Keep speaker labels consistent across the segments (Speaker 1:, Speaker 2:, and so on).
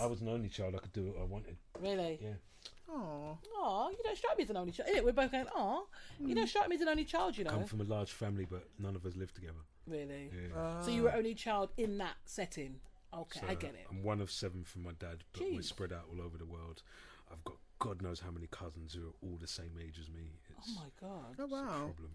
Speaker 1: I was an only child. I could do what I wanted.
Speaker 2: Really?
Speaker 1: Yeah.
Speaker 3: Oh,
Speaker 2: Oh, you don't strike me as an only child. Innit? We're both going, oh, you don't strike me as an only child, you know.
Speaker 1: Mm. Come from a large family, but none of us lived together.
Speaker 2: Really?
Speaker 1: Yeah.
Speaker 2: So you were only child in that setting. Uh, Okay,
Speaker 1: So um,
Speaker 2: I get it.
Speaker 1: I'm one of seven from my dad, but we're
Speaker 2: Jeez.
Speaker 1: spread out all over the world. I've got God knows how many cousins who are all the same age as me.
Speaker 2: Oh
Speaker 1: It's,
Speaker 2: my god,
Speaker 3: oh
Speaker 1: it's a
Speaker 3: wow.
Speaker 1: problem.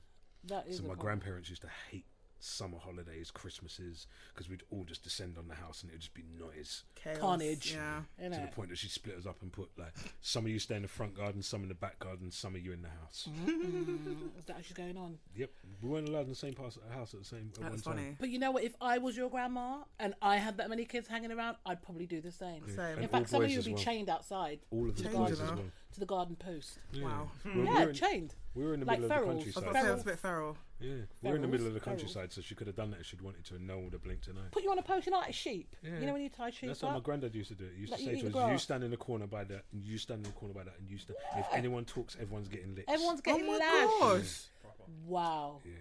Speaker 2: that is.
Speaker 1: So
Speaker 2: a
Speaker 1: my
Speaker 2: problem.
Speaker 1: grandparents used to hate summer holidays, Christmases, because we'd all just descend on the house and it would just be noise.
Speaker 3: Chaos.
Speaker 2: Carnage.
Speaker 3: Yeah.
Speaker 1: To the
Speaker 2: Innit?
Speaker 1: point that she split us up and put like some of you stay in the front garden, some in the back garden, some of you in the house.
Speaker 2: Mm-hmm. Mm, Is that actually going on?
Speaker 1: Yep, we weren't allowed in the same pass- house at the same. At one
Speaker 3: That's
Speaker 1: Time.
Speaker 3: funny.
Speaker 2: But you know what? If I was your grandma and I had that many kids hanging around, I'd probably do the same.
Speaker 3: Same.
Speaker 1: And
Speaker 2: In
Speaker 1: all
Speaker 2: fact, some of
Speaker 1: boys
Speaker 2: you would
Speaker 1: as
Speaker 2: be
Speaker 1: well.
Speaker 2: chained outside
Speaker 1: All of the
Speaker 3: Chained
Speaker 1: boys as
Speaker 3: as
Speaker 1: well.
Speaker 3: well.
Speaker 2: to the garden post.
Speaker 1: Yeah.
Speaker 3: Wow.
Speaker 1: Well, we
Speaker 2: Hmm. yeah,
Speaker 1: were in-
Speaker 2: chained.
Speaker 1: We were in the
Speaker 2: Like
Speaker 1: middle of the
Speaker 2: ferals.
Speaker 3: I was
Speaker 1: countryside.
Speaker 3: about to say that's
Speaker 2: Ferals.
Speaker 3: a bit feral.
Speaker 1: Yeah, we were in the
Speaker 2: Ferals,
Speaker 1: middle of the
Speaker 2: ferals.
Speaker 1: countryside, so she could have done that if she'd wanted to, and no one would have blinked an eye.
Speaker 2: Put you on a post, you're like a sheep.
Speaker 1: Yeah.
Speaker 2: You know when you tie sheep
Speaker 1: That's how my
Speaker 2: up?
Speaker 1: granddad used to do it. He used
Speaker 2: Like,
Speaker 1: to
Speaker 2: you
Speaker 1: say
Speaker 2: eat
Speaker 1: to
Speaker 2: the
Speaker 1: us, "You
Speaker 2: grass."
Speaker 1: stand in the corner by that, and you stand in the corner by that, and you stand." If anyone talks, everyone's getting lit.
Speaker 2: Everyone's
Speaker 3: Oh
Speaker 2: getting
Speaker 3: my
Speaker 2: lashed.
Speaker 3: gosh.
Speaker 2: Wow.
Speaker 1: Yeah.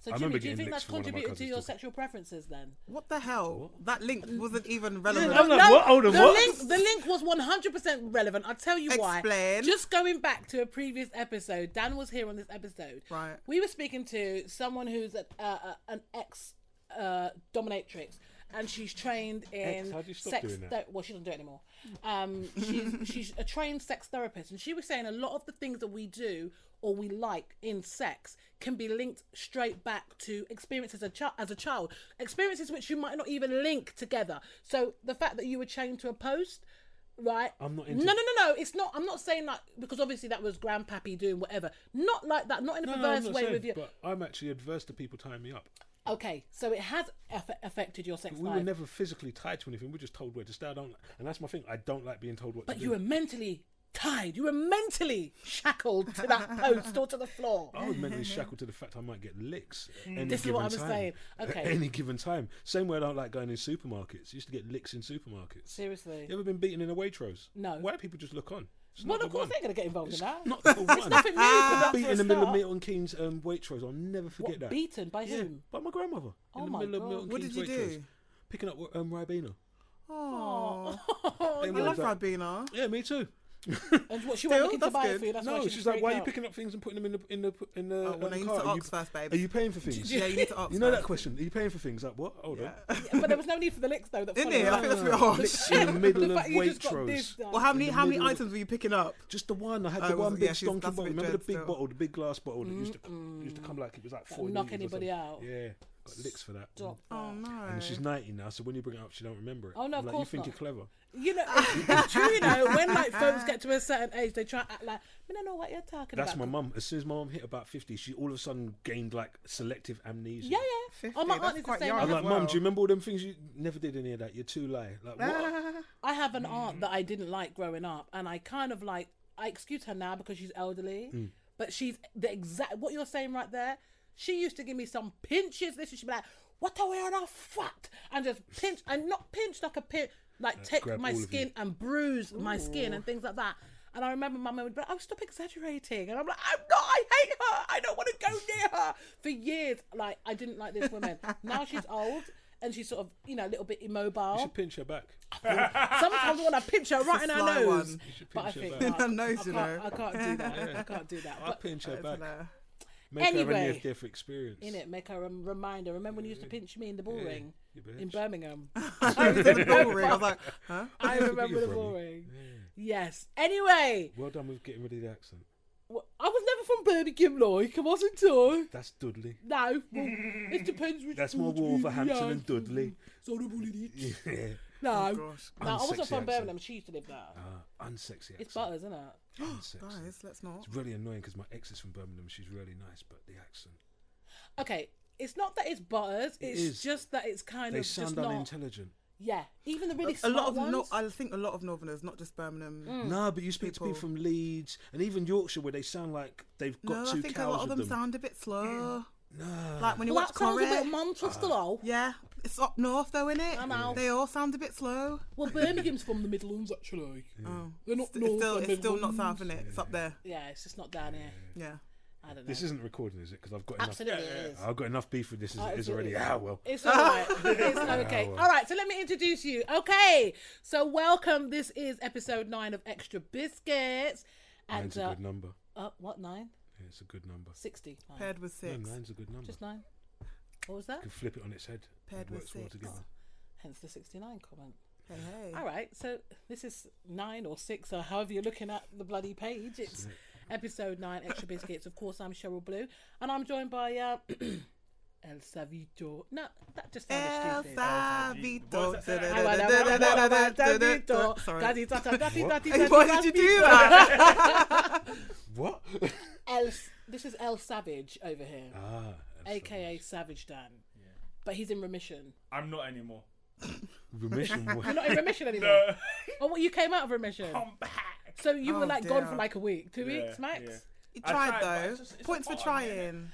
Speaker 2: So
Speaker 1: I
Speaker 2: Jimmy,
Speaker 1: remember
Speaker 2: do you
Speaker 1: getting
Speaker 2: think
Speaker 1: licks
Speaker 2: that's
Speaker 1: from one of my
Speaker 2: contributed to
Speaker 1: cousins
Speaker 2: your
Speaker 1: too.
Speaker 2: sexual preferences then?
Speaker 3: What the hell? That link wasn't even relevant.
Speaker 1: I'm like, what? Hold on,
Speaker 2: the
Speaker 1: what?
Speaker 2: link the link was 100% relevant. I'll tell you why.
Speaker 3: Explain.
Speaker 2: Just going back to a previous episode, Dan was here on this episode.
Speaker 3: Right.
Speaker 2: We were speaking to someone who's a, uh, uh, an ex uh, dominatrix and she's trained in
Speaker 1: Ex? How do you stop
Speaker 2: sex
Speaker 1: doing that?
Speaker 2: ther- well she doesn't do it anymore um she's she's a trained sex therapist and she was saying a lot of the things that we do or we like in sex can be linked straight back to experiences as a, chi- as a child experiences which you might not even link together so the fact that you were chained to a post right
Speaker 1: I'm not into-
Speaker 2: no no no no it's not i'm not saying that because obviously that was grandpappy doing whatever not like that not in a
Speaker 1: No, I'm
Speaker 2: perverse
Speaker 1: not
Speaker 2: way
Speaker 1: saying,
Speaker 2: with you
Speaker 1: But I'm actually adverse to people tying me up.
Speaker 2: okay so it has aff- affected your sex
Speaker 1: We
Speaker 2: life
Speaker 1: were never physically tied to anything. We were just told where to stay. I don't, and that's my thing. I don't like being told what
Speaker 2: but
Speaker 1: to
Speaker 2: you
Speaker 1: do.
Speaker 2: were mentally tied you were mentally shackled to that post or to the floor
Speaker 1: I was mentally shackled to the fact I might get licks. Any
Speaker 2: Mm-hmm. Mm. This is
Speaker 1: given
Speaker 2: what I was
Speaker 1: time.
Speaker 2: saying.
Speaker 1: At
Speaker 2: Okay.
Speaker 1: any given time. Same way I don't like going in supermarkets. used to get licks in supermarkets.
Speaker 2: seriously
Speaker 1: You ever been beaten in a Waitrose?
Speaker 2: No.
Speaker 1: White people just look on. It's
Speaker 2: well
Speaker 1: not
Speaker 2: of
Speaker 1: the
Speaker 2: course
Speaker 1: one.
Speaker 2: they're going to get involved in that
Speaker 1: Not the one.
Speaker 2: nothing new for that
Speaker 1: Beaten
Speaker 2: for a
Speaker 1: in the middle of
Speaker 2: start.
Speaker 1: Milton Keynes um, Waitrose. I'll never forget
Speaker 2: What,
Speaker 1: that.
Speaker 2: beaten by
Speaker 1: yeah,
Speaker 2: whom?
Speaker 1: By my grandmother.
Speaker 2: Oh
Speaker 1: in the
Speaker 2: my
Speaker 1: middle of
Speaker 2: God.
Speaker 1: Milton
Speaker 3: What
Speaker 1: Keynes
Speaker 3: did you
Speaker 1: Waitrose.
Speaker 3: do?
Speaker 1: Picking up um, Ribena.
Speaker 3: Oh,
Speaker 1: They
Speaker 3: I
Speaker 1: were
Speaker 3: love
Speaker 1: like-
Speaker 3: Ribena.
Speaker 1: Yeah, me too.
Speaker 2: and what she went
Speaker 3: Still,
Speaker 2: looking to
Speaker 3: that's
Speaker 2: buy it
Speaker 3: good.
Speaker 2: for you that's why
Speaker 1: no,
Speaker 2: she
Speaker 1: she's
Speaker 2: was
Speaker 1: like, why are
Speaker 2: freaked
Speaker 1: you
Speaker 2: out.
Speaker 1: picking up things and putting them in the in the in the,
Speaker 3: Oh, well,
Speaker 1: um,
Speaker 3: no, you need
Speaker 1: car?
Speaker 3: to
Speaker 1: Are you-
Speaker 3: ask first, babe.
Speaker 1: Are you paying for things?
Speaker 3: Yeah, you need to ask.
Speaker 1: You know that
Speaker 3: first.
Speaker 1: question. Are you paying for things? Like what? Hold
Speaker 3: Yeah.
Speaker 1: on.
Speaker 2: but there was no need for the licks though that
Speaker 3: Didn't
Speaker 2: followed
Speaker 3: it? I
Speaker 2: that.
Speaker 3: think that's a bit harsh.
Speaker 1: Licks in the middle
Speaker 2: Oh, the
Speaker 1: of
Speaker 2: fact you just got
Speaker 1: Waitrose.
Speaker 2: this uh, done.
Speaker 3: Well, how many
Speaker 1: In the
Speaker 3: how many
Speaker 1: middle of-
Speaker 3: items were you picking up?
Speaker 1: Just the one. I had
Speaker 3: Oh,
Speaker 1: the
Speaker 3: it
Speaker 1: one
Speaker 3: was- yeah,
Speaker 1: big
Speaker 3: she was-
Speaker 1: stonking
Speaker 3: that's a
Speaker 1: bottle.
Speaker 3: bit
Speaker 1: Remember the
Speaker 3: dread
Speaker 1: big
Speaker 3: still.
Speaker 1: bottle, the big glass bottle that used to used to come like it was like four.
Speaker 2: Mm. knock
Speaker 1: litres or
Speaker 2: anybody
Speaker 1: something.
Speaker 2: out.
Speaker 1: Yeah, got licks for that.
Speaker 2: Stop that.
Speaker 3: Oh no.
Speaker 1: And she's ninety now, so when you bring it up, she don't remember it.
Speaker 2: Oh, no,
Speaker 1: I'm
Speaker 2: of
Speaker 1: like,
Speaker 2: course
Speaker 1: You think
Speaker 2: not.
Speaker 1: you're clever?
Speaker 2: You know, it's- do you know when like folks get to a certain age, they try and act like, "I don't know what you're talking
Speaker 1: That's my
Speaker 2: about."
Speaker 1: mum. As soon as my mum hit about fifty, she all of a sudden gained like selective amnesia.
Speaker 2: Yeah, yeah.
Speaker 3: 50,
Speaker 2: Oh, my
Speaker 3: that's
Speaker 2: aunt is the
Speaker 3: quite
Speaker 2: same.
Speaker 3: young.
Speaker 1: I'm
Speaker 3: as
Speaker 1: like, mum,
Speaker 3: well.
Speaker 1: do you remember all them things you never did any of that? You're too lie. Like what?
Speaker 2: I have an
Speaker 1: Mm.
Speaker 2: aunt that I didn't like growing up, and I kind of like I excuse her now because she's elderly,
Speaker 1: Mm.
Speaker 2: but she's the exact what you're saying right there. She used to give me some pinches. This she'd be like, "What are we on a fat?" and just pinch and not pinch like a pinch, like take
Speaker 1: grab
Speaker 2: my
Speaker 1: all of
Speaker 2: skin
Speaker 1: you.
Speaker 2: and bruise my skin and things like that. And I remember my mum would be like, "Oh, stop exaggerating," and I'm like, "I'm not. I hate her. I don't want to go near her." For years, like I didn't like this woman. now she's old. And she's sort of, you know, a little bit immobile.
Speaker 1: You should pinch her back.
Speaker 2: Sometimes I want to pinch her right in her
Speaker 3: sly
Speaker 2: nose.
Speaker 3: one.
Speaker 2: But I
Speaker 1: pinch her back.
Speaker 2: think no, I-
Speaker 3: In her nose,
Speaker 2: I,
Speaker 3: you
Speaker 2: can't,
Speaker 3: know.
Speaker 2: I can't do that. I can't do that.
Speaker 1: I
Speaker 2: But
Speaker 1: pinch her
Speaker 3: That's
Speaker 1: back.
Speaker 3: hilariah.
Speaker 1: Make her a
Speaker 2: Anyway.
Speaker 1: near death experience.
Speaker 2: in it, make her a reminder. Remember when you used to pinch me in the ball
Speaker 1: Yeah,
Speaker 2: ring
Speaker 1: you
Speaker 2: in
Speaker 1: bitch.
Speaker 2: Birmingham?
Speaker 3: I was in the ball ring. I was like, huh?
Speaker 2: I remember
Speaker 1: you're
Speaker 2: the
Speaker 1: from
Speaker 2: ball
Speaker 1: me.
Speaker 2: ring. Yes. Anyway,
Speaker 1: Well done with getting rid of the accent.
Speaker 2: w- I was never from Birmingham, like I wasn't. I?
Speaker 1: That's Dudley.
Speaker 2: No. Well, it depends which.
Speaker 1: That's my
Speaker 2: which movie
Speaker 1: Wolverhampton
Speaker 2: I-
Speaker 1: and Dudley. Oh,
Speaker 2: Sorry, bully.
Speaker 1: Yeah.
Speaker 2: No.
Speaker 3: Gosh.
Speaker 2: no, I
Speaker 1: Unsexy
Speaker 2: wasn't from
Speaker 1: accent.
Speaker 2: Birmingham. She used to live there.
Speaker 1: Ah, unsexy accent.
Speaker 2: It's butters, isn't it?
Speaker 1: Unsexy.
Speaker 3: Guys, let's not.
Speaker 1: It's really annoying because my ex is from Birmingham. She's really nice, but the accent.
Speaker 2: Okay. It's not that it's butters. It's
Speaker 1: is.
Speaker 2: just that it's kind
Speaker 1: They
Speaker 2: of just
Speaker 1: sound
Speaker 2: not.
Speaker 1: unintelligent.
Speaker 2: Yeah, even the really
Speaker 3: A
Speaker 2: smart
Speaker 3: lot of
Speaker 2: ones. Mm.
Speaker 3: no, I think a lot of Northerners, not just Birmingham.
Speaker 2: Hmm.
Speaker 1: No, but you speak to people
Speaker 3: People.
Speaker 1: from Leeds and even Yorkshire where they sound like they've got
Speaker 3: No,
Speaker 1: two
Speaker 3: I think a
Speaker 1: cows
Speaker 3: lot of
Speaker 1: with
Speaker 3: them, sound a bit slow.
Speaker 1: No.
Speaker 3: Like when you
Speaker 2: Well,
Speaker 3: watch
Speaker 2: that sounds a bit
Speaker 3: Corrie.
Speaker 2: Manchester.
Speaker 3: Yeah, it's up north though, isn't it?
Speaker 2: I know.
Speaker 3: They all sound a bit slow.
Speaker 2: Well, Birmingham's from the Midlands, actually.
Speaker 3: Oh,
Speaker 2: They're not
Speaker 3: St- it's
Speaker 2: north,
Speaker 3: still,
Speaker 2: they're
Speaker 3: it's still not
Speaker 2: Midlands.
Speaker 3: south, innit? It's up there.
Speaker 2: Yeah, it's just not down here.
Speaker 3: Yeah.
Speaker 2: I don't know.
Speaker 1: This isn't recording, is it? Because I've got enough.
Speaker 2: Absolutely, it is.
Speaker 1: I've got enough beef with this as
Speaker 2: Oh,
Speaker 1: it is already.
Speaker 2: absolutely.
Speaker 1: Ah, well.
Speaker 2: It's all right. It's okay.
Speaker 1: well.
Speaker 2: All right. So let me introduce you. Okay. So welcome. This is episode nine of Extra Biscuits. And
Speaker 1: Nine's a
Speaker 2: uh,
Speaker 1: good number.
Speaker 2: uh, what nine?
Speaker 1: Yeah, it's a good number.
Speaker 2: Sixty. Nine.
Speaker 3: Paired with
Speaker 1: No,
Speaker 3: six.
Speaker 1: nine's a good number.
Speaker 2: Just nine. What was that?
Speaker 1: You can flip it on its head.
Speaker 3: Paired
Speaker 1: it
Speaker 3: with
Speaker 1: works well
Speaker 3: six.
Speaker 1: together.
Speaker 2: Hence the sixty-nine comment.
Speaker 3: Hey, hey.
Speaker 2: All right. So this is nine or six or however you're looking at the bloody page. It's episode nine, Extra Biscuits. Of course, I'm Cheryl Blue, and I'm joined by uh, El Savito. No, that just sounded
Speaker 3: El
Speaker 2: stupid.
Speaker 3: Savito.
Speaker 4: What's that?
Speaker 2: Why
Speaker 3: Sorry. Why did you
Speaker 2: did
Speaker 3: do that?
Speaker 1: What?
Speaker 2: El, this is El Savage over here,
Speaker 1: ah.
Speaker 2: aka Savage Dan. But he's in remission.
Speaker 4: I'm not anymore.
Speaker 1: Remission.
Speaker 2: You're not in remission anymore.
Speaker 4: No.
Speaker 2: Oh, well, you came out of remission.
Speaker 1: Oh
Speaker 4: I'm back.
Speaker 2: So you were
Speaker 3: Oh,
Speaker 2: like gone
Speaker 3: dear.
Speaker 2: for like a week, two
Speaker 4: Yeah,
Speaker 2: weeks max.
Speaker 4: yeah.
Speaker 3: You
Speaker 4: I
Speaker 3: tried
Speaker 4: tried, but
Speaker 3: though.
Speaker 4: it's just- it's
Speaker 3: Points for
Speaker 4: a part, isn't it?
Speaker 3: trying.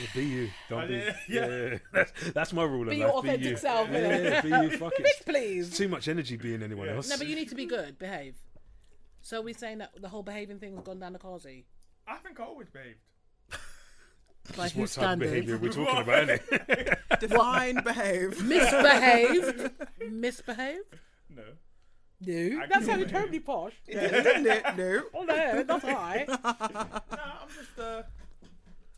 Speaker 1: Yeah, be you. Don't be.
Speaker 4: Yeah.
Speaker 1: Yeah, yeah, yeah. That's, that's my rule of
Speaker 2: Be
Speaker 1: life.
Speaker 2: your
Speaker 1: be you.
Speaker 2: authentic self,
Speaker 1: Yeah,
Speaker 2: innit?
Speaker 1: yeah, be you. Fuck
Speaker 2: Bitch,
Speaker 1: it. It's
Speaker 2: please.
Speaker 1: too much energy being anyone else.
Speaker 2: No, but you need to be good. Behave. So we're saying that the whole behaving thing has gone down the causey.
Speaker 4: I think I always behaved.
Speaker 2: By
Speaker 1: what
Speaker 2: whose
Speaker 1: type of behaviour
Speaker 2: standards?
Speaker 1: we're talking about, innit?
Speaker 3: Define behave.
Speaker 2: Misbehaved. Misbehaved.
Speaker 4: No.
Speaker 2: No,
Speaker 4: I
Speaker 2: that
Speaker 4: can
Speaker 2: sounded
Speaker 4: behave.
Speaker 2: terribly posh.
Speaker 3: no, no.
Speaker 2: Oh no, not I.
Speaker 4: No, I'm just uh,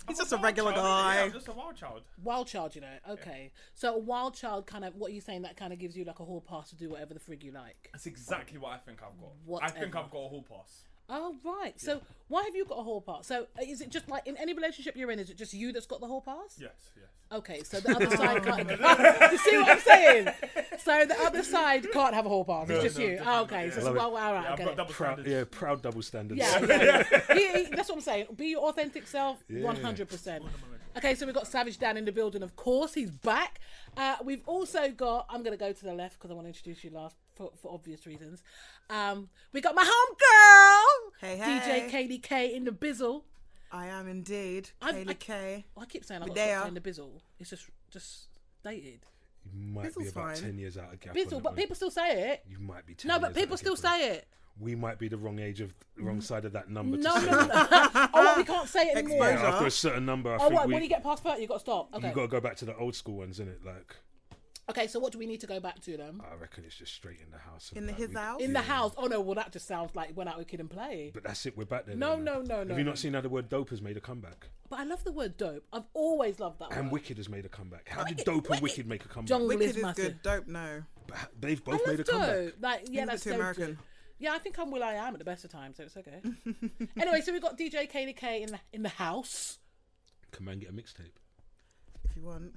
Speaker 3: He's
Speaker 4: I'm
Speaker 3: just a
Speaker 4: wild
Speaker 3: regular
Speaker 4: child, innit? Yeah,
Speaker 3: guy.
Speaker 4: I'm just a wild child.
Speaker 2: Wild child, you know. Okay, so a wild child kind of what are you saying that kind of gives you like a hall pass to do whatever the frig you like.
Speaker 4: That's exactly what I think I've got. I
Speaker 2: Whatever.
Speaker 4: think I've got a hall pass.
Speaker 2: Oh right. So why have you got a hall pass? So uh, is it just like in any relationship you're in, is it just you that's got the hall pass?
Speaker 4: Yes, yes.
Speaker 2: Okay, so the other side can't. you see what I'm saying? So the other side can't have a hall pass. it's
Speaker 4: No,
Speaker 2: just
Speaker 4: no,
Speaker 2: you.
Speaker 4: just
Speaker 2: Oh,
Speaker 4: me,
Speaker 2: okay,
Speaker 4: yeah.
Speaker 2: so it's,
Speaker 1: Love it.
Speaker 2: well, all right,
Speaker 4: Yeah, I've
Speaker 2: okay.
Speaker 4: got double
Speaker 1: proud,
Speaker 4: standards.
Speaker 1: yeah, proud double standards.
Speaker 2: Yeah, okay. He- he- that's what I'm saying. Be your authentic self, one hundred percent. Okay, so we've got Savage Dan in the building. Of course, he's back. Uh, we've also got. I'm going to go to the left because I want to introduce you last for, for obvious reasons. Um, we got my home girl,
Speaker 3: Hey,
Speaker 2: DJ
Speaker 3: hey.
Speaker 2: Katie K in the bizzle.
Speaker 3: I am indeed.
Speaker 2: I'm- I-
Speaker 3: Kaylee K.
Speaker 2: Oh, I keep saying I got
Speaker 3: Medea.
Speaker 2: in the bizzle. It's just just dated
Speaker 1: You might be
Speaker 3: Bizzle's
Speaker 1: about
Speaker 3: fine.
Speaker 1: ten years out of gap. on
Speaker 2: bizzle,
Speaker 1: that
Speaker 2: but
Speaker 1: one.
Speaker 2: people still say it.
Speaker 1: You might be. 10
Speaker 2: No, but
Speaker 1: years out
Speaker 2: people
Speaker 1: of
Speaker 2: still
Speaker 1: gap on
Speaker 2: say it.
Speaker 1: We might be the wrong age of, wrong side of that number.
Speaker 2: No,
Speaker 1: to
Speaker 2: no,
Speaker 1: say
Speaker 2: no.
Speaker 1: that.
Speaker 2: oh, well, we can't say it anymore.
Speaker 1: Yeah,
Speaker 3: Exposure.
Speaker 1: after a certain number, I
Speaker 2: Oh,
Speaker 1: think
Speaker 2: what,
Speaker 1: we,
Speaker 2: when you get past thirty, you got to stop. Okay.
Speaker 1: you got to go back to the old school ones, innit? Like,
Speaker 2: Okay, so what do we need to go back to then?
Speaker 1: I reckon it's just straight in the house. and
Speaker 3: In the
Speaker 1: like,
Speaker 3: his
Speaker 1: we-
Speaker 3: house.
Speaker 2: In the house. Oh no, well that just sounds like went out with kid and play.
Speaker 1: But that's it. We're back there.
Speaker 2: No,
Speaker 1: now.
Speaker 2: no, no,
Speaker 1: Have
Speaker 2: no,
Speaker 1: you
Speaker 2: no.
Speaker 1: not seen how the word dope has made a comeback?
Speaker 2: But I love the word dope. I've always loved that
Speaker 1: And
Speaker 2: word.
Speaker 1: Wicked has made a comeback. How did Dope and Wicked make a comeback?
Speaker 2: Jungle
Speaker 3: Wicked
Speaker 2: is
Speaker 3: is
Speaker 2: massive.
Speaker 3: good. Dope, no.
Speaker 1: But ha- They've
Speaker 2: I
Speaker 1: both
Speaker 2: love
Speaker 1: made a comeback.
Speaker 2: dope. Like yeah,
Speaker 3: Maybe
Speaker 2: that's
Speaker 3: too
Speaker 2: dope
Speaker 3: American.
Speaker 2: too. Yeah, I think I'm Will I Am at the best of times, so it's okay. anyway, so we've got DJ KDK in the in the house.
Speaker 1: Come and get a mixtape.
Speaker 3: If you want.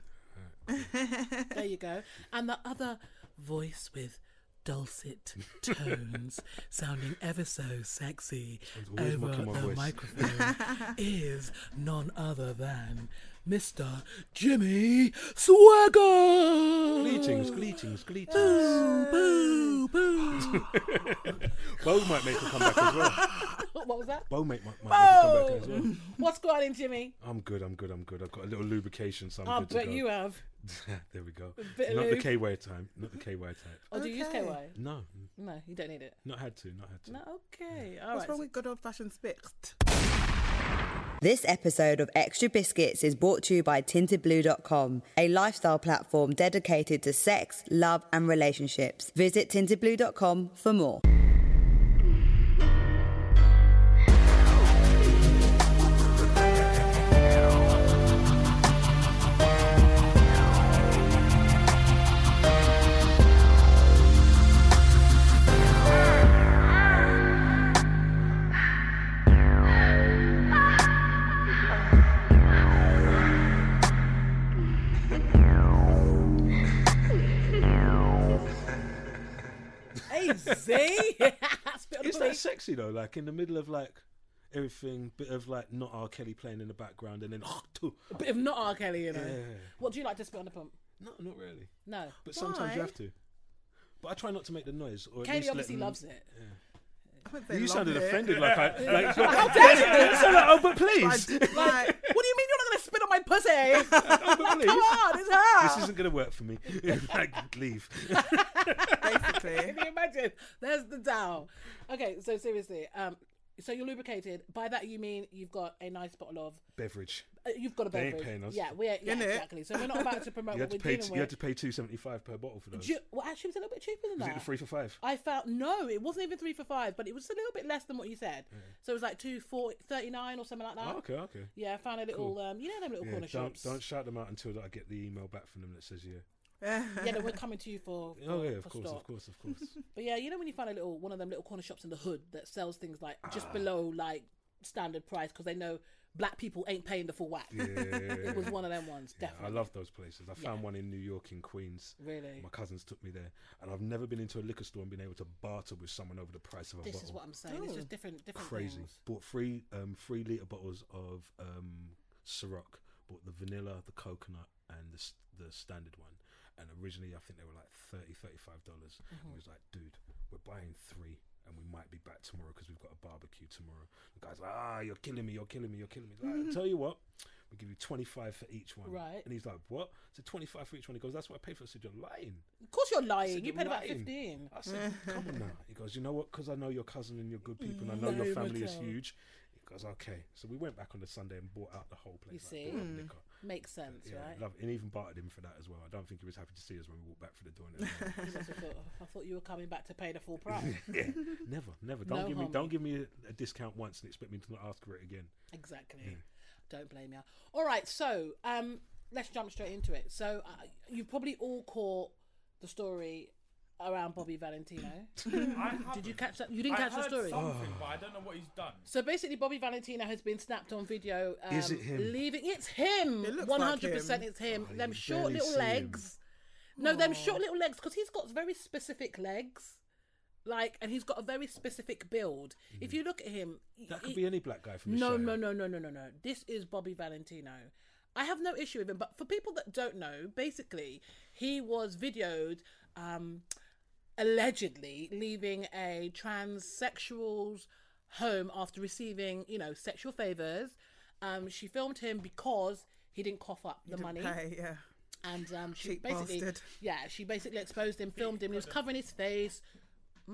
Speaker 2: There you go. And the other voice with dulcet tones, sounding ever so sexy
Speaker 1: always
Speaker 2: over
Speaker 1: mocking my
Speaker 2: the
Speaker 1: voice.
Speaker 2: microphone, is none other than Mr. Jimmy Swagger.
Speaker 1: Gleetings, gleetings, gleetings.
Speaker 2: Boo, boo.
Speaker 1: Bo might make a comeback as well.
Speaker 2: what was that?
Speaker 1: Bo make, might, might make a comeback as
Speaker 2: Bo!
Speaker 1: well.
Speaker 2: What's going on, Jimmy?
Speaker 1: I'm good, I'm good, I'm good. I've got a little lubrication, so I'm
Speaker 2: I
Speaker 1: good to
Speaker 2: bet
Speaker 1: go.
Speaker 2: you have.
Speaker 1: there we go.
Speaker 2: bit of
Speaker 1: Not the
Speaker 2: lube.
Speaker 1: KY type. Not the KY type.
Speaker 2: Or do you use
Speaker 3: Okay.
Speaker 2: KY?
Speaker 1: No,
Speaker 2: No, you don't need it.
Speaker 1: not had to, not had to.
Speaker 2: No, okay. All
Speaker 3: What's
Speaker 2: right.
Speaker 3: wrong with good old fashioned spicked?
Speaker 5: This episode of Extra Biscuits is brought to you by tintedblue.com, a lifestyle platform dedicated to sex, love, and relationships. Visit tintedblue.com for more.
Speaker 2: Hey, Z. Spit on the
Speaker 1: Is that
Speaker 2: police.
Speaker 1: sexy though? Like in the middle of like everything, bit of like not R. Kelly playing in the background, and then
Speaker 2: Bit of not R. Kelly, you know.
Speaker 1: Yeah.
Speaker 2: What do you like to spit on the pump?
Speaker 1: no, not really.
Speaker 2: No.
Speaker 1: But sometimes you
Speaker 3: Why?
Speaker 1: have to. But I try not to make the noise. Or at least
Speaker 2: Katie
Speaker 1: let
Speaker 2: obviously
Speaker 1: them-
Speaker 2: loves it.
Speaker 3: I wouldn't say
Speaker 1: You
Speaker 3: love
Speaker 1: sounded
Speaker 3: it.
Speaker 1: offended, like I like. How dare you? sound like, oh, but please,
Speaker 3: I- like,
Speaker 2: What do you mean you're not going to spit on my pussy?
Speaker 1: oh, but
Speaker 2: Come
Speaker 1: please.
Speaker 2: on, it's her.
Speaker 1: This isn't gonna work for me. like, leave.
Speaker 3: basically.
Speaker 2: Can you imagine? There's the down. Okay, so seriously, um, So you're lubricated. By that you mean you've got a nice bottle of.
Speaker 1: Beverage.
Speaker 2: Uh, you've got a
Speaker 1: They ain't
Speaker 2: beverage.
Speaker 1: paying us.
Speaker 2: Yeah, we're yeah,
Speaker 3: Innit?
Speaker 2: exactly. So we're not about to promote
Speaker 1: You had
Speaker 2: what
Speaker 1: to
Speaker 2: we're
Speaker 1: pay.
Speaker 2: dealing
Speaker 1: you had
Speaker 2: with.
Speaker 1: to pay two seventy five per bottle for those.
Speaker 2: Do you- well, actually, it was a little bit cheaper than
Speaker 1: was
Speaker 2: that.
Speaker 1: it the three for five?
Speaker 2: I felt no, it wasn't even three for five, but it was a little bit less than what you said. So it was like two four thirty nine or something like that.
Speaker 1: Oh, okay, okay.
Speaker 2: Yeah, I found a little, um, you know, them little
Speaker 1: Yeah,
Speaker 2: corner
Speaker 1: don't
Speaker 2: shops.
Speaker 1: don't shout them out until I get the email back from them that says yeah.
Speaker 2: Yeah, no, we're coming to you for. for
Speaker 1: Oh yeah, of
Speaker 2: for
Speaker 1: course,
Speaker 2: stock.
Speaker 1: of course, of course.
Speaker 2: But yeah, you know when you find a little one of them little corner shops in the hood that sells things like
Speaker 1: Ah.
Speaker 2: just below like standard price because they know black people ain't paying the full whack. It was one of them ones, definitely.
Speaker 1: I love those places. I found one in New York in Queens.
Speaker 2: Really?
Speaker 1: My cousins took me there, and I've never been into a liquor store and been able to barter with someone over the price of a
Speaker 2: This
Speaker 1: bottle.
Speaker 2: is what I'm saying. It's just different, different
Speaker 1: Crazy.
Speaker 2: things.
Speaker 1: Bought three um three liter bottles of um Ciroc. Bought the vanilla, the coconut, and the s- the standard one. And originally, I think they were like 30 35 dollars.
Speaker 2: Mm-hmm.
Speaker 1: And we was like, dude, we're buying three. And we might be back tomorrow because we've got a barbecue tomorrow. The guy's like, ah, you're killing me, you're killing me, you're killing me. He's Like, I tell you what, we give you 25 for each one.
Speaker 2: Right.
Speaker 1: And he's like, what? So 25 for each one. He goes, that's what I paid for. I said, you're lying.
Speaker 2: Of course, you're
Speaker 1: I
Speaker 2: lying.
Speaker 1: said,
Speaker 2: You paid about
Speaker 1: "Lying."
Speaker 2: fifteen.
Speaker 1: I said, come on now. He goes, you know what? Because I know your cousin and you're good
Speaker 2: Mm.
Speaker 1: people, and I know your family is
Speaker 2: Mattel.
Speaker 1: huge. He goes, okay. So we went back on the Sunday and bought out the whole place.
Speaker 2: You
Speaker 1: like, bought out liquor.
Speaker 2: Makes sense,
Speaker 1: Yeah,
Speaker 2: right?
Speaker 1: love, and even bartered him for that as well. I don't think he was happy to see us when we walked back through the door. and everything.
Speaker 2: I thought, "Oh, I thought you were coming back to pay the full price.
Speaker 1: yeah, never, never. Don't
Speaker 2: No
Speaker 1: give me,
Speaker 2: homie.
Speaker 1: don't give me a, a discount once and expect me to not ask for it again.
Speaker 2: Exactly. Don't blame you. All right, so um, let's jump straight into it. So uh, you've probably all caught the story around Bobby Valentino.
Speaker 4: I
Speaker 2: Did you catch that? You didn't
Speaker 4: I
Speaker 2: catch the
Speaker 4: heard
Speaker 2: story.
Speaker 4: something, but I don't know what he's done.
Speaker 2: So basically, Bobby Valentino has been snapped on video. Um,
Speaker 1: Is it him?
Speaker 2: Leaving. It's him.
Speaker 3: It looks
Speaker 2: One
Speaker 3: like
Speaker 2: hundred percent,
Speaker 3: him.
Speaker 2: it's him.
Speaker 1: Oh,
Speaker 2: them
Speaker 1: you
Speaker 2: short
Speaker 1: barely
Speaker 2: little
Speaker 1: see him.
Speaker 2: legs. No, them short little legs because he's got very specific legs. Like, and he's got a very specific build.
Speaker 1: Mm.
Speaker 2: If you look at him,
Speaker 1: That
Speaker 2: he-
Speaker 1: could be any black guy from the
Speaker 2: no,
Speaker 1: show.
Speaker 2: no, no, no, no, no, no. This is Bobby Valentino. I have no issue with him, but for people that don't know, basically, he was videoed um, allegedly leaving a transsexual's home after receiving, you know, sexual favors. Um, she filmed him because he didn't cough up the money
Speaker 3: Hey, yeah.
Speaker 2: and um, she
Speaker 3: Cheap
Speaker 2: basically,
Speaker 3: bastard.
Speaker 2: yeah, she basically exposed him, filmed him. He was covering his face.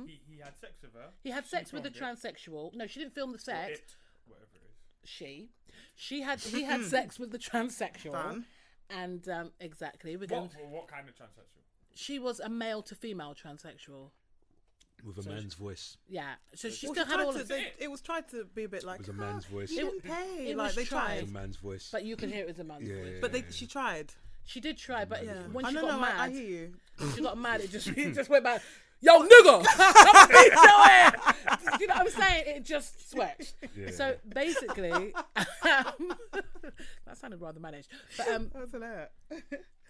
Speaker 4: He, he had sex with her.
Speaker 2: He had
Speaker 4: She
Speaker 2: sex with a
Speaker 4: filmed it.
Speaker 2: transsexual. No, she didn't film the sex.
Speaker 4: It, whatever it is.
Speaker 2: she she had he had sex with the transsexual
Speaker 3: Fun.
Speaker 2: and um exactly we're going
Speaker 4: What, well, what kind of transsexual?
Speaker 2: she was a male to female transsexual
Speaker 1: With a man's voice.
Speaker 2: yeah so she
Speaker 3: Well,
Speaker 2: still
Speaker 3: she
Speaker 2: had
Speaker 3: tried
Speaker 2: all
Speaker 3: to-
Speaker 2: of
Speaker 3: they- it was tried to be a bit like
Speaker 1: was a
Speaker 3: "Ah,
Speaker 1: man's voice."
Speaker 3: You
Speaker 1: It-
Speaker 3: didn't pay.
Speaker 2: it
Speaker 3: like
Speaker 2: was
Speaker 3: they
Speaker 2: tried.
Speaker 3: tried,
Speaker 1: A man's voice.
Speaker 2: but you can hear it was a man's
Speaker 1: yeah,
Speaker 2: voice
Speaker 1: yeah,
Speaker 3: but they,
Speaker 1: yeah.
Speaker 3: she tried.
Speaker 2: she did try but when
Speaker 3: I
Speaker 2: she
Speaker 3: no,
Speaker 2: got
Speaker 3: no,
Speaker 2: mad
Speaker 3: I, I hear you.
Speaker 2: she got mad it just it just went back yo nigga I'ma beat your ass." Do you know what I'm saying it just swept so basically um, that sounded rather managed but um
Speaker 3: That was hilarious.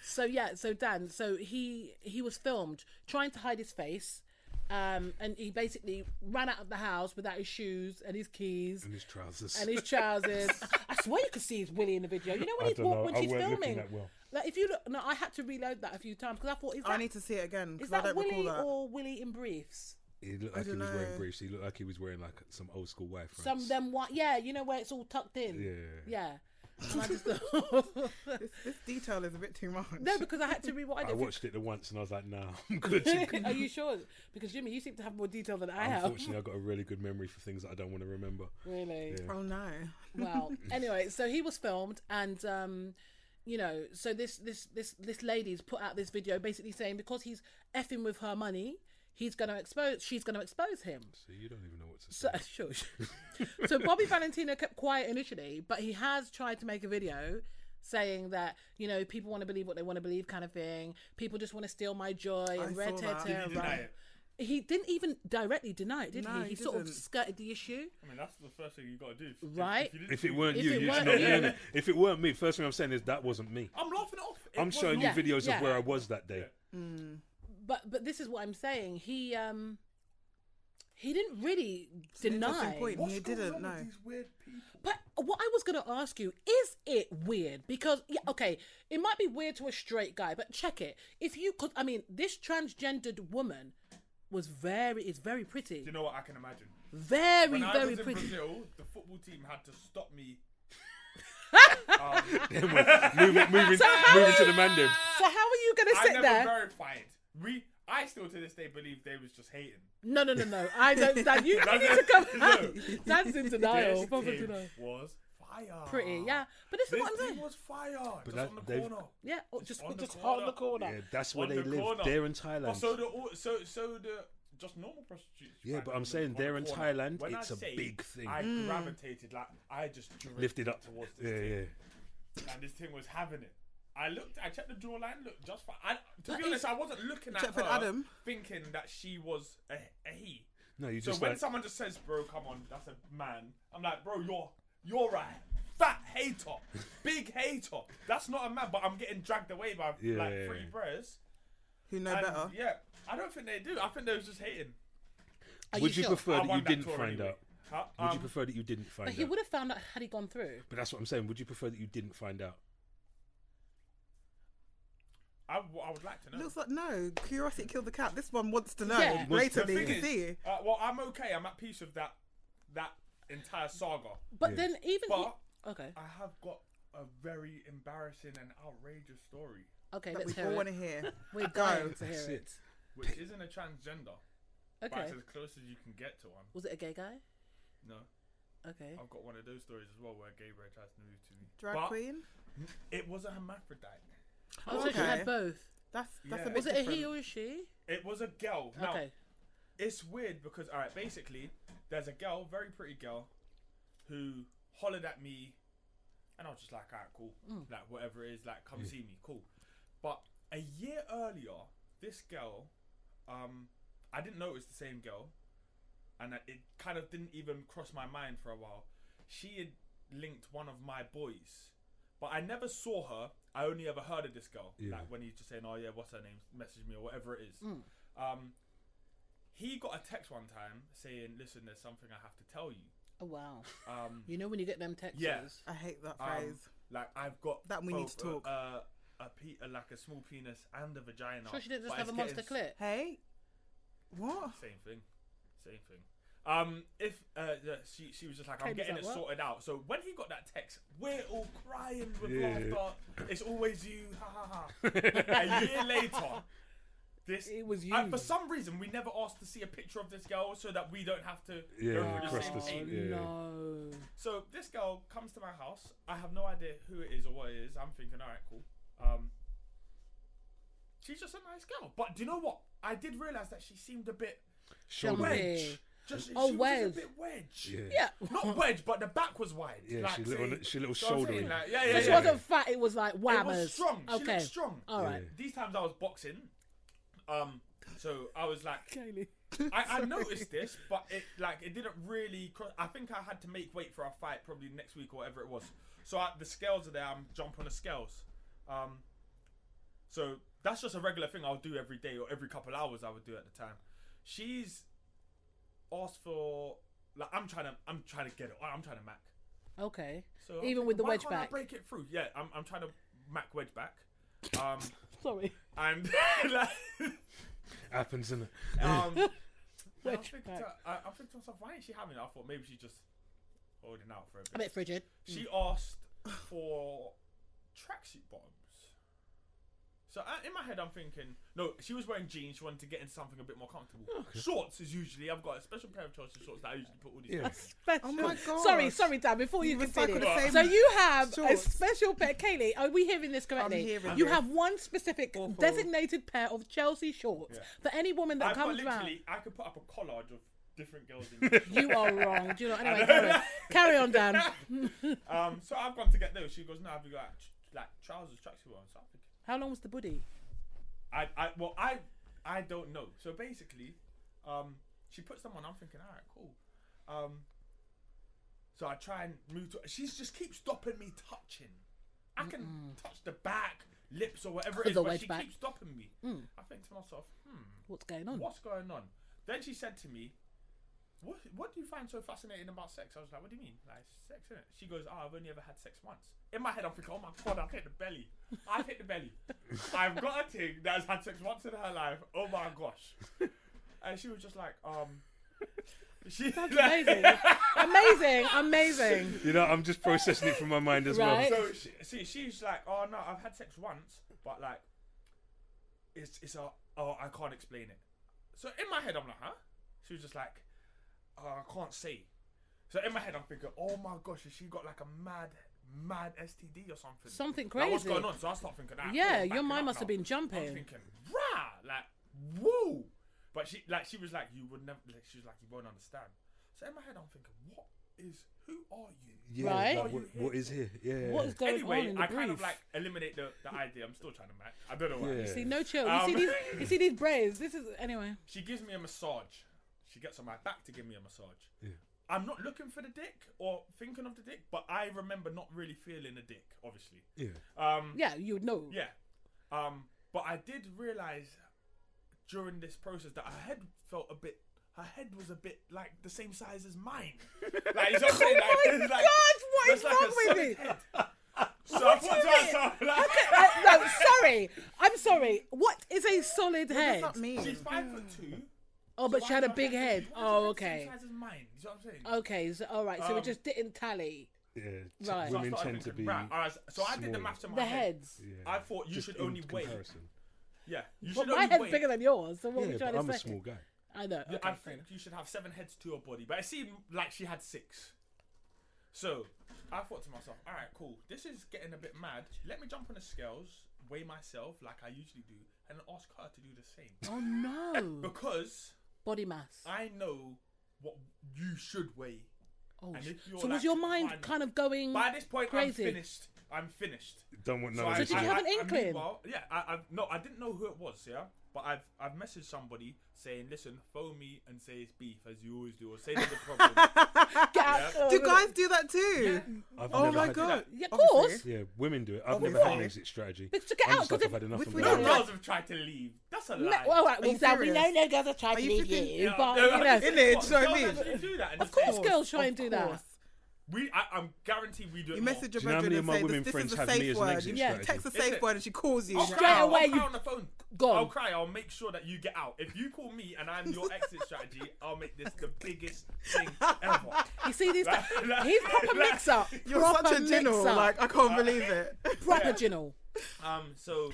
Speaker 2: So yeah, so Dan, so he he was filmed trying to hide his face, um, and he basically ran out of the house without his shoes and his keys
Speaker 1: and his trousers.
Speaker 2: and his trousers. I swear you could see his willy in the video. You know when
Speaker 1: I
Speaker 2: he's
Speaker 1: don't
Speaker 2: walk,
Speaker 1: know,
Speaker 2: when
Speaker 1: I
Speaker 2: she's
Speaker 1: weren't looking
Speaker 2: filming.
Speaker 1: that well.
Speaker 2: Like if you look, no, I had to reload that a few times because I thought is that,
Speaker 3: I need to see it again
Speaker 2: is
Speaker 3: because I
Speaker 2: that
Speaker 3: don't recall
Speaker 2: Willy
Speaker 3: that.
Speaker 2: or Willy in briefs?
Speaker 1: he looked like he was
Speaker 3: dunno.
Speaker 1: wearing briefs. He looked like he was wearing like some old school wife.
Speaker 2: Some of them what? Yeah, you know where it's all tucked in. Yeah. And I just thought-
Speaker 3: This, this detail is a bit too much.
Speaker 2: no, because I had to rewind
Speaker 1: I
Speaker 2: it. a few
Speaker 1: watched it the once and I was like, nah, I'm good.
Speaker 2: Are you sure? Because Jimmy, you seem to have more detail than I have.
Speaker 1: Unfortunately, I've got a really good memory for things that I don't want to remember.
Speaker 2: Really?
Speaker 3: oh no.
Speaker 2: Well, anyway, so he was filmed, and um, you know, so this this this this lady's put out this video basically saying because he's effing with her money, he's going to expose. She's going to expose him.
Speaker 1: So you don't even know what to say.
Speaker 2: So, sure. so Bobby Valentino kept quiet initially, but he has tried to make a video saying that you know people want to believe what they want to believe, kind of thing. People just want to steal my joy and red
Speaker 3: saw that.
Speaker 2: tape.
Speaker 3: Did
Speaker 4: He denied it.
Speaker 2: He didn't even directly deny it, did
Speaker 3: No,
Speaker 2: he? He,
Speaker 3: he
Speaker 2: sort of
Speaker 3: didn't.
Speaker 2: skirted the issue.
Speaker 4: I mean, that's the first thing you gotta do. If- if-
Speaker 2: Right.
Speaker 4: you didn't
Speaker 1: if it
Speaker 4: do-
Speaker 1: weren't
Speaker 2: If
Speaker 1: you,
Speaker 2: it
Speaker 1: you're
Speaker 2: weren't
Speaker 1: not
Speaker 2: you- Oh,
Speaker 1: doing it. If it weren't me, first thing I'm saying is that wasn't me.
Speaker 4: I'm laughing it off. It
Speaker 1: I'm
Speaker 4: was
Speaker 1: showing you
Speaker 2: Yeah,
Speaker 4: not-
Speaker 1: videos
Speaker 2: yeah.
Speaker 1: of where I was that day.
Speaker 2: but but this is what I'm saying. He um he didn't really
Speaker 3: Interesting
Speaker 2: deny.
Speaker 3: point.
Speaker 4: What's
Speaker 3: you
Speaker 4: going
Speaker 3: didn't
Speaker 4: on with
Speaker 3: know.
Speaker 4: These weird people.
Speaker 2: But what I was going to ask you is it weird because yeah okay it might be weird to a straight guy but check it if you could I mean this transgendered woman was very is very
Speaker 4: Do
Speaker 2: pretty
Speaker 4: you know what I can imagine?
Speaker 2: very
Speaker 4: When I
Speaker 2: very
Speaker 4: was in
Speaker 2: pretty
Speaker 4: Brazil, the football team had to stop me.
Speaker 1: moving, moving,
Speaker 2: So how
Speaker 1: moving
Speaker 2: is-
Speaker 1: to the mandem.
Speaker 2: so how are you going to
Speaker 4: I
Speaker 2: sit
Speaker 4: never
Speaker 2: there
Speaker 4: verified. We I still to this day believe they was just hating.
Speaker 2: No, no, no, no. I don't stand. You you need to come out. That's in denial.
Speaker 4: This
Speaker 2: Proper
Speaker 4: team
Speaker 2: denial.
Speaker 4: was fire.
Speaker 2: Pretty, yeah. But this is
Speaker 4: This
Speaker 2: what I'm
Speaker 4: team
Speaker 2: saying.
Speaker 4: was fire. just
Speaker 1: that-
Speaker 4: on the
Speaker 1: they've-
Speaker 4: corner.
Speaker 2: Yeah, or just oh,
Speaker 4: on the
Speaker 2: just hard on the corner.
Speaker 1: Yeah, that's where
Speaker 4: On
Speaker 1: they
Speaker 4: the
Speaker 1: live.
Speaker 4: corner.
Speaker 1: They're in Thailand.
Speaker 4: Oh, so the au- so so the just normal prostitutes.
Speaker 1: Yeah,
Speaker 4: find
Speaker 1: but
Speaker 4: them
Speaker 1: I'm
Speaker 4: on
Speaker 1: saying
Speaker 4: the
Speaker 1: there in
Speaker 4: corner.
Speaker 1: Thailand,
Speaker 4: When I
Speaker 1: it's a
Speaker 4: say
Speaker 1: big thing.
Speaker 4: I
Speaker 2: Mm.
Speaker 4: gravitated like I just drifted
Speaker 1: Lifted up.
Speaker 4: towards this
Speaker 1: Yeah,
Speaker 4: team,
Speaker 1: yeah.
Speaker 4: and this thing was having it. I looked. I checked the draw line. Look, just for I, to
Speaker 2: That
Speaker 4: be
Speaker 2: is-
Speaker 4: honest, I wasn't looking at
Speaker 3: Check for
Speaker 4: her,
Speaker 3: Adam.
Speaker 4: thinking that she was a, a he.
Speaker 1: No, you
Speaker 4: So
Speaker 1: just
Speaker 4: when
Speaker 1: like,
Speaker 4: someone just says, "Bro, come on, that's a man," I'm like, "Bro, you're you're right." Fat hater, big hater. That's not a man, but I'm getting dragged away by
Speaker 1: Yeah,
Speaker 4: like
Speaker 1: yeah,
Speaker 4: three
Speaker 1: yeah.
Speaker 4: bros.
Speaker 3: Who
Speaker 2: um,
Speaker 3: know
Speaker 4: And,
Speaker 3: better?
Speaker 4: Yeah, I don't think they do. I think they was just hating.
Speaker 2: Are
Speaker 1: would you,
Speaker 2: sure?
Speaker 1: prefer
Speaker 4: I
Speaker 1: that
Speaker 4: won
Speaker 1: you
Speaker 4: that
Speaker 1: didn't
Speaker 4: tour
Speaker 1: find
Speaker 4: anyway.
Speaker 1: out?
Speaker 4: Huh?
Speaker 1: Would you
Speaker 4: Um,
Speaker 1: prefer that you didn't find
Speaker 2: But he
Speaker 1: out?
Speaker 2: would have found out had he gone through.
Speaker 1: But that's what I'm saying. Would you prefer that you didn't find out?
Speaker 4: I, w- I would like to know.
Speaker 3: Looks like no. Curiosity killed the cat. This one wants to know.
Speaker 2: Yeah.
Speaker 1: Wants
Speaker 3: Yeah.
Speaker 4: The
Speaker 3: Later, you
Speaker 4: thing
Speaker 3: can
Speaker 4: is,
Speaker 3: see.
Speaker 4: uh, well, I'm okay. I'm at peace with that that entire saga.
Speaker 2: But
Speaker 1: Yeah.
Speaker 2: then even
Speaker 4: But-
Speaker 2: he, okay,
Speaker 4: I have got a very embarrassing and outrageous story,
Speaker 2: okay,
Speaker 3: That
Speaker 2: let's
Speaker 3: we
Speaker 2: hear
Speaker 3: all
Speaker 2: it.
Speaker 3: want to hear.
Speaker 2: We're
Speaker 3: Go.
Speaker 2: dying to hear
Speaker 1: That's
Speaker 2: it.
Speaker 1: it.
Speaker 4: which isn't a transgender, but
Speaker 2: Okay,
Speaker 4: it's as close as you can get to one.
Speaker 2: was it a gay guy?
Speaker 4: No,
Speaker 2: Okay,
Speaker 4: I've got one of those stories as well where Gabriel tries to move to me.
Speaker 3: Drag
Speaker 4: But
Speaker 3: queen.
Speaker 4: It was a hermaphrodite.
Speaker 2: oh, so she
Speaker 3: okay.
Speaker 2: had both.
Speaker 3: That's that's
Speaker 4: Yeah.
Speaker 3: a bit
Speaker 2: Was it
Speaker 3: different.
Speaker 2: a he or a she?
Speaker 4: It was a girl. Now,
Speaker 2: okay,
Speaker 4: it's weird because all right, basically, there's a girl, very pretty girl, who hollered at me, and I was just like, all right, cool, like whatever it is, like come see me, cool. But a year earlier, this girl, um, I didn't know it was the same girl, and I- it kind of didn't even cross my mind for a while. She had linked one of my boys, but I never saw her. I only ever heard of this girl,
Speaker 1: Yeah.
Speaker 4: like when he's just saying, "Oh yeah, what's her name?" Message me or whatever it is. Um, he got a text one time saying, "Listen, there's something I have to tell you."
Speaker 2: oh wow.
Speaker 4: Um,
Speaker 2: You know when you get them texts?
Speaker 4: Yeah.
Speaker 3: I hate that
Speaker 4: um,
Speaker 3: phrase.
Speaker 4: like I've got
Speaker 3: That we need to
Speaker 4: both,
Speaker 3: talk.
Speaker 4: Uh, a pe- uh, like a small penis and a vagina.
Speaker 2: Sure, she didn't
Speaker 4: but
Speaker 2: just have a
Speaker 4: it's
Speaker 2: monster
Speaker 4: getting-
Speaker 2: clit.
Speaker 3: hey, what?
Speaker 4: Same thing, same thing. Um, if uh, yeah, she she was just like, I'm
Speaker 2: Claims
Speaker 4: getting
Speaker 2: that
Speaker 4: it
Speaker 2: work.
Speaker 4: sorted out. So when he got that text, we're all crying with
Speaker 1: Yeah.
Speaker 4: laughter. It's always you, ha ha ha. a year later. This,
Speaker 2: It was
Speaker 4: And
Speaker 2: you.
Speaker 4: for some reason, we never asked to see a picture of this girl so that we don't have to
Speaker 1: Yeah,
Speaker 4: go through the
Speaker 1: across
Speaker 4: same
Speaker 1: the
Speaker 2: Oh,
Speaker 1: sea,
Speaker 4: thing.
Speaker 1: yeah.
Speaker 2: no.
Speaker 4: So this girl comes to my house. I have no idea who it is or what it is. I'm thinking, all right, cool. Um, she's just a nice girl. But do you know what? I did realize that she seemed a bit
Speaker 1: Shoulder
Speaker 2: Wedge.
Speaker 1: width.
Speaker 4: just.
Speaker 2: Oh,
Speaker 4: she was just
Speaker 2: wedge.
Speaker 4: a bit wedge.
Speaker 1: Yeah.
Speaker 2: Yeah.
Speaker 4: Not wedge, but the back was wide.
Speaker 1: Yeah,
Speaker 4: like,
Speaker 1: she little-
Speaker 4: see?
Speaker 1: she little
Speaker 4: So I'm saying,
Speaker 1: shouldering.
Speaker 4: Like, yeah, yeah,
Speaker 1: Yeah,
Speaker 2: This
Speaker 4: yeah.
Speaker 2: wasn't fat. It was like
Speaker 4: It
Speaker 2: whammers.
Speaker 4: was strong.
Speaker 2: Okay.
Speaker 4: She looked strong.
Speaker 2: All right.
Speaker 4: These times I was boxing. Um, so I was like,
Speaker 2: Kaylee.
Speaker 4: I, I noticed this, but it like it didn't really. Cross, I think I had to make weight for a fight probably next week or whatever it was. So I, the scales are there. I'm jumping the scales. Um, so that's just a regular thing I'll do every day or every couple hours. I would do at the time. She's asked for like I'm trying to I'm trying to get it. I'm trying to mac.
Speaker 2: Okay.
Speaker 4: So I'm
Speaker 2: Even with the
Speaker 4: why
Speaker 2: wedge
Speaker 4: can't
Speaker 2: back.
Speaker 4: I break it through. Yeah, I'm I'm trying to mac wedge back. Um,
Speaker 2: Sorry.
Speaker 4: and like,
Speaker 1: Happens, innit?
Speaker 4: um, and I,
Speaker 2: Wedge
Speaker 4: think
Speaker 2: back.
Speaker 4: to, I, I think to myself, why ain't she having it? I thought maybe she's just holding out for a bit.
Speaker 2: A bit frigid.
Speaker 4: she asked for tracksuit bottoms. So I, in my head, I'm thinking, no, she was wearing jeans. She wanted to get in something a bit more comfortable. Shorts is usually I've got a special pair of Chelsea shorts that I usually put all these.
Speaker 1: Yeah.
Speaker 2: Special.
Speaker 3: Oh my god.
Speaker 2: Sorry, sorry, Dan. Before you,
Speaker 3: You
Speaker 2: continue,
Speaker 3: recycle the same
Speaker 2: so
Speaker 4: Um,
Speaker 2: you have
Speaker 3: shorts.
Speaker 2: a special pair. Kaylee, are we hearing this correctly?
Speaker 3: hearing
Speaker 2: you
Speaker 3: this.
Speaker 2: have one specific designated pair of Chelsea shorts for any woman that
Speaker 4: I've got
Speaker 2: comes round.
Speaker 4: literally, I could put up a collage of different girls in. jeans.
Speaker 2: You are wrong. Do you know? Anyway, carry on. carry on, Dan.
Speaker 4: um, so I've gone to get those. She goes, no, have you got like trousers, tracksuit bottoms? So I'm thinking,
Speaker 2: How long was the buddy?
Speaker 4: I, I well I I don't know. So basically, um, she puts them on. I'm thinking, all right, cool. Um, so I try and move to. She just keeps stopping me touching. I can touch the back, lips, or whatever it is,
Speaker 2: The
Speaker 4: but
Speaker 2: wedge
Speaker 4: she
Speaker 2: back. Mm.
Speaker 4: keeps stopping me. I think to myself, hmm,
Speaker 2: What's going on?
Speaker 4: what's going on? Then she said to me, what What do you find so fascinating about sex? I was like, what do you mean? Like sex, innit? She goes, oh, I've only ever had sex once. In my head, I'm thinking, oh my god, I've hit the belly. I've hit the belly. I've got a thing that has had sex once in her life. Oh my gosh. And she was just like, um, she
Speaker 2: Amazing, amazing, amazing.
Speaker 1: You know, I'm just processing it from my mind as
Speaker 2: Right.
Speaker 1: well.
Speaker 4: So she, see, she's like, oh no, I've had sex once, but like, it's it's a oh I can't explain it. So in my head I'm like, huh? She was just like, oh, I can't say. So in my head I'm thinking, oh my gosh, has she got like a mad mad STD or something?
Speaker 2: Something
Speaker 4: Like, what's
Speaker 2: crazy.
Speaker 4: going on? So I start thinking, ah,
Speaker 2: Yeah,
Speaker 4: cool,
Speaker 2: your
Speaker 4: backing
Speaker 2: mind
Speaker 4: up
Speaker 2: must have
Speaker 4: now.
Speaker 2: been jumping.
Speaker 4: I was thinking, rah, like woo. But she like she was like, you would never. Like, she was like, you won't understand. So in my head I'm thinking, what is who are you?
Speaker 1: Yeah,
Speaker 2: Right?
Speaker 1: like, what, what is here? Yeah.
Speaker 2: What is going on
Speaker 4: anyway,
Speaker 2: in the
Speaker 4: I
Speaker 2: brief?
Speaker 4: kind of like eliminate the, the idea. I'm still trying to match. I don't know why.
Speaker 1: Yeah.
Speaker 2: See, no chill. You
Speaker 4: Um,
Speaker 2: see these? You see these braids? This is anyway.
Speaker 4: She gives me a massage. She gets on my back to give me a massage.
Speaker 1: Yeah.
Speaker 4: I'm not looking for the dick or thinking of the dick, but I remember not really feeling the dick, obviously.
Speaker 1: yeah.
Speaker 4: Um,
Speaker 2: Yeah, you would know.
Speaker 4: yeah. Um, but I did realize during this process that her head felt a bit. Her head was a bit like the same size as mine. Like, you know what I'm saying?
Speaker 2: Oh my
Speaker 4: Like, like,
Speaker 2: God, what
Speaker 4: that's
Speaker 2: is
Speaker 4: like
Speaker 2: wrong
Speaker 4: a
Speaker 2: with
Speaker 4: solid
Speaker 2: it?
Speaker 4: head. So I put that so, like,
Speaker 2: I- no, sorry. I'm sorry. What is a solid
Speaker 3: What
Speaker 2: head?
Speaker 3: does that mean?
Speaker 4: she's five foot two.
Speaker 2: Oh, but
Speaker 4: so
Speaker 2: she
Speaker 4: I
Speaker 2: had a
Speaker 4: don't
Speaker 2: big
Speaker 4: have to
Speaker 2: head.
Speaker 4: be-
Speaker 2: Oh,
Speaker 4: it's the
Speaker 2: okay.
Speaker 4: Same size as mine. You know what I'm saying?
Speaker 2: Okay. So, all right. So we
Speaker 4: Um,
Speaker 2: just didn't tally
Speaker 1: Yeah. t-
Speaker 2: Right.
Speaker 4: So I
Speaker 1: Women
Speaker 4: started
Speaker 1: tend to
Speaker 4: thinking,
Speaker 1: be.
Speaker 4: right, all right, so I did the
Speaker 1: smaller.
Speaker 4: maths in my
Speaker 2: the
Speaker 4: head.
Speaker 2: heads.
Speaker 1: Yeah.
Speaker 4: I thought you
Speaker 1: Just
Speaker 4: should
Speaker 1: in
Speaker 4: only weigh.
Speaker 1: comparison.
Speaker 4: Yeah, you
Speaker 2: But
Speaker 4: should
Speaker 2: my
Speaker 4: only
Speaker 2: head's
Speaker 4: weigh.
Speaker 2: bigger than yours. So what
Speaker 1: Yeah,
Speaker 2: are you
Speaker 1: but
Speaker 2: trying
Speaker 1: I'm
Speaker 2: to
Speaker 1: a
Speaker 2: say?
Speaker 1: small guy.
Speaker 2: I know.
Speaker 4: Yeah,
Speaker 2: okay,
Speaker 4: I
Speaker 2: fair
Speaker 4: think
Speaker 2: enough.
Speaker 4: you should have seven heads to your body, but it seemed like she had six. So I thought to myself, all right, cool. This is getting a bit mad. Let me jump on the scales, weigh myself like I usually do, and ask her to do the same
Speaker 2: Oh no.
Speaker 4: because
Speaker 2: Body mass.
Speaker 4: I know what you should weigh.
Speaker 2: Oh,
Speaker 4: and
Speaker 2: sh-
Speaker 4: if you're
Speaker 2: so was
Speaker 4: like
Speaker 2: your mind
Speaker 4: one-
Speaker 2: kind of going?
Speaker 4: By this point,
Speaker 2: crazy.
Speaker 4: I'm finished. I'm finished.
Speaker 1: Don't want none
Speaker 4: I-
Speaker 1: of this.
Speaker 2: did you
Speaker 1: shit.
Speaker 2: have an inkling?
Speaker 4: meanwhile- yeah, I, I no, I didn't know who it was. Yeah, but I've I've messaged somebody saying, "Listen, phone me and say it's beef as you always do, or say there's a problem."
Speaker 2: Get out. Oh,
Speaker 3: Do
Speaker 2: look.
Speaker 3: guys do that too?
Speaker 1: I've
Speaker 3: Oh
Speaker 1: never
Speaker 3: my
Speaker 1: had-
Speaker 3: god!
Speaker 2: Yeah, of
Speaker 3: Obviously.
Speaker 2: course.
Speaker 1: Yeah, women do it. I've
Speaker 3: Obviously.
Speaker 1: never had an exit strategy.
Speaker 2: But to get
Speaker 1: I'm
Speaker 2: out,
Speaker 1: just like,
Speaker 2: 'cause
Speaker 1: I've had enough
Speaker 3: if
Speaker 1: of
Speaker 3: we
Speaker 1: my
Speaker 4: no
Speaker 3: don't
Speaker 1: life.
Speaker 4: girls have tried to leave. That's a
Speaker 2: No,
Speaker 4: lie.
Speaker 2: all right,
Speaker 3: you
Speaker 2: we, so we
Speaker 3: serious?
Speaker 2: know no girls are trying to
Speaker 3: Are you
Speaker 2: leave
Speaker 3: flipping-
Speaker 2: you,
Speaker 4: Yeah,
Speaker 2: but
Speaker 4: no,
Speaker 2: you know,
Speaker 4: this is
Speaker 3: Innit,
Speaker 4: what-
Speaker 3: so I
Speaker 4: girls
Speaker 3: mean-
Speaker 4: actually do that in
Speaker 2: of
Speaker 4: this
Speaker 2: course
Speaker 4: game.
Speaker 2: girls try and
Speaker 3: Of
Speaker 2: do that.
Speaker 3: course.
Speaker 4: We, I, I'm guaranteed we do it.
Speaker 3: You
Speaker 4: more.
Speaker 3: message your
Speaker 1: Do you know how many
Speaker 3: brethren and
Speaker 1: of my
Speaker 3: say,
Speaker 1: women
Speaker 3: this, this
Speaker 1: friends
Speaker 3: is a
Speaker 1: have me
Speaker 3: safe
Speaker 1: as an
Speaker 3: word.
Speaker 1: exit
Speaker 3: You
Speaker 2: Yeah.
Speaker 1: strategy?
Speaker 3: text a
Speaker 4: Is
Speaker 3: safe
Speaker 4: it?
Speaker 3: word and she calls you.
Speaker 4: I'll
Speaker 2: Straight
Speaker 4: cry, I'll
Speaker 2: away,
Speaker 4: cry
Speaker 2: you-
Speaker 4: on the phone.
Speaker 2: Gone.
Speaker 4: I'll cry. I'll make sure that you get out. If you call me and I'm your exit strategy, I'll make this the biggest thing ever.
Speaker 2: You see these?
Speaker 4: Like- like-
Speaker 2: He's proper
Speaker 4: like-
Speaker 2: mix up.
Speaker 3: You're
Speaker 2: proper
Speaker 3: such a general.
Speaker 2: mix-up.
Speaker 3: Like I
Speaker 1: Uh,
Speaker 3: can't believe it.
Speaker 2: proper general.
Speaker 4: Um. So,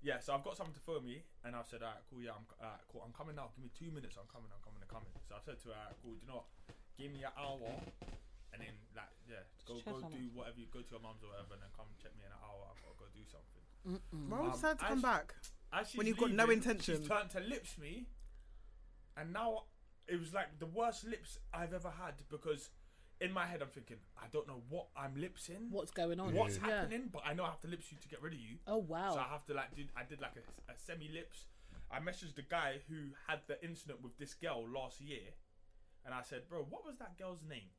Speaker 4: yeah. So I've got something to phone me, and I've said, alright, cool. Yeah, I'm alright, cool. I'm coming now. Give me two minutes. I'm coming. I'm coming. I'm coming. So I said to her, alright, cool. Do you know what? Give me an hour, and then like, yeah, go
Speaker 2: check
Speaker 4: go
Speaker 2: on
Speaker 4: do whatever you go to your mum's or whatever, and then come check me in an hour. I've got to go do something.
Speaker 3: Why would you
Speaker 4: Um,
Speaker 3: decide to
Speaker 4: I
Speaker 3: come
Speaker 4: sh-
Speaker 3: back?
Speaker 4: As she's
Speaker 3: When you've got no
Speaker 4: leaving,
Speaker 3: intention.
Speaker 4: she's turned to lips me, and now it was like the worst lips I've ever had because in my head I'm thinking, I don't know what I'm lipsing.
Speaker 2: What's going on?
Speaker 4: What's
Speaker 2: Yeah.
Speaker 4: happening? But I know I have to lips you to get rid of you.
Speaker 2: Oh wow.
Speaker 4: So I have to like did I did like a, a semi lips. I messaged the guy who had the incident with this girl last year, and I said, "Bro, what was that girl's name?"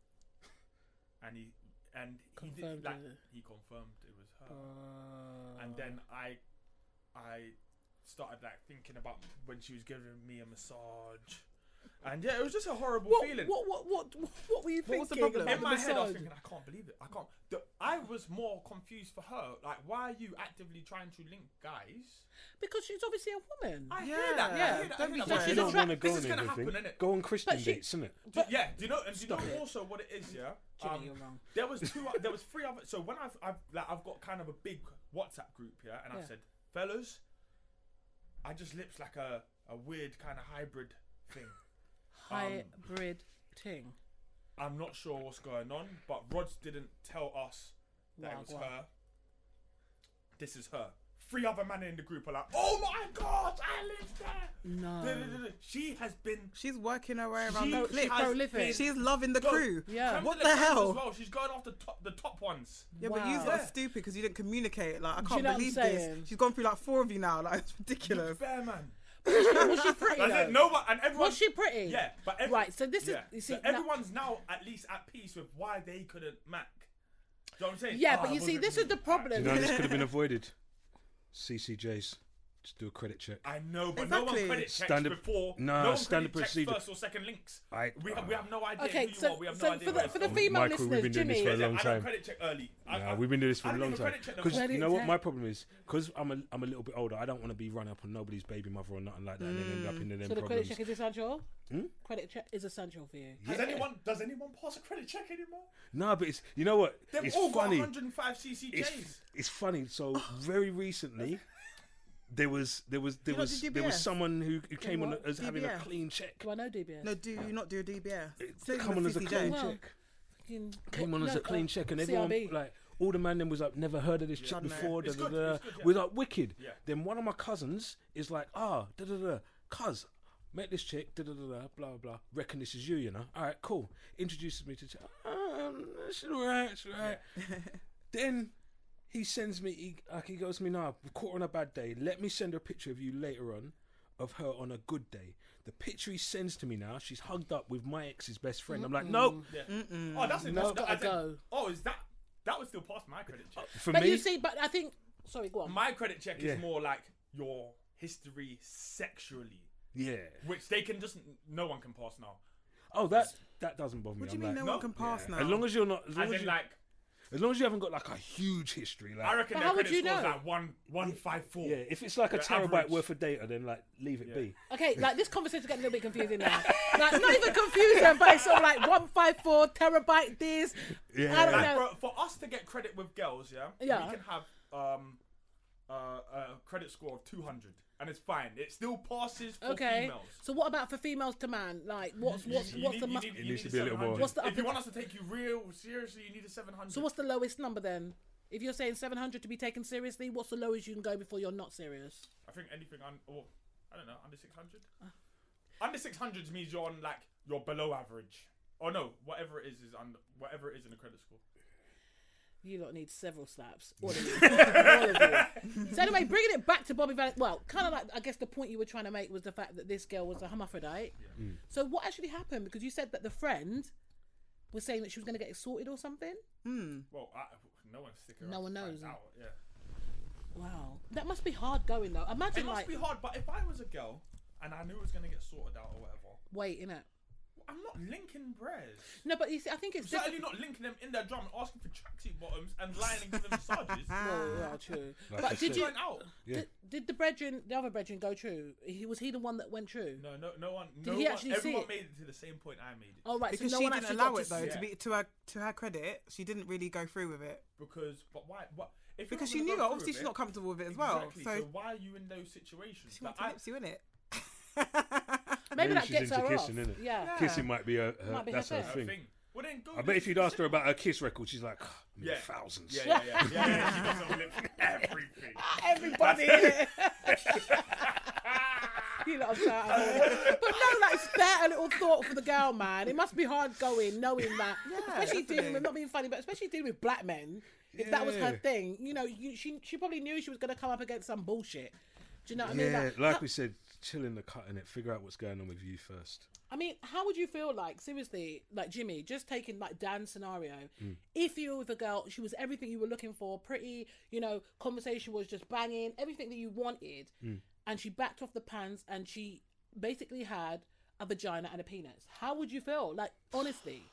Speaker 4: And he and he
Speaker 2: Confirmed
Speaker 4: did, like,
Speaker 2: it.
Speaker 4: he confirmed it was her. and then
Speaker 2: Ah.
Speaker 4: I I started like thinking about when she was giving me a massage, and yeah, it was just a horrible
Speaker 2: what,
Speaker 4: feeling.
Speaker 2: what what what what were you thinking?
Speaker 3: What was the problem?
Speaker 2: about
Speaker 4: In
Speaker 2: the
Speaker 4: my head, I was
Speaker 2: massage?
Speaker 4: thinking, I can't believe it. I can't. The, I was more confused for her. Like, why are you actively trying to link guys?
Speaker 2: because she's obviously a woman.
Speaker 4: I
Speaker 3: Yeah,
Speaker 4: hear that.
Speaker 3: yeah,
Speaker 4: I hear that.
Speaker 3: don't
Speaker 4: I
Speaker 3: be
Speaker 4: hear
Speaker 3: shy.
Speaker 4: that.
Speaker 1: If
Speaker 2: She's
Speaker 1: you
Speaker 2: a
Speaker 1: don't
Speaker 2: tra-
Speaker 1: want to go
Speaker 4: this
Speaker 1: on
Speaker 4: is gonna happen,
Speaker 1: everything,
Speaker 4: innit?
Speaker 1: go on Christian
Speaker 2: she-
Speaker 1: dates, innit?
Speaker 4: Do- yeah. Do you know? And do you know
Speaker 2: it.
Speaker 4: also what it is? Yeah.
Speaker 2: Jimmy,
Speaker 4: Um,
Speaker 2: you're wrong.
Speaker 4: There was two. There was three other. So when I've I've like I've got kind of a big WhatsApp group here, and
Speaker 2: Yeah.
Speaker 4: I've said, fellas, I just lips like a a weird kind of hybrid thing. um,
Speaker 2: Hybrid ting.
Speaker 4: I'm not sure what's going on, but Rods didn't tell us that
Speaker 2: Wow,
Speaker 4: it
Speaker 2: wow.
Speaker 4: was her. This is her. Three other men in the group are like, "Oh my god, I lived there."
Speaker 2: No.
Speaker 4: Da-da-da-da. She has been
Speaker 3: She's working her way around
Speaker 4: She-
Speaker 3: the
Speaker 4: she
Speaker 3: clip.
Speaker 4: has
Speaker 2: prolific.
Speaker 4: been-
Speaker 3: She's loving the
Speaker 4: Go.
Speaker 3: crew.
Speaker 2: Yeah.
Speaker 4: Come
Speaker 3: What
Speaker 4: to
Speaker 3: the
Speaker 4: cons
Speaker 3: hell?
Speaker 4: As well, she's going off the top, the top ones.
Speaker 3: Yeah, but you
Speaker 2: Wow.
Speaker 3: lot
Speaker 4: Yeah.
Speaker 3: are stupid because you didn't communicate. Like I
Speaker 2: you
Speaker 3: can't
Speaker 2: know what I'm
Speaker 3: believe
Speaker 2: saying?
Speaker 3: this. She's gone through like four of you now. Like it's ridiculous.
Speaker 4: Bear man.
Speaker 2: was she pretty?
Speaker 4: That's
Speaker 2: though?
Speaker 4: it. No one and everyone.
Speaker 2: Was she pretty?
Speaker 4: Yeah, but every,
Speaker 2: Right, so this is-
Speaker 4: yeah.
Speaker 2: you see,
Speaker 4: so
Speaker 2: now-
Speaker 4: everyone's now at least at peace with why they couldn't mac. Do you know what I'm saying?
Speaker 2: Yeah,
Speaker 4: Oh,
Speaker 2: but
Speaker 4: it
Speaker 2: you see,
Speaker 4: wasn't
Speaker 2: this
Speaker 4: me.
Speaker 2: is the
Speaker 1: You
Speaker 2: problem.
Speaker 1: know, this could have been avoided. CCJs, just do a credit check.
Speaker 4: I know, but no
Speaker 3: Exactly.
Speaker 4: one credit checks
Speaker 1: Standard-
Speaker 4: before.
Speaker 1: Nah,
Speaker 4: no one
Speaker 1: standard
Speaker 4: credit checks
Speaker 1: procedure.
Speaker 4: First or second links.
Speaker 1: I-
Speaker 4: we, have, we have no idea
Speaker 2: Okay,
Speaker 4: who you
Speaker 2: so,
Speaker 4: are. We have
Speaker 2: so
Speaker 4: no idea.
Speaker 2: for the
Speaker 4: where
Speaker 2: for the
Speaker 4: you're
Speaker 2: female
Speaker 1: Michael, we've
Speaker 2: listeners,
Speaker 1: been doing this
Speaker 2: Jimmy.
Speaker 1: for a
Speaker 4: from.
Speaker 1: long
Speaker 4: I don't
Speaker 1: time.
Speaker 4: credit check early. I-
Speaker 1: Nah,
Speaker 4: I-
Speaker 1: we've been doing this for
Speaker 4: I
Speaker 1: a
Speaker 4: don't
Speaker 1: long
Speaker 4: even
Speaker 1: time.
Speaker 4: credit check them.
Speaker 1: Because
Speaker 2: Credit
Speaker 1: you know what
Speaker 2: check.
Speaker 1: my problem is? Because I'm a, I'm a little bit older, I don't want to be running up on nobody's baby mother or nothing like that and then end up in the them
Speaker 2: Mm. So the credit
Speaker 1: problems.
Speaker 2: check is essential.
Speaker 1: Hmm?
Speaker 2: Credit check is essential for you.
Speaker 4: Does anyone does anyone pass a credit check anymore?
Speaker 1: Nah, but it's, you know what?
Speaker 4: They've
Speaker 1: it's
Speaker 4: all got
Speaker 1: funny.
Speaker 4: 105 CCJs.
Speaker 1: It's, it's funny. So very recently, There was there was there
Speaker 3: You lot
Speaker 1: was
Speaker 3: did
Speaker 1: there was
Speaker 3: DBS?
Speaker 1: someone who, who came on
Speaker 2: what?
Speaker 1: as having a
Speaker 3: DBS?
Speaker 1: clean check.
Speaker 2: Do I know DBS?
Speaker 3: No, do you not do a DBS? Same
Speaker 1: Come
Speaker 3: with
Speaker 1: on as a
Speaker 3: 50
Speaker 1: clean
Speaker 3: Jane.
Speaker 2: Well,
Speaker 1: check.
Speaker 2: fucking-
Speaker 1: Came on
Speaker 2: no,
Speaker 1: as a clean
Speaker 2: uh,
Speaker 1: check, and
Speaker 2: CRB.
Speaker 1: everyone like all the man then was like never heard of this chick
Speaker 3: Done that.
Speaker 1: before. Da,
Speaker 4: It's
Speaker 1: da,
Speaker 4: good,
Speaker 1: da.
Speaker 4: it's good, yeah.
Speaker 1: We're like wicked.
Speaker 4: Yeah.
Speaker 1: Then one of my cousins is like, ah, da da da, cuz met this chick, da da da da, blah blah. Reckon this is you, you know? All right, cool. Introduces me to, chick. um, she's alright, she's alright. then he sends me, he, like he goes to me, now we caught her on a bad day. Let me send her a picture of you later on, of her on a good day. The picture he sends to me now, she's hugged up with my ex's best friend. I'm like, no,
Speaker 4: Yeah. Oh, that's
Speaker 1: No.
Speaker 4: impossible. I
Speaker 2: Gotta
Speaker 4: said-
Speaker 2: go.
Speaker 4: Oh, is that that was still past my credit check?
Speaker 1: for
Speaker 2: But
Speaker 1: me.
Speaker 2: you see, but I think. Sorry, go on.
Speaker 4: My credit check
Speaker 1: Uh, Yeah.
Speaker 4: is more like your history sexually,
Speaker 1: yeah.
Speaker 4: which they can just no one can pass now.
Speaker 1: Oh, that that doesn't bother me.
Speaker 3: What do
Speaker 1: I'm
Speaker 3: you mean
Speaker 1: like,
Speaker 3: no
Speaker 4: no.
Speaker 3: one can pass
Speaker 1: yeah.
Speaker 3: now?
Speaker 1: As long as you're not, as long
Speaker 4: As
Speaker 1: as,
Speaker 4: in,
Speaker 1: you,
Speaker 4: like
Speaker 1: as long as you haven't got like a huge history, like
Speaker 4: I reckon
Speaker 2: But
Speaker 4: their
Speaker 2: how would
Speaker 4: credit
Speaker 2: you
Speaker 4: score is
Speaker 2: know?
Speaker 4: like one one five four.
Speaker 1: yeah, if it's like a
Speaker 4: Yeah,
Speaker 1: terabyte
Speaker 4: average.
Speaker 1: worth of data, then like leave it be.
Speaker 2: Okay, like this conversation's getting a little bit confusing now. Like, not even confusing, but it's sort of like 154 terabyte this.
Speaker 1: Yeah.
Speaker 2: I don't
Speaker 4: Like,
Speaker 2: know.
Speaker 4: bro, for us to get credit with girls, yeah,
Speaker 2: Yeah.
Speaker 4: we can have um uh, a credit score of two hundred, and it's fine. It still passes for
Speaker 2: okay.
Speaker 4: females.
Speaker 2: So what about for females to man? Like, what's what's
Speaker 4: You
Speaker 2: what's
Speaker 4: need-
Speaker 2: the
Speaker 4: you
Speaker 2: mu-
Speaker 4: need-
Speaker 1: It
Speaker 4: you
Speaker 1: needs
Speaker 4: need
Speaker 1: to be a little more.
Speaker 4: 700.
Speaker 2: What's the
Speaker 4: if you
Speaker 2: upper-
Speaker 4: want us to take you real seriously, you need a seven hundred.
Speaker 2: so what's the lowest number then? If you're saying 700 to be taken seriously, what's the lowest you can go before you're not serious?
Speaker 4: I think anything on, or I don't know, under six hundred.
Speaker 2: Ah.
Speaker 4: Under six hundred means you're on like you're below average. Or no, whatever it is is under whatever it is in the credit score.
Speaker 2: You lot need several slaps. All of you. All of you. So anyway, bringing it back to Bobby Valentine. Well, kind of like I guess the point you were trying to make was the fact that this girl was a hermaphrodite. So what actually happened? Because you said that the friend was saying that she was going to get it sorted or something.
Speaker 4: Well, I, no one's sticking.
Speaker 2: No
Speaker 4: around
Speaker 2: one
Speaker 4: to find
Speaker 2: knows.
Speaker 4: Out. Yeah,
Speaker 2: Wow, that must be hard going though.
Speaker 4: it
Speaker 2: Imagine
Speaker 4: must
Speaker 2: like
Speaker 4: be hard. But if I was a girl and I knew it was gonna get sorted out or whatever,
Speaker 2: wait, innit?
Speaker 4: I'm not linking prayers.
Speaker 2: No, but you see, I think it's
Speaker 4: Certainly
Speaker 2: different.
Speaker 4: not linking them in their drum and asking for tracksuit bottoms and lying and giving them massages.
Speaker 2: Well, yeah, true.
Speaker 1: Ah. Like I
Speaker 2: but did
Speaker 1: said.
Speaker 2: you?
Speaker 4: Going out.
Speaker 2: Did, did the brethren, the other brethren, go true? He was he the one that went true?
Speaker 4: No, no, no one.
Speaker 2: Did
Speaker 4: No
Speaker 2: he
Speaker 4: one.
Speaker 2: actually see
Speaker 4: everyone
Speaker 2: it?
Speaker 4: made it to the same point I made it
Speaker 2: Oh right,
Speaker 3: because
Speaker 2: so no
Speaker 3: she
Speaker 2: one
Speaker 3: didn't
Speaker 2: actually
Speaker 3: allow
Speaker 2: got
Speaker 3: it though.
Speaker 2: To...
Speaker 4: Yeah.
Speaker 3: To be to her to her credit, she didn't really go through with it
Speaker 4: because. But why? What? If you're
Speaker 3: because
Speaker 4: not
Speaker 3: she
Speaker 4: gonna
Speaker 3: knew.
Speaker 4: go
Speaker 3: It,
Speaker 4: through
Speaker 3: obviously,
Speaker 4: with
Speaker 3: she's
Speaker 4: it-
Speaker 3: not comfortable with it as well.
Speaker 4: Exactly.
Speaker 3: So,
Speaker 4: So, why are you in those situations?
Speaker 3: she wants to
Speaker 4: Like, I-
Speaker 3: lips you in it.
Speaker 2: Maybe, that
Speaker 1: she's
Speaker 2: gets
Speaker 1: into
Speaker 2: her
Speaker 1: kissing,
Speaker 2: off.
Speaker 1: innit?
Speaker 2: Yeah.
Speaker 1: Kissing might be her, her
Speaker 2: Might be her
Speaker 1: that's her,
Speaker 2: thing.
Speaker 4: a
Speaker 1: thing.
Speaker 4: thing. Well, then go
Speaker 1: I bet if you'd
Speaker 4: listen.
Speaker 1: asked her about her kiss record, she's like, "Ah, I mean,
Speaker 4: Yeah.
Speaker 1: thousands.
Speaker 4: Yeah, yeah, yeah. yeah, yeah. She does her lips and everything.
Speaker 2: Everybody. innit? you lot of shout out. But no, like spare a little thought for the girl, man. It must be hard going, knowing that, especially dealing with
Speaker 3: definitely.
Speaker 2: not being funny, but especially dealing with black men. If that was her
Speaker 1: Yeah.
Speaker 2: thing, you know, you, she she probably knew she was going to come up against some bullshit. Do you know what I mean?
Speaker 1: Yeah,
Speaker 2: Like,
Speaker 1: like
Speaker 2: how-
Speaker 1: we said, chill in the cut in it. Figure out what's going on with you first.
Speaker 2: I mean, how would you feel like, seriously, like Jimmy, just taking like Dan's scenario, if you were with a girl, she was everything you were looking for, pretty, you know, conversation was just banging, everything that you wanted, and she backed off the pants and she basically had a vagina and a penis. How would you feel? Like, honestly,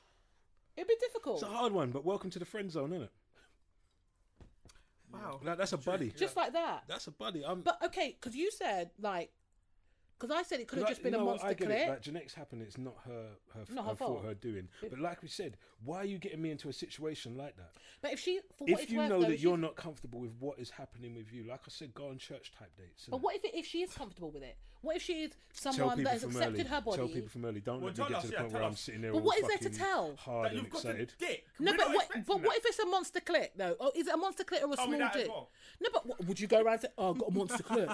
Speaker 2: it'd be difficult.
Speaker 1: It's a hard one, but welcome to the friend zone, isn't it?
Speaker 3: Wow.
Speaker 1: Like that's a buddy.
Speaker 2: just like that.
Speaker 1: That's a buddy. I'm,
Speaker 2: But okay, because you said, like, because I said it could have
Speaker 1: Like,
Speaker 2: just been
Speaker 1: you
Speaker 2: a
Speaker 1: know what,
Speaker 2: monster
Speaker 1: I get
Speaker 2: clip.
Speaker 1: It. Like genetics happen. It's not her her,
Speaker 2: Not
Speaker 1: her,
Speaker 2: her
Speaker 1: fault.
Speaker 2: fault.
Speaker 1: Her doing. But like we said, why are you getting me into a situation like that?
Speaker 2: but if she, for what
Speaker 1: If
Speaker 2: it's
Speaker 1: you
Speaker 2: worth,
Speaker 1: know
Speaker 2: though,
Speaker 1: that
Speaker 2: if
Speaker 1: you're
Speaker 2: she's-
Speaker 1: not comfortable with what is happening with you, like I said, go on church type dates.
Speaker 2: But
Speaker 1: innit?
Speaker 2: what if it, if she is comfortable with it? What if she is
Speaker 1: Tell
Speaker 2: someone
Speaker 1: people
Speaker 2: that has
Speaker 1: from
Speaker 2: accepted
Speaker 1: early.
Speaker 2: her
Speaker 1: Tell
Speaker 2: body?
Speaker 1: people from early. Don't
Speaker 4: Well,
Speaker 1: let
Speaker 4: tell
Speaker 1: me get
Speaker 4: us,
Speaker 1: to the
Speaker 4: yeah,
Speaker 1: point
Speaker 4: tell
Speaker 1: where I'm
Speaker 4: us.
Speaker 1: sitting there.
Speaker 2: But
Speaker 1: all
Speaker 2: what is there to
Speaker 1: fucking
Speaker 2: tell?
Speaker 1: Hard
Speaker 4: That
Speaker 1: and
Speaker 4: you've got a
Speaker 1: excited.
Speaker 4: dick.
Speaker 2: No,
Speaker 4: We're
Speaker 2: but
Speaker 4: not
Speaker 2: what,
Speaker 4: expecting
Speaker 2: but what
Speaker 4: that.
Speaker 2: if it's a monster clip though? Oh, is it a monster clip or a
Speaker 4: Tell me
Speaker 2: small
Speaker 4: that as
Speaker 2: dick?
Speaker 4: well.
Speaker 2: No, but what, would you go around to? Oh, I've got a monster clip.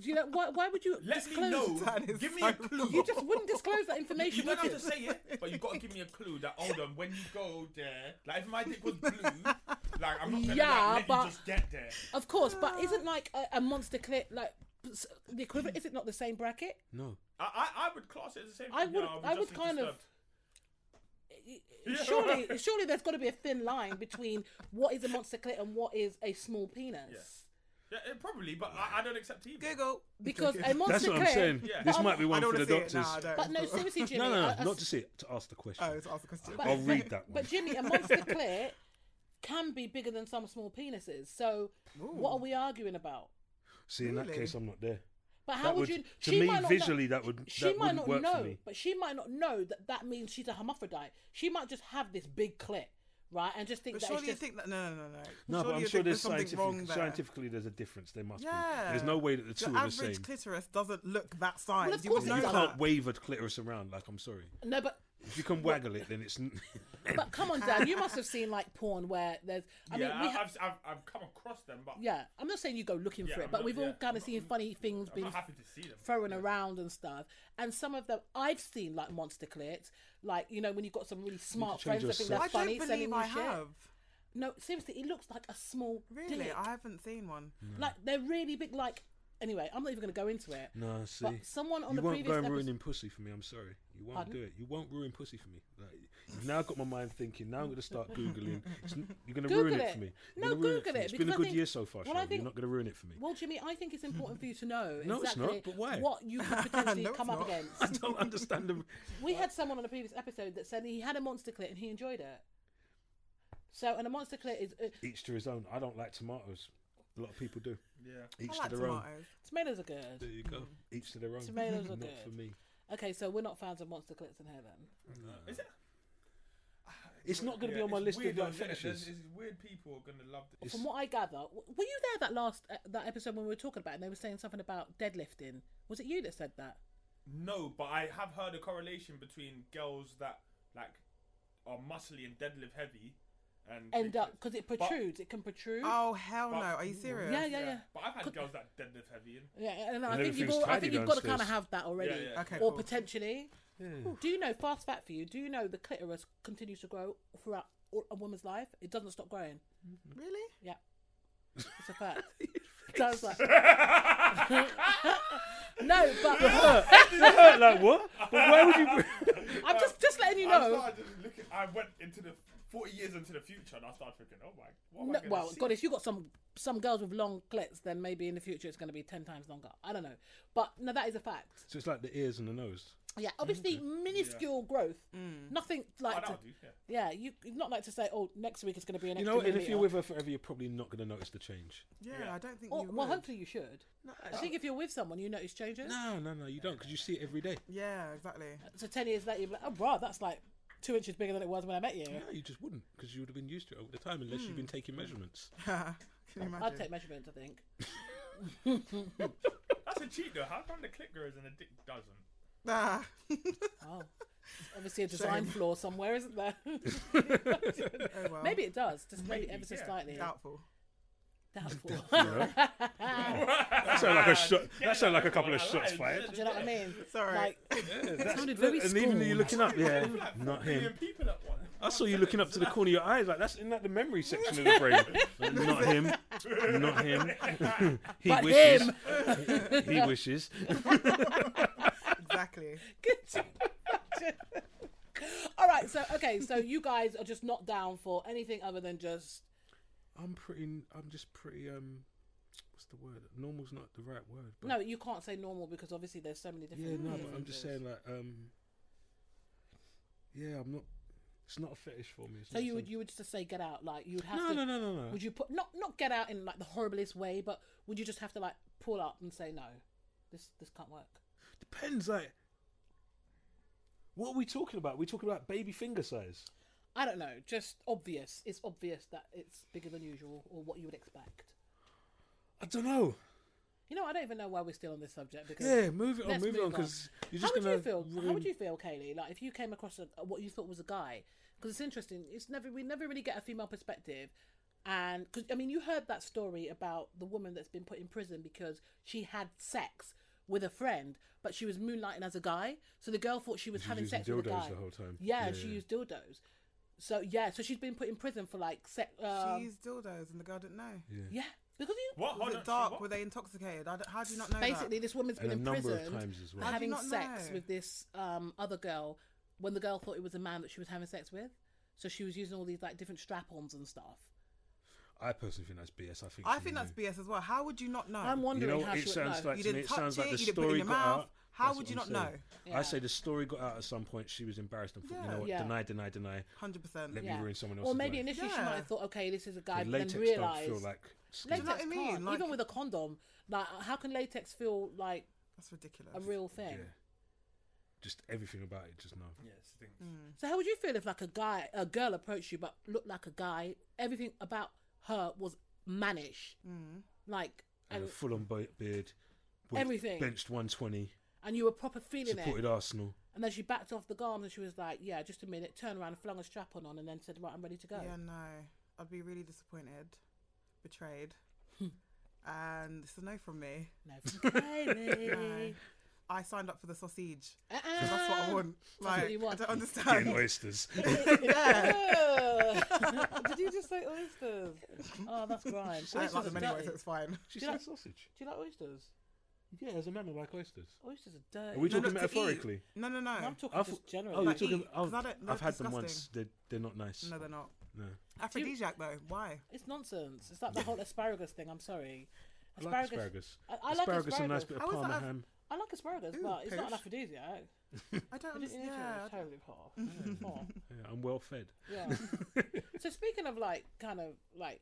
Speaker 2: Do you know why? Why would you
Speaker 4: Let me
Speaker 2: disclose?
Speaker 3: That
Speaker 4: know.
Speaker 3: is
Speaker 4: Give me
Speaker 3: so
Speaker 4: a clue.
Speaker 2: You just wouldn't disclose that information.
Speaker 4: You don't
Speaker 2: would
Speaker 4: have
Speaker 2: you?
Speaker 4: to say it, but you've got to give me a clue that hold on, when you go there, like if my dick was blue, like I'm not gonna
Speaker 2: Yeah,
Speaker 4: like, let
Speaker 2: but-
Speaker 4: you just get there.
Speaker 2: Of course, but isn't like a, a monster clip like s- the equivalent? Is it not the same bracket?
Speaker 1: No.
Speaker 4: I, I, I would class it as the same.
Speaker 2: I
Speaker 4: thing,
Speaker 2: would-
Speaker 4: yeah,
Speaker 2: I would
Speaker 4: just as
Speaker 2: kind of-
Speaker 4: disturbed.
Speaker 2: Surely, surely there's got to be a thin line between what is a monster clip and what is a small penis.
Speaker 4: Yeah, eh, probably, but I, I don't accept either.
Speaker 3: Google.
Speaker 2: Because a monster
Speaker 1: That's what
Speaker 2: clip.
Speaker 1: I'm saying.
Speaker 4: Yeah.
Speaker 1: This
Speaker 4: But
Speaker 1: might be
Speaker 3: I
Speaker 1: one
Speaker 3: don't
Speaker 1: for
Speaker 3: want
Speaker 1: the
Speaker 3: to see it.
Speaker 1: doctors.
Speaker 3: Nah, I don't.
Speaker 2: But no, seriously, Jimmy.
Speaker 1: No, no,
Speaker 2: I- I-
Speaker 1: no, not to see it. To ask the question.
Speaker 3: Oh, it's asked the question.
Speaker 2: but-
Speaker 1: I'll read
Speaker 2: but-
Speaker 1: that one.
Speaker 2: But Jimmy, a monster clit can be bigger than some small penises. So what are we arguing about?
Speaker 1: See, in that
Speaker 3: Really?
Speaker 1: case, I'm not there.
Speaker 2: But how
Speaker 1: That
Speaker 2: would,
Speaker 1: would-
Speaker 2: you?
Speaker 1: to
Speaker 2: she
Speaker 1: me,
Speaker 2: might not
Speaker 1: visually,
Speaker 2: know,
Speaker 1: that would-
Speaker 2: She
Speaker 1: that
Speaker 2: might
Speaker 1: wouldn't
Speaker 2: not
Speaker 1: work for
Speaker 2: know,
Speaker 1: me.
Speaker 2: but she might not know that that means she's a hermaphrodite. She might just have this big clit, right? And just think
Speaker 3: But
Speaker 2: that
Speaker 3: surely
Speaker 2: it's
Speaker 3: you
Speaker 2: just,
Speaker 3: think that no, no, no, no.
Speaker 1: No,
Speaker 3: surely
Speaker 1: but I'm
Speaker 3: you
Speaker 1: sure
Speaker 3: think
Speaker 1: there's
Speaker 3: something wrong
Speaker 1: scientific,
Speaker 3: there.
Speaker 1: scientifically there's a difference. There must
Speaker 3: Yeah.
Speaker 1: be. There's no way that the two
Speaker 3: Your
Speaker 1: are the
Speaker 3: average
Speaker 1: same.
Speaker 3: clitoris doesn't look that size.
Speaker 2: of
Speaker 3: you
Speaker 2: course
Speaker 3: would
Speaker 2: it
Speaker 1: you
Speaker 3: know
Speaker 2: doesn't.
Speaker 1: can't
Speaker 3: that.
Speaker 1: waver clitoris around. Like I'm sorry,
Speaker 2: no, but
Speaker 1: if you can waggle it, then it's. n-
Speaker 2: but come on, Dan, you must have seen like porn where there's. I
Speaker 4: yeah,
Speaker 2: mean, we
Speaker 4: I,
Speaker 2: have.
Speaker 4: I've, I've, I've come across them, but
Speaker 2: Yeah, I'm not saying you go looking
Speaker 4: Yeah,
Speaker 2: for it,
Speaker 4: I'm
Speaker 2: but
Speaker 4: not-
Speaker 2: we've all
Speaker 4: yeah,
Speaker 2: kind
Speaker 4: I'm
Speaker 2: of seen
Speaker 4: not-
Speaker 2: funny things
Speaker 4: I'm
Speaker 2: being
Speaker 4: not happy to see them.
Speaker 2: thrown around and stuff. And some of them I've seen like monster clits, like you know when you've got some really smart
Speaker 1: change
Speaker 2: friends that
Speaker 1: your
Speaker 2: think
Speaker 1: sex-
Speaker 2: they're
Speaker 3: I
Speaker 2: funny,
Speaker 3: don't
Speaker 2: sending
Speaker 3: believe
Speaker 2: you
Speaker 3: I
Speaker 2: shit.
Speaker 3: have.
Speaker 2: No, seriously, it looks like a small
Speaker 3: Really,
Speaker 2: dick.
Speaker 3: I haven't seen one.
Speaker 2: Like they're really big. Like anyway, I'm not even going to go into it.
Speaker 1: no, see.
Speaker 2: But someone on
Speaker 1: you
Speaker 2: the
Speaker 1: won't
Speaker 2: previous
Speaker 1: go and
Speaker 2: episode-
Speaker 1: ruining pussy for me. I'm sorry, you won't do it. You won't ruin pussy for me. Like, you've now got my mind thinking. Now I'm going to start googling. It's n- you're going to
Speaker 2: Google
Speaker 1: ruin it.
Speaker 2: it.
Speaker 1: for me.
Speaker 2: No,
Speaker 1: You're gonna ruin
Speaker 2: Google
Speaker 1: for me.
Speaker 2: it,
Speaker 1: It's been a
Speaker 2: because I
Speaker 1: good
Speaker 2: think-
Speaker 1: year so far.
Speaker 2: well, I
Speaker 1: Sharon.
Speaker 2: think-
Speaker 1: You're not going to ruin it for me.
Speaker 2: Well, Jimmy, I think it's important for you to know
Speaker 1: No, it's
Speaker 2: exactly
Speaker 1: not, but why?
Speaker 2: what you could potentially
Speaker 3: No, it's
Speaker 2: come up
Speaker 3: not.
Speaker 2: against.
Speaker 1: I don't understand the.
Speaker 2: We had someone on a previous episode that said he had a monster clit and he enjoyed it. So, and a monster clit is uh,
Speaker 1: Each to his own. I don't like tomatoes. A lot of people do.
Speaker 4: Yeah.
Speaker 1: Each
Speaker 3: I like
Speaker 1: to their own.
Speaker 3: tomatoes.
Speaker 2: tomatoes are good.
Speaker 1: There you go. Each to their own.
Speaker 2: Tomatoes are
Speaker 1: Not
Speaker 2: good.
Speaker 1: for me.
Speaker 2: Okay, so we're not fans of monster clits in here then. Uh-huh.
Speaker 4: Is it?
Speaker 1: It's not going to
Speaker 4: Yeah,
Speaker 1: be on my
Speaker 4: it's
Speaker 1: list
Speaker 4: weird
Speaker 1: of uh, like
Speaker 4: ones, innit? There's-
Speaker 1: fetishes.
Speaker 4: it's weird people are going to love this.
Speaker 2: From what I gather, w- were you there that last uh, that episode when we were talking about it and they were saying something about deadlifting? Was it you that said that?
Speaker 4: No, but I have heard a correlation between girls that like are muscly and deadlift heavy, and
Speaker 2: End
Speaker 4: big
Speaker 2: up
Speaker 4: tits.
Speaker 2: because uh, it
Speaker 4: But-
Speaker 2: protrudes, it can protrude.
Speaker 3: Oh hell no!
Speaker 4: But-
Speaker 3: Are you serious?
Speaker 2: yeah, yeah, yeah.
Speaker 4: But I've had girls that deadlift heavy, and
Speaker 2: Yeah, and I
Speaker 1: And
Speaker 2: think you've
Speaker 1: everything's
Speaker 2: all, I
Speaker 1: tidy
Speaker 2: think you've got to kind of
Speaker 1: downstairs.
Speaker 2: have that already,
Speaker 4: Yeah, yeah.
Speaker 3: Okay,
Speaker 2: or
Speaker 3: cool.
Speaker 2: potentially. Ooh, do you know fast fat for you? Do you know the clitoris continues to grow throughout all- a woman's life? It doesn't stop growing.
Speaker 3: Really?
Speaker 2: Yeah, it's a fact. It does like no, but
Speaker 1: like what? But why would you?
Speaker 2: I'm just just letting you
Speaker 4: I
Speaker 2: know.
Speaker 4: started just looking. I went into the forty years into the future, and I started thinking, oh my, what am I
Speaker 2: No,
Speaker 4: gonna
Speaker 2: well,
Speaker 4: see?
Speaker 2: God, if you got some some girls with long clits, then maybe in the future it's going to be ten times longer. I don't know, but no, that is a fact.
Speaker 1: so it's like the ears and the nose.
Speaker 2: Yeah, obviously minuscule growth, nothing
Speaker 4: Oh,
Speaker 2: like.
Speaker 4: that'll
Speaker 2: to-
Speaker 4: do, yeah.
Speaker 2: Yeah, you you'd not like to say, oh, next week it's going to be an
Speaker 1: You
Speaker 2: extra
Speaker 1: know, and if
Speaker 2: millimetre.
Speaker 1: you're with her forever, you're probably not going to notice the change.
Speaker 3: Yeah,
Speaker 4: Yeah.
Speaker 3: I don't think
Speaker 2: Or-
Speaker 3: you would.
Speaker 2: well, hopefully you should. I think if you're with someone, you notice changes.
Speaker 1: No, no, no, you don't, because you see it every day.
Speaker 3: Yeah, exactly.
Speaker 2: So ten years later, you're like, oh, bro, that's like two inches bigger than it was when I met you.
Speaker 1: No, you just wouldn't, because you would have been used to it over the time, unless you've been taking measurements.
Speaker 3: Can you
Speaker 2: I'd
Speaker 3: imagine?
Speaker 2: take measurements, I think.
Speaker 4: That's a cheat though. How come the clit grows and the dick doesn't?
Speaker 3: Ah.
Speaker 2: Oh, obviously a design flaw somewhere, isn't there?
Speaker 3: oh well.
Speaker 2: maybe it does, just maybe,
Speaker 4: Maybe,
Speaker 2: ever so
Speaker 4: yeah.
Speaker 2: slightly.
Speaker 3: doubtful.
Speaker 2: Doubtful.
Speaker 1: You know? that sounded like a shot. That sounded like a couple of
Speaker 4: I
Speaker 1: shots
Speaker 4: lied.
Speaker 1: fired.
Speaker 2: Do you know what I mean?
Speaker 3: Sorry.
Speaker 2: Like, it sounded very
Speaker 1: And even you
Speaker 2: schooled.
Speaker 1: looking up, yeah,
Speaker 4: Like,
Speaker 1: not
Speaker 4: million
Speaker 1: him.
Speaker 4: people at once.
Speaker 1: I saw you looking up to the corner of your eyes, like that's in that the memory section of the brain. Like, not him, not him. he
Speaker 2: But
Speaker 1: wishes. he wishes.
Speaker 3: Exactly.
Speaker 2: Good job. All right, so okay, so you guys are just not down for anything other than just
Speaker 1: I'm pretty. I'm just pretty. Um, what's the word? Normal's not the right word. But
Speaker 2: no. You can't say normal because obviously there's so many different.
Speaker 1: Yeah, no, but I'm just
Speaker 2: differences.
Speaker 1: saying like. Um, yeah, I'm not. It's not a fetish for me. It's
Speaker 2: So
Speaker 1: not
Speaker 2: you would
Speaker 1: something-
Speaker 2: you would just say get out like you would have
Speaker 1: No,
Speaker 2: to.
Speaker 1: no, no, no, no.
Speaker 2: Would you put not not get out in like the horriblest way, but would you just have to like pull up and say no, this this can't work.
Speaker 1: Depends. Like, what are we talking about? We're talking about baby finger size.
Speaker 2: I don't know, just obvious. It's obvious that it's bigger than usual or what you would expect.
Speaker 1: I don't know.
Speaker 2: You know, I don't even know why we're still on this subject because
Speaker 1: Yeah, move it on,
Speaker 2: Let's
Speaker 1: move it on,
Speaker 2: move on.
Speaker 1: because you're just
Speaker 2: how
Speaker 1: gonna.
Speaker 2: would you feel? How
Speaker 1: ruin-
Speaker 2: would you feel, Kaylee? Like if you came across a, what you thought was a guy? Because it's interesting. It's never we never really get a female perspective, and because I mean, you heard that story about the woman that's been put in prison because she had sex with a friend, but she was moonlighting as a guy. So the girl thought she was
Speaker 1: She was
Speaker 2: having
Speaker 1: using
Speaker 2: sex with a
Speaker 1: dildos
Speaker 2: guy
Speaker 1: the whole time.
Speaker 2: Yeah,
Speaker 1: Yeah,
Speaker 2: and she
Speaker 1: yeah.
Speaker 2: used dildos. So yeah, so she's been put in prison for like sex. Um,
Speaker 3: she used dildos and the girl didn't know.
Speaker 2: yeah, because you
Speaker 4: What? Hold
Speaker 3: Was
Speaker 4: on,
Speaker 3: it
Speaker 4: she
Speaker 3: dark?
Speaker 4: what?
Speaker 3: Were they intoxicated? I d how do you not know
Speaker 2: basically
Speaker 3: that?
Speaker 2: this woman's been
Speaker 1: And a
Speaker 2: in
Speaker 1: number of
Speaker 2: prison
Speaker 1: times as well.
Speaker 3: How do
Speaker 2: having
Speaker 3: you not
Speaker 2: sex
Speaker 3: know?
Speaker 2: with this um, other girl when the girl thought it was a man that she was having sex with so she was using all these like different strap-ons and stuff
Speaker 1: I personally think that's BS. I think.
Speaker 3: I
Speaker 1: she
Speaker 3: think
Speaker 1: knew.
Speaker 3: that's BS as well. How would you not know?
Speaker 2: i'm
Speaker 1: You
Speaker 2: wondering
Speaker 1: know,
Speaker 2: how
Speaker 1: it
Speaker 2: she would
Speaker 1: sounds
Speaker 2: know
Speaker 1: like
Speaker 3: You
Speaker 1: to me,
Speaker 3: didn't
Speaker 1: it
Speaker 3: touch
Speaker 1: sounds like
Speaker 3: it,
Speaker 1: the
Speaker 3: you didn't put it in
Speaker 1: story
Speaker 3: your
Speaker 1: got
Speaker 3: mouth.
Speaker 1: out.
Speaker 3: How
Speaker 1: That's
Speaker 3: would
Speaker 1: what
Speaker 3: you
Speaker 1: I'm
Speaker 3: not
Speaker 1: saying.
Speaker 2: know?
Speaker 1: I say the story got out at some point. She was embarrassed and thought, you know what?
Speaker 2: Yeah.
Speaker 1: Deny, deny, deny.
Speaker 3: Hundred percent.
Speaker 1: Let
Speaker 3: Do
Speaker 1: me
Speaker 2: yeah.
Speaker 1: ruin someone else's
Speaker 2: or maybe
Speaker 1: life.
Speaker 2: initially she
Speaker 3: Yeah.
Speaker 2: might have thought okay this is a guy
Speaker 1: The
Speaker 2: but
Speaker 1: latex
Speaker 2: then
Speaker 1: don't
Speaker 2: realized
Speaker 1: feel like.
Speaker 2: latex
Speaker 3: know what I mean?
Speaker 2: can't,
Speaker 3: Like-
Speaker 2: even with a condom like how can latex feel like
Speaker 3: That's ridiculous.
Speaker 2: a real thing
Speaker 1: Yeah. just everything about it. Just no.
Speaker 4: Yeah, it's the thing.
Speaker 2: So how would you feel if like a guy, a girl approached you but looked like a guy? Everything about her was mannish,
Speaker 3: Mm.
Speaker 2: like,
Speaker 1: And
Speaker 2: and
Speaker 1: a full on beard. went-
Speaker 2: Everything.
Speaker 1: Benched 120.
Speaker 2: and you were proper feeling it.
Speaker 1: Supported Arsenal.
Speaker 2: And then she backed off the garms and she was like, "Yeah, just a minute." Turned around, and flung a strap on, on, and then said, "Right, I'm ready to go."
Speaker 3: Yeah, no. I'd be really disappointed, betrayed.
Speaker 2: Hmm.
Speaker 3: and it's a no from me.
Speaker 2: No, from Kylie.
Speaker 3: No. I signed up for the sausage.
Speaker 2: Uh-uh.
Speaker 3: That's what I want.
Speaker 2: what
Speaker 3: Like,
Speaker 2: you want.
Speaker 3: I don't
Speaker 1: Getting
Speaker 3: understand.
Speaker 1: oysters.
Speaker 2: Ugh. Did you just say oysters? Oh, that's grime.
Speaker 3: I
Speaker 2: Oysters
Speaker 3: don't like
Speaker 2: are
Speaker 3: them anyway,
Speaker 2: dirty.
Speaker 3: so it's fine.
Speaker 1: she
Speaker 2: Do you
Speaker 1: said
Speaker 2: like-
Speaker 1: sausage.
Speaker 2: Do you like oysters?
Speaker 1: Yeah, as a man, I like oysters.
Speaker 2: Oysters are dirty.
Speaker 1: Are we
Speaker 3: No,
Speaker 1: talking
Speaker 3: not to eat.
Speaker 1: metaphorically?
Speaker 3: No, no, no.
Speaker 2: No, I'm talking
Speaker 1: I
Speaker 2: just
Speaker 1: thought-
Speaker 2: generally.
Speaker 1: Oh, you're
Speaker 3: Like
Speaker 1: talking.
Speaker 3: eat,
Speaker 1: Oh,
Speaker 3: 'cause I don't-
Speaker 1: I've
Speaker 3: that's
Speaker 1: had them
Speaker 3: disgusting.
Speaker 1: once. They're they're not nice.
Speaker 3: No, they're not.
Speaker 1: No.
Speaker 3: Aphrodisiac, though. Why?
Speaker 2: It's nonsense. It's like the whole asparagus thing. I'm sorry.
Speaker 1: I like asparagus.
Speaker 2: I, I like asparagus.
Speaker 1: and a nice bit of
Speaker 3: How is that
Speaker 1: parma
Speaker 3: I've-
Speaker 1: ham.
Speaker 2: I like asparagus,
Speaker 3: Ooh,
Speaker 2: but it's not an
Speaker 3: poosh.
Speaker 2: aphrodisiac.
Speaker 3: I
Speaker 2: I didn't eat it.
Speaker 3: don't understand.
Speaker 2: It's totally poor. Poor.
Speaker 1: Yeah, I'm well fed.
Speaker 2: Yeah. so speaking of like kind of like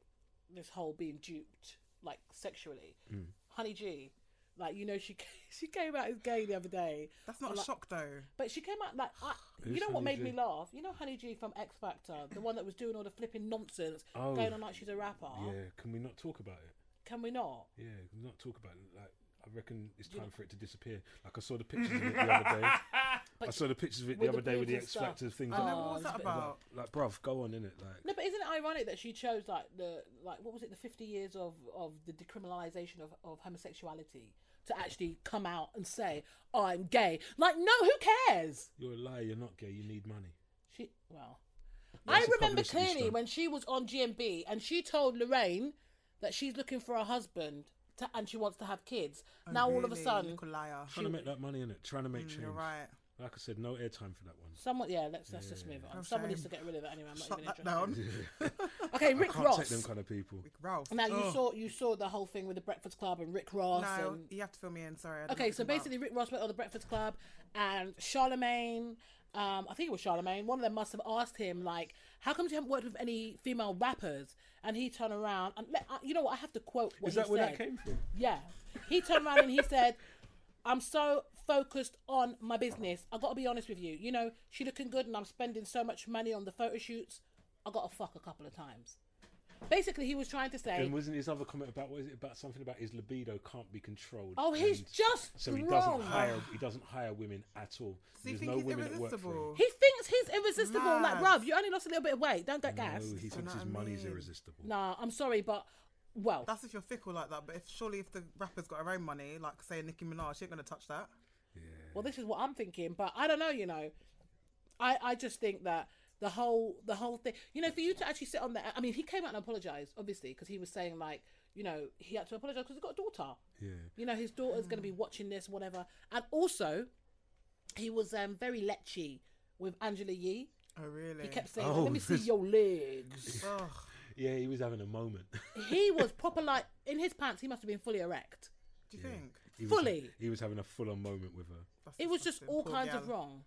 Speaker 2: this whole being duped like sexually,
Speaker 1: Mm.
Speaker 2: Honey G, like you know she she came out as gay the other day,
Speaker 3: That's not a
Speaker 2: Like-
Speaker 3: shock, though.
Speaker 2: but she came out like I, you
Speaker 1: Who's
Speaker 2: know what
Speaker 1: Honey
Speaker 2: made me
Speaker 1: G?
Speaker 2: laugh? You know Honey G from X Factor, the one that was doing all the flipping nonsense,
Speaker 1: Oh.
Speaker 2: going on like she's a rapper.
Speaker 1: Yeah. Can we not talk about it?
Speaker 2: Can we not?
Speaker 1: Yeah. can we not talk about it. Like I reckon it's time for it to disappear. Like I saw the pictures of it the other day. I saw the pictures of it the
Speaker 2: with the
Speaker 1: other day with the
Speaker 2: beard and
Speaker 1: X
Speaker 2: stuff.
Speaker 1: Factor thing.
Speaker 3: I know,
Speaker 2: Oh,
Speaker 3: what was
Speaker 2: it's a
Speaker 3: that
Speaker 2: bit-
Speaker 3: about?
Speaker 1: Like, bruv, go on in it. Like,
Speaker 2: No, but isn't it ironic that she chose like the like what was it the fifty years of of the decriminalisation of of homosexuality to actually come out and say I'm gay? Like, no, who cares?
Speaker 1: you're a liar. You're not gay. You need money.
Speaker 2: She well,
Speaker 1: That's
Speaker 2: I
Speaker 1: a
Speaker 2: remember
Speaker 1: publicity
Speaker 2: clearly
Speaker 1: stunt.
Speaker 2: when she was on GMB and she told Lorraine that she's looking for a husband to, and she wants to have kids. now all of a
Speaker 3: Really,
Speaker 2: sudden,
Speaker 3: Little liar.
Speaker 1: Trying to make that money in it. Trying to make change.
Speaker 3: Mm, You're right.
Speaker 1: Like I said, no airtime for that one.
Speaker 2: someone yeah, let's let's just move on.
Speaker 3: Oh,
Speaker 2: Someone needs to
Speaker 3: shame.
Speaker 2: get rid of it anyway. I'm not
Speaker 3: Shut
Speaker 2: even
Speaker 3: that
Speaker 2: interested.
Speaker 3: down.
Speaker 2: Okay,
Speaker 1: I
Speaker 2: Rick
Speaker 1: can't take
Speaker 2: Ross.
Speaker 1: them kind of people.
Speaker 3: Ralph.
Speaker 2: Now you
Speaker 3: Ugh.
Speaker 2: saw you saw the whole thing with the Breakfast Club and Rick Ross
Speaker 3: No,
Speaker 2: and
Speaker 3: you have to fill me in. Sorry. I don't know
Speaker 2: Okay,
Speaker 3: what
Speaker 2: so
Speaker 3: you're talking
Speaker 2: basically, Rick Ross went on the Breakfast Club, and Charlemagne, um, I think it was Charlemagne, one of them must have asked him like, "How come you haven't worked with any female rappers?" And he turned around and let, uh, you know what? I have to quote what
Speaker 1: Is
Speaker 2: he
Speaker 1: that where that
Speaker 2: said.
Speaker 1: came from?
Speaker 2: Yeah, he turned around and he said, "I'm so focused on my business. I got to be honest with you. You know, she looking good, and I'm spending so much money on the photo shoots. I got to fuck a couple of times." Basically, he was trying to say,
Speaker 1: And wasn't his other comment about what is it about something about his libido can't be controlled?
Speaker 2: "Oh, he's
Speaker 1: and
Speaker 2: just
Speaker 1: so he
Speaker 2: wrong."
Speaker 1: doesn't hire he doesn't hire women at all.
Speaker 3: So you
Speaker 1: There's
Speaker 3: think
Speaker 1: no
Speaker 3: he's
Speaker 1: women that work for
Speaker 3: irresistible?
Speaker 1: him.
Speaker 2: He thinks he's irresistible. Like,
Speaker 3: Mad.
Speaker 2: bruv, you only lost a little bit of weight. Don't get gassed.
Speaker 1: No, he
Speaker 3: know
Speaker 1: thinks
Speaker 3: what
Speaker 1: his
Speaker 3: I
Speaker 1: money's
Speaker 3: mean?
Speaker 1: irresistible.
Speaker 2: Nah, I'm sorry, but well,
Speaker 3: That's if you're fickle like that. But if surely if the rapper's got her own money, like say Nicki Minaj, she ain't gonna touch that.
Speaker 2: well, this is what I'm thinking. But I don't know. You know, I I just think that the whole the whole thing. You know, for you to actually sit on that. I mean, he came out and apologized, obviously, because he was saying like, you know, he had to apologize because he's got a daughter.
Speaker 1: Yeah.
Speaker 2: You know, his daughter's going to be watching this, whatever. And also, he was um very lechy with Angela Yee.
Speaker 3: Oh really?
Speaker 2: He kept saying,
Speaker 1: Oh,
Speaker 2: "Let me see
Speaker 1: this-
Speaker 2: your legs."
Speaker 3: Ugh.
Speaker 1: Yeah, he was having a moment.
Speaker 2: he was proper like in his pants. He must have been fully erect.
Speaker 3: Do you think?
Speaker 1: He was-
Speaker 2: Fully.
Speaker 1: he was having a full on moment with her.
Speaker 3: That's
Speaker 2: It was just
Speaker 3: disgusting.
Speaker 2: all
Speaker 3: Poor
Speaker 2: kinds of
Speaker 3: gal.
Speaker 2: wrong.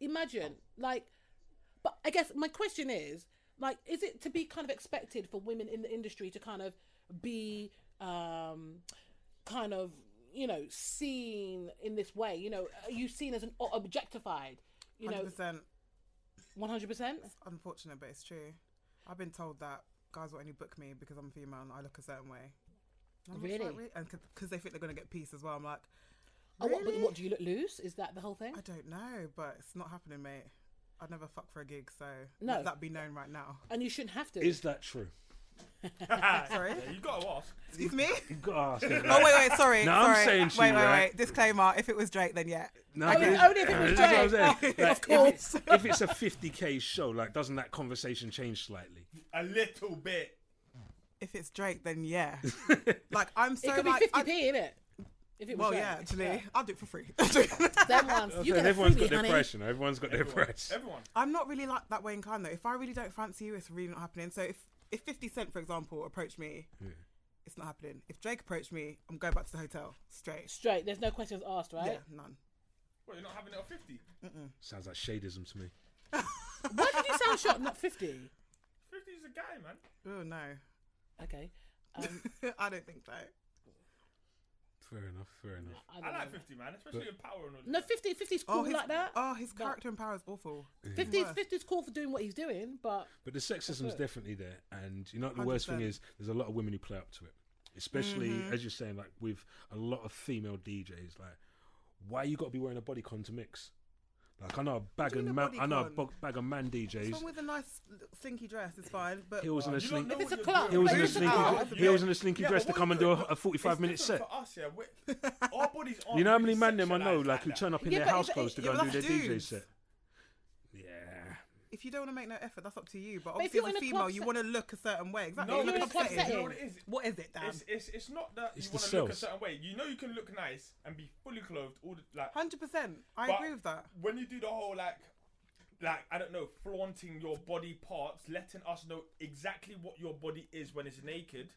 Speaker 2: Imagine,
Speaker 3: Oh.
Speaker 2: like, but I guess my question is, like, is it to be kind of expected for women in the industry to kind of be, um, kind of, you know, seen in this way? You know, are you seen as an o- objectified? You know,
Speaker 3: 100%.
Speaker 2: one hundred percent.
Speaker 3: unfortunate, but it's true. I've been told that guys will only book me because I'm female and I look a certain way. And I'm just
Speaker 2: Really?
Speaker 3: Like, really? And because they think they're going to get peace as well. I'm like,
Speaker 2: Oh, what, but
Speaker 3: Really?
Speaker 2: what do you look loose? Is that the whole thing?
Speaker 3: I don't know, but it's not happening, mate. I'd never fuck for a gig, so
Speaker 2: No.
Speaker 3: let that be known right now.
Speaker 2: And you shouldn't have to.
Speaker 1: Is that true?
Speaker 3: Mm. Sorry?
Speaker 4: Yeah, you gotta ask.
Speaker 3: Excuse me?
Speaker 1: You gotta ask him.
Speaker 3: Oh, wait, wait, sorry.
Speaker 1: No, I'm
Speaker 3: sorry.
Speaker 1: saying she
Speaker 3: wait, wait,
Speaker 1: right.
Speaker 3: wait. Disclaimer if it was Drake, then yeah.
Speaker 1: No,
Speaker 2: Only-
Speaker 1: but-
Speaker 2: only if it was
Speaker 1: That's what I'm
Speaker 2: Drake.
Speaker 1: saying.
Speaker 2: Of
Speaker 1: Like, If
Speaker 2: course.
Speaker 1: it's, if it's a 50k show, like, doesn't that conversation change slightly?
Speaker 4: A little bit.
Speaker 3: If it's Drake, then yeah. like, I'm so
Speaker 2: it could be
Speaker 3: like.
Speaker 2: fifty
Speaker 3: I-
Speaker 2: p, innit? If it was
Speaker 3: well,
Speaker 2: Drake.
Speaker 3: yeah, actually.
Speaker 2: Yeah.
Speaker 3: I'll do it for free.
Speaker 2: Them ones. You get a
Speaker 1: everyone's
Speaker 2: freebie,
Speaker 1: got their
Speaker 2: honey.
Speaker 1: price, you know. Everyone's got their
Speaker 4: Everyone.
Speaker 1: price.
Speaker 4: Everyone.
Speaker 3: I'm not really like that way inclined though. If I really don't fancy you, it's really not happening. So if if 50 Cent, for example, approached me, it's not happening. If Drake approached me, I'm going back to the hotel straight.
Speaker 2: Straight. There's no questions asked, right?
Speaker 3: Yeah, none.
Speaker 4: Well, you're not having it at 50.
Speaker 1: Sounds like shadism to me.
Speaker 2: Why did you sound shocked? Not fifty.
Speaker 4: 50 is a guy, man.
Speaker 3: Oh no,
Speaker 2: Okay. Um,
Speaker 3: I don't think so.
Speaker 1: fair enough, fair enough.
Speaker 2: I, don't
Speaker 4: I like
Speaker 2: know.
Speaker 4: 50 man, especially with power and all.
Speaker 2: No, 50 50's cool
Speaker 3: his,
Speaker 2: like that.
Speaker 3: Oh, his character in power is awful.
Speaker 2: 50
Speaker 3: worse.
Speaker 2: 50's cool for doing what he's doing, but
Speaker 1: But the sexism is definitely there, and you know what the worst thing
Speaker 3: 100%.
Speaker 1: is there's a lot of women who play up to it, especially as you're saying, like with a lot of female DJs. Like, why you got to be wearing a bodycon to mix? Like, I know a bag
Speaker 3: do you
Speaker 1: of
Speaker 3: mean a
Speaker 1: man, I know a
Speaker 3: bodycon?
Speaker 1: bo- bag of man
Speaker 3: What's wrong
Speaker 1: DJs.
Speaker 3: with a nice l- slinky dress? It's fine, but
Speaker 1: Heels and a
Speaker 4: You don't
Speaker 1: slinky.
Speaker 4: know
Speaker 2: If it's
Speaker 4: what
Speaker 2: a
Speaker 4: you're
Speaker 2: club,
Speaker 4: doing.
Speaker 1: Heels
Speaker 2: But
Speaker 1: and a
Speaker 2: it's a club.
Speaker 1: slinky, heels and a slinky
Speaker 4: Yeah,
Speaker 1: dress
Speaker 4: but
Speaker 1: to
Speaker 4: what
Speaker 1: come and
Speaker 4: you
Speaker 1: do a,
Speaker 4: could-
Speaker 1: a 45
Speaker 4: it's
Speaker 1: minute set.
Speaker 4: different For us, yeah. we- Our bodies aren't
Speaker 1: You know how
Speaker 4: really
Speaker 1: many man them I know,
Speaker 4: sexualized
Speaker 1: like who
Speaker 4: that.
Speaker 1: turn up in
Speaker 2: Yeah,
Speaker 1: their
Speaker 2: but
Speaker 1: house
Speaker 2: it-
Speaker 1: clothes to
Speaker 2: it-
Speaker 1: go
Speaker 3: yeah,
Speaker 1: and do
Speaker 3: but
Speaker 1: their
Speaker 3: that's
Speaker 1: DJ
Speaker 3: dudes.
Speaker 1: set. Yeah.
Speaker 3: if you don't want to make no effort, that's up to you. But
Speaker 2: if
Speaker 3: obviously,
Speaker 2: you're
Speaker 3: as
Speaker 2: in
Speaker 3: a
Speaker 2: a
Speaker 3: female,
Speaker 2: club
Speaker 3: you
Speaker 2: set-
Speaker 3: want to look a certain way. Exactly.
Speaker 2: No,
Speaker 3: you
Speaker 2: you're
Speaker 3: look
Speaker 2: in a club
Speaker 3: upsetting.
Speaker 4: You
Speaker 2: setting.
Speaker 4: know what it is?
Speaker 3: What is it, damn?
Speaker 4: It's, it's, it's not that
Speaker 1: It's
Speaker 4: you
Speaker 1: the
Speaker 4: want to look a
Speaker 1: cells.
Speaker 4: certain way. You know you can look nice and be fully clothed all the like.
Speaker 3: 100%. I
Speaker 4: but
Speaker 3: agree with that.
Speaker 4: When you do the whole like, like I don't know, flaunting your body parts, letting us know exactly what your body is when it's naked.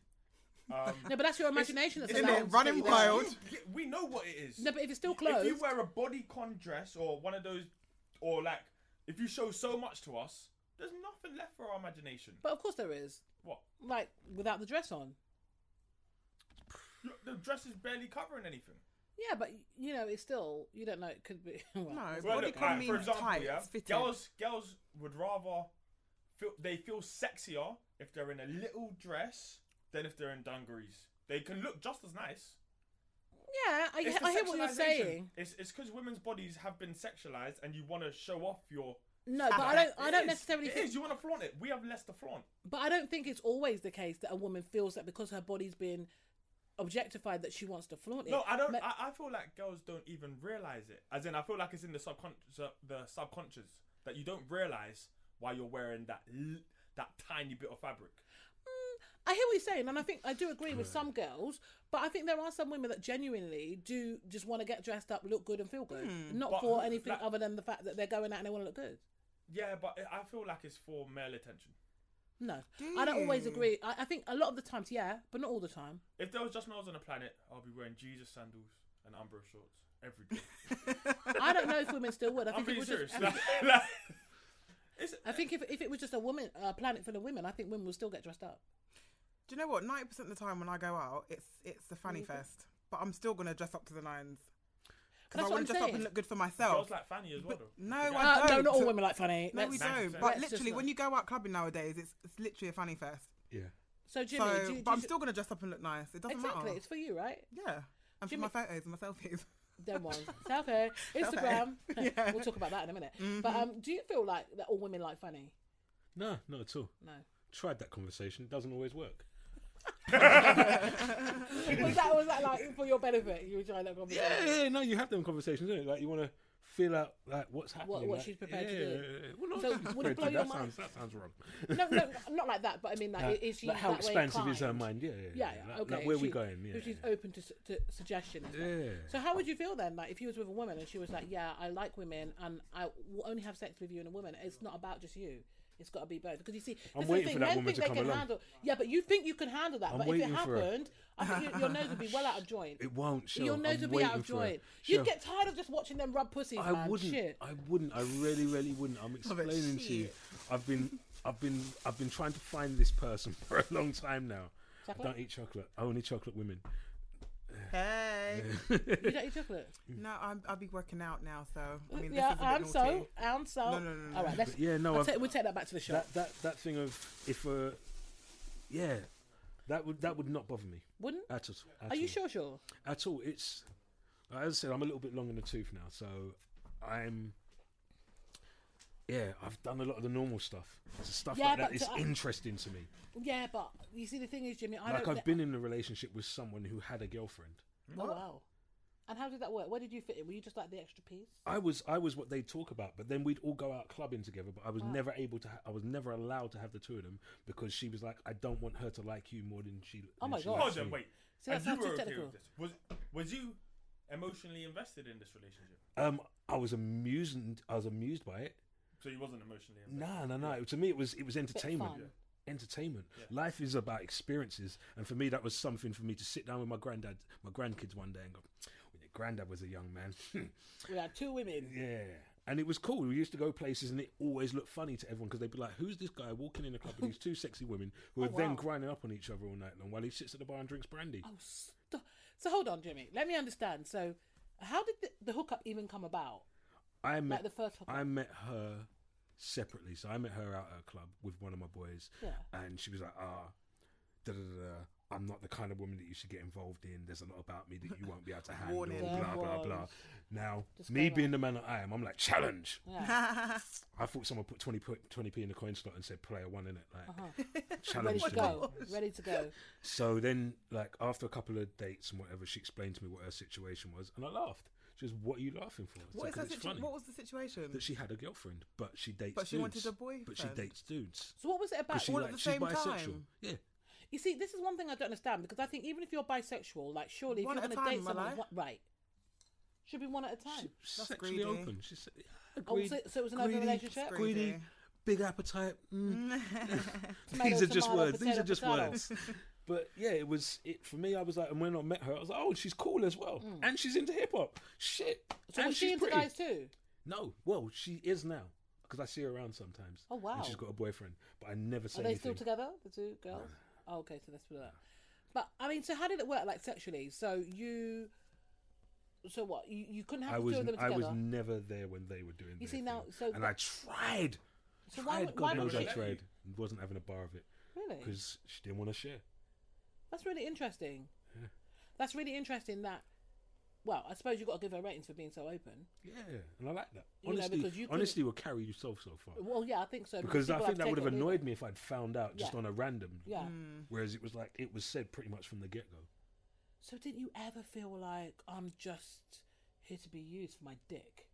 Speaker 4: Um,
Speaker 2: no, but that's your imagination that's
Speaker 4: isn't it
Speaker 2: allowed. to
Speaker 3: running
Speaker 2: get you there.
Speaker 3: wild?
Speaker 4: Yeah, we know what it is.
Speaker 2: No, but if it's still
Speaker 4: If you
Speaker 2: closed-
Speaker 4: wear a bodycon dress or one of those, or like, if you show so much to us, there's nothing left for our imagination.
Speaker 2: But of course there is.
Speaker 4: what?
Speaker 2: Like, without the dress on.
Speaker 4: You- The dress is barely covering anything.
Speaker 2: Yeah, but you know, it's still, you don't know, it could be. Well,
Speaker 3: No,
Speaker 2: it's-
Speaker 3: Well,
Speaker 4: Well,
Speaker 3: Body
Speaker 4: look,
Speaker 3: con
Speaker 4: like, for
Speaker 3: means
Speaker 4: example,
Speaker 3: tight,
Speaker 4: yeah,
Speaker 3: it's fitted.
Speaker 4: girls, girls would rather feel they feel sexier if they're in a little dress than if they're in dungarees. They can look just as nice.
Speaker 2: yeah, I,
Speaker 4: It's
Speaker 2: he-
Speaker 4: the
Speaker 2: I hear what you're
Speaker 4: sexualization.
Speaker 2: saying.
Speaker 4: It's it's because women's bodies have been sexualized, and you want to show off your.
Speaker 2: No, but I don't. I
Speaker 4: It
Speaker 2: don't
Speaker 4: is.
Speaker 2: necessarily
Speaker 4: It
Speaker 2: think.
Speaker 4: is. You want to flaunt it. We have less to flaunt.
Speaker 2: But I don't think it's always the case that a woman feels that because her body's been objectified that she wants to flaunt it.
Speaker 4: No, I don't.
Speaker 2: Ma-
Speaker 4: I, I feel like girls don't even realize it. As in, I feel like it's in the subconscious, the subconscious that you don't realize why you're wearing that l- that tiny bit of fabric.
Speaker 2: I hear what you're saying, and I think I do agree with some girls, but I think there are some women that genuinely do just want to get dressed up, look good, and feel good,
Speaker 3: Hmm,
Speaker 2: not
Speaker 4: But
Speaker 2: for anything
Speaker 4: that-
Speaker 2: other than the fact that they're going out and they want to look good.
Speaker 4: Yeah, but I I feel like it's for male attention.
Speaker 2: No, I don't always
Speaker 3: Do you?
Speaker 2: agree. I, I think a lot of the times, yeah, but not all the time.
Speaker 4: If there was just males on the planet, I'll be wearing Jesus sandals and Umbro shorts every day.
Speaker 2: I don't know if women still would. I
Speaker 4: I'm
Speaker 2: think it
Speaker 4: being
Speaker 2: was
Speaker 4: serious.
Speaker 2: Just, I
Speaker 4: Like,
Speaker 2: think-
Speaker 4: like, it's,
Speaker 2: I think if, if it was just a woman, a planet full of women, I think women would still get dressed up.
Speaker 3: Do you know what? 90% of the time when I go out, it's it's the fanny fest. But I'm still going to dress up to the nines.
Speaker 2: That's
Speaker 3: Because I
Speaker 2: what
Speaker 3: want
Speaker 2: I'm
Speaker 3: to dress up
Speaker 2: saying.
Speaker 3: and look good for
Speaker 4: girls
Speaker 3: myself.
Speaker 4: like Fanny as well.
Speaker 3: Oh. But
Speaker 4: though.
Speaker 3: no,
Speaker 4: Yeah.
Speaker 3: I
Speaker 2: Uh, no,
Speaker 3: don't.
Speaker 2: not all women like funny.
Speaker 3: No, we
Speaker 2: Let's-
Speaker 3: don't.
Speaker 4: 90%.
Speaker 3: But
Speaker 2: Let's just
Speaker 3: literally, when
Speaker 2: not.
Speaker 3: you go out clubbing nowadays, it's, it's literally a fanny fest.
Speaker 1: Yeah.
Speaker 2: So Jimmy,
Speaker 3: So,
Speaker 2: do, you-
Speaker 3: but
Speaker 2: do
Speaker 3: I'm
Speaker 2: you-
Speaker 3: still going to dress up and look nice. It doesn't
Speaker 2: exactly.
Speaker 3: matter.
Speaker 2: It's for you, right?
Speaker 3: Yeah. And for my photos and my selfies.
Speaker 2: Them ones. Okay. Instagram. we'll talk about that in a minute. But
Speaker 3: Mm-hmm.
Speaker 2: um, do you feel like that all women like funny?
Speaker 1: No, not at all.
Speaker 2: No.
Speaker 1: Tried that conversation. Doesn't always work.
Speaker 2: was that was that like for your benefit? You were trying that conversation.
Speaker 1: Yeah, yeah, yeah, no, you have them conversations, don't you? Like you want to feel out like what's happening,
Speaker 2: what
Speaker 1: like,
Speaker 2: she's prepared
Speaker 1: yeah,
Speaker 2: to do.
Speaker 1: yeah, yeah. Well, not
Speaker 2: So
Speaker 1: she's
Speaker 2: would
Speaker 1: prepared to
Speaker 2: it blow
Speaker 1: do,
Speaker 2: your
Speaker 1: that
Speaker 2: mind?
Speaker 1: sounds that sounds wrong.
Speaker 2: No, no, not like that. But I mean, like,
Speaker 1: Like,
Speaker 2: is she
Speaker 1: like, how
Speaker 2: that way
Speaker 1: expansive is her
Speaker 2: inclined?
Speaker 1: mind? Yeah,
Speaker 2: Yeah,
Speaker 1: yeah.
Speaker 2: yeah,
Speaker 1: Like,
Speaker 2: okay.
Speaker 1: like, where are we
Speaker 2: she-
Speaker 1: going? Yeah,
Speaker 2: if she's
Speaker 1: yeah.
Speaker 2: open to, su- to suggestion. and stuff.
Speaker 1: Yeah.
Speaker 2: So how would you feel then, like, if you was with a woman and she was like, "Yeah, I like women, and I will only have sex with you and a woman. It's not about just you." It's got to be both because you see,
Speaker 1: I'm
Speaker 2: this is the
Speaker 1: waiting
Speaker 2: thing,
Speaker 1: for that
Speaker 2: men
Speaker 1: woman
Speaker 2: think
Speaker 1: to
Speaker 2: they
Speaker 1: come
Speaker 2: can
Speaker 1: along.
Speaker 2: handle. Yeah, but you think you can handle that,
Speaker 1: I'm
Speaker 2: but if it
Speaker 1: waiting for her.
Speaker 2: happened, I think you, your nose would be well out of joint.
Speaker 1: It won't. Cheryl.
Speaker 2: your nose
Speaker 1: I'm
Speaker 2: would be out
Speaker 1: waiting
Speaker 2: of
Speaker 1: for her.
Speaker 2: joint. You'd
Speaker 1: Cheryl,
Speaker 2: get tired of just watching them rub pussies,
Speaker 1: I
Speaker 2: man.
Speaker 1: wouldn't.
Speaker 2: Shit.
Speaker 1: I wouldn't. I really, really wouldn't. I'm
Speaker 3: but
Speaker 1: explaining to you.
Speaker 3: shit.
Speaker 1: I've been, I've been, I've been trying to find this person for a long time now.
Speaker 2: Chocolate?
Speaker 1: I don't eat chocolate. I only chocolate women.
Speaker 3: Hey.
Speaker 2: You don't eat chocolate.
Speaker 3: No, I'm, I'll be working out now, so I mean,
Speaker 2: yeah,
Speaker 3: this is a
Speaker 2: and
Speaker 3: bit naughty.
Speaker 2: so, and so.
Speaker 3: No, no, no, no,
Speaker 2: All right, let's.
Speaker 1: But yeah, no,
Speaker 2: I'll
Speaker 1: I've-
Speaker 2: take- we'll take that back to the shop.
Speaker 1: That that that thing of if uh, yeah, that would that would not bother me
Speaker 2: Wouldn't?
Speaker 1: at all. at
Speaker 2: Are you
Speaker 1: all.
Speaker 2: sure? Sure.
Speaker 1: at all. It's as I said, I'm a little bit long in the tooth now, so I'm. Yeah, I've done a lot of the normal stuff. It's the stuff
Speaker 2: Yeah,
Speaker 1: like that
Speaker 2: but
Speaker 1: is
Speaker 2: to-
Speaker 1: interesting to me.
Speaker 2: Yeah, but you see, the thing is, Jimmy, I
Speaker 1: Like
Speaker 2: don't.
Speaker 1: I've been in a relationship with someone who had a girlfriend.
Speaker 2: Oh wow! And how did that work? Where did you fit in? Were you just like the extra piece?
Speaker 1: I was I was what they talk about, but then we'd all go out clubbing together. But I was never able to. Ha- I was never allowed to have the two of them because she was like, I don't want her to like you more than she.
Speaker 2: Oh
Speaker 1: than
Speaker 2: my
Speaker 1: she
Speaker 2: God.
Speaker 1: likes
Speaker 4: Hold on,
Speaker 1: me."
Speaker 4: wait.
Speaker 2: See,
Speaker 4: and
Speaker 2: that
Speaker 4: you
Speaker 2: sounds
Speaker 4: were
Speaker 2: too
Speaker 4: okay
Speaker 2: technical.
Speaker 4: with this? Was was you emotionally invested in this relationship?
Speaker 1: Um, I was amused. I was amused by it.
Speaker 4: So you wasn't emotionally invested.
Speaker 1: No, no, no. To me, it was it was entertainment.
Speaker 2: fun.
Speaker 1: Entertainment. Life is about experiences, and for me, that was something for me to sit down with my granddad, my grandkids one day, and go, "When your granddad was a young man,
Speaker 2: We had two women.
Speaker 1: yeah." And it was cool. We used to go places, and it always looked funny to everyone because they'd be like, "Who's this guy walking in a club with these
Speaker 2: Oh,
Speaker 1: two sexy women who are then grinding up on each other all night long while he sits at the bar and drinks brandy?"
Speaker 2: Oh, st- So hold on, Jimmy. Let me understand. So, how did the, the hookup even come about?
Speaker 1: I met
Speaker 2: the first hookup.
Speaker 1: I met her separately, so I met her out at a club with one of my boys,
Speaker 2: Yeah.
Speaker 1: and she was like, "Ah, da da da." da, I'm not the kind of woman that you should get involved in. There's a lot about me that you won't be able to handle.
Speaker 3: Warning.
Speaker 1: Blah blah
Speaker 2: There
Speaker 1: blah.
Speaker 2: was.
Speaker 1: Now, me
Speaker 2: Disclaimer.
Speaker 1: being the man that I am, I'm like challenge.
Speaker 2: Yeah.
Speaker 1: I thought someone put 20 p in the coin slot and said player one in it, like
Speaker 3: Uh-huh.
Speaker 2: Ready
Speaker 1: challenge
Speaker 2: to
Speaker 1: to me.
Speaker 2: go. Ready to go.
Speaker 1: So then, like after a couple of dates and whatever, she explained to me what her situation was, and I laughed. She was, "What are you laughing for?" I
Speaker 3: What,
Speaker 1: said,
Speaker 3: is
Speaker 1: 'Cause
Speaker 3: that
Speaker 1: it's
Speaker 3: situ-
Speaker 1: funny
Speaker 3: what was the situation?
Speaker 1: that she had a girlfriend, but she dates.
Speaker 3: But she
Speaker 1: dudes.
Speaker 3: wanted a
Speaker 1: But she
Speaker 3: boyfriend.
Speaker 1: dates dudes.
Speaker 2: So, what was it about?
Speaker 1: Because she
Speaker 3: all at
Speaker 1: like,
Speaker 3: the
Speaker 1: she's
Speaker 3: same
Speaker 1: bisexual.
Speaker 3: time?
Speaker 1: Yeah.
Speaker 2: You see, this is one thing I don't understand because I think even if you're bisexual, like surely
Speaker 3: One
Speaker 2: if
Speaker 3: at a
Speaker 2: you're going to date
Speaker 3: time, am I
Speaker 2: someone,
Speaker 3: right?
Speaker 2: one- right? Should be one at a time.
Speaker 1: sexually
Speaker 3: greedy.
Speaker 1: open. She said, yeah,
Speaker 2: Oh,
Speaker 1: greedy-
Speaker 2: so, so it was an open
Speaker 1: greedy,
Speaker 2: relationship.
Speaker 3: Greedy.
Speaker 1: Greedy, big appetite. mm.
Speaker 2: Tomato,
Speaker 1: These are just
Speaker 2: tomato,
Speaker 1: words. These
Speaker 2: potato,
Speaker 1: are just
Speaker 2: potato.
Speaker 1: words. But yeah, it was it for me. I was like, and when I met her, I was like, oh, she's cool as well, and she's into hip hop. Shit,
Speaker 2: Mm. So
Speaker 1: and
Speaker 2: was she
Speaker 1: she's
Speaker 2: into
Speaker 1: pretty.
Speaker 2: guys too?
Speaker 1: No, well, she is now because I see her around sometimes.
Speaker 2: Oh, wow.
Speaker 1: And she's got a boyfriend, but I never say
Speaker 2: Are they
Speaker 1: anything.
Speaker 2: still together, the two girls? Oh, okay, so that's what that. But I mean, so how did it work, like sexually? So you, so what? You, you couldn't have
Speaker 1: I
Speaker 2: the
Speaker 1: was
Speaker 2: two of them
Speaker 1: I
Speaker 2: together.
Speaker 1: was never there when they were doing.
Speaker 2: You
Speaker 1: their
Speaker 2: see now-
Speaker 1: thing.
Speaker 2: so-
Speaker 1: and I tried.
Speaker 2: So why
Speaker 1: tried,
Speaker 2: would-
Speaker 1: God
Speaker 2: why would
Speaker 1: knows I
Speaker 4: she-
Speaker 1: tried. and Wasn't having a bar of it
Speaker 2: really,
Speaker 1: because she didn't want to share.
Speaker 2: that's really interesting. That's really interesting. That well, I suppose you have got to give her ratings for being so open.
Speaker 1: Yeah, and I like that.
Speaker 2: You know,
Speaker 1: Honestly,
Speaker 2: because you couldn't-
Speaker 1: honestly, will carry yourself so far.
Speaker 2: Well, yeah, I think so.
Speaker 1: Because I
Speaker 2: people
Speaker 1: think that would
Speaker 2: taken
Speaker 1: have
Speaker 2: it,
Speaker 1: annoyed me if I'd found out just
Speaker 2: Yeah.
Speaker 1: on a random.
Speaker 2: Yeah.
Speaker 3: Hmm,
Speaker 1: Whereas it was like it was said pretty much from the get go.
Speaker 2: So didn't you ever feel like I'm just here to be used for my dick?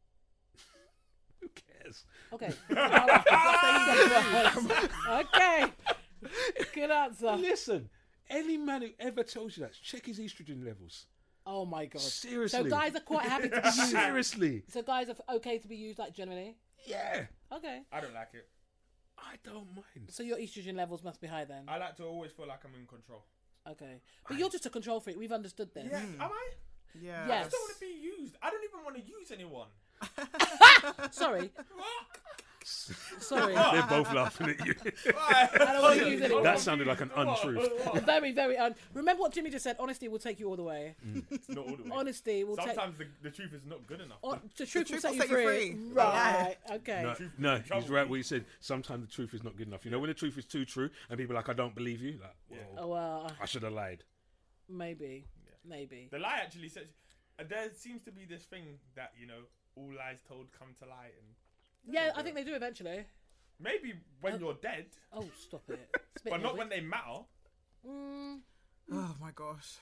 Speaker 1: Who cares?
Speaker 2: Okay. So I was- okay. Good answer.
Speaker 1: Listen, any man who ever tells you that, check his estrogen levels.
Speaker 2: Oh my god. So
Speaker 1: Seriously.
Speaker 2: guys are quite happy to be used.
Speaker 1: Seriously,
Speaker 2: So guys are okay to be used like generally.
Speaker 1: yeah,
Speaker 2: Okay.
Speaker 4: I don't like it.
Speaker 1: I don't mind.
Speaker 2: So your estrogen levels must be high then.
Speaker 4: I like to always feel like I'm in control.
Speaker 2: Okay. But you're just a control freak. We've understood this.
Speaker 4: Yeah, am I?
Speaker 3: yeah.
Speaker 4: I
Speaker 2: Yes.
Speaker 4: just don't want to be used. I don't even want to use anyone.
Speaker 2: Sorry. Sorry.
Speaker 1: They're both laughing at you.
Speaker 2: I don't want to use anyone.
Speaker 1: that sounded like an untruth.
Speaker 2: Very, very. Un- Remember what Jimmy just said. Honesty will take you all the way.
Speaker 4: It's not all the way.
Speaker 2: Honesty will take.
Speaker 4: Sometimes the, the truth is not good enough.
Speaker 2: Oh, the truth will
Speaker 3: truth
Speaker 2: set
Speaker 3: will
Speaker 2: you
Speaker 3: set you
Speaker 2: free.
Speaker 3: free.
Speaker 2: Right. Okay.
Speaker 1: No,
Speaker 4: Truth
Speaker 1: no,
Speaker 4: is in
Speaker 1: he's
Speaker 4: trouble.
Speaker 1: right. What he said. Sometimes the truth is not good enough. You know when the truth is too true, and people are like, "I don't believe you." Like, well,
Speaker 2: Oh well,
Speaker 1: I should have lied.
Speaker 2: maybe, maybe.
Speaker 4: The lie actually says uh, there seems to be this thing that you know all lies told come to light, and
Speaker 2: Yeah, I think they do eventually.
Speaker 4: maybe when you're dead,
Speaker 2: Oh, stop it! It's a bit
Speaker 4: but not
Speaker 2: morbid.
Speaker 4: when they matter.
Speaker 3: Oh my gosh.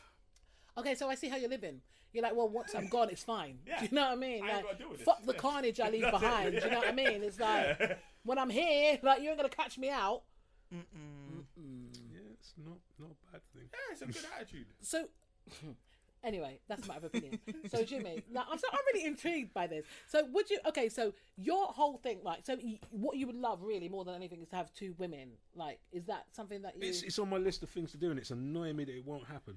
Speaker 2: Okay, so I see how you're living. You're like, well, once I'm gone, it's fine.
Speaker 4: Yeah.
Speaker 2: Do you know what I mean?
Speaker 4: I ain't
Speaker 2: Like,
Speaker 4: gotta deal with this.
Speaker 2: fuck the
Speaker 4: Yeah.
Speaker 2: carnage I leave
Speaker 4: That's it.
Speaker 2: behind. Do you know what I mean? It's like when I'm here, like you ain't gonna catch me out.
Speaker 1: Yeah, it's not not a bad thing.
Speaker 4: Yeah, it's a good attitude.
Speaker 2: So. Anyway, that's a matter of opinion. So Jimmy, now I'm so, I'm really intrigued by this. So would you? Okay, so your whole thing, like, so y what you would love really more than anything is to have two women. Like, is that something that you?
Speaker 1: It's it's on my list of things to do, and it's annoying me that it won't happen.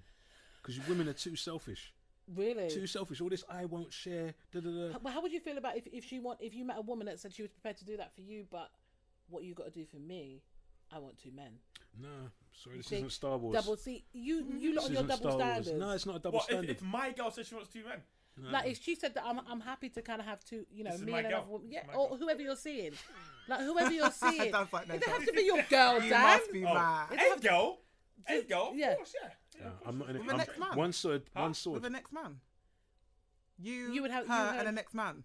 Speaker 1: Because women are too selfish.
Speaker 2: Really?
Speaker 1: Too selfish. All this I won't share. Da, da, da.
Speaker 2: Well, how would you feel about if, if she want if you met a woman that said she was prepared to do that for you, but what you got to do for me, I want two men.
Speaker 1: Nah, sorry, this
Speaker 2: See,
Speaker 1: isn't Star Wars.
Speaker 2: Double see you you lot
Speaker 1: this
Speaker 2: on your
Speaker 1: isn't
Speaker 2: double
Speaker 1: Star Wars.
Speaker 2: standards.
Speaker 1: No, it's not a double
Speaker 4: What if,
Speaker 1: standard.
Speaker 4: if my girl says she wants two men?
Speaker 2: Like if she said that I'm I'm happy to kind of have two, you know,
Speaker 4: This is
Speaker 2: me
Speaker 4: my
Speaker 2: and another
Speaker 4: girl.
Speaker 2: woman, yeah,
Speaker 4: My
Speaker 2: or
Speaker 4: girl.
Speaker 2: whoever you're seeing, like whoever you're seeing.
Speaker 3: That's like no
Speaker 2: it doesn't have
Speaker 3: doubt.
Speaker 2: to be your girl,
Speaker 3: You
Speaker 2: Dan.
Speaker 3: must be
Speaker 4: Oh,
Speaker 3: mad.
Speaker 4: hey girl, hey girl, of
Speaker 2: yeah.
Speaker 4: course, yeah. yeah.
Speaker 1: Nah, I'm not in it.
Speaker 3: With the
Speaker 1: I'm-
Speaker 3: next man.
Speaker 1: One sword. One
Speaker 3: With the
Speaker 1: sword.
Speaker 3: next man. You,
Speaker 2: You would have- you
Speaker 3: her
Speaker 2: had-
Speaker 3: and the next man.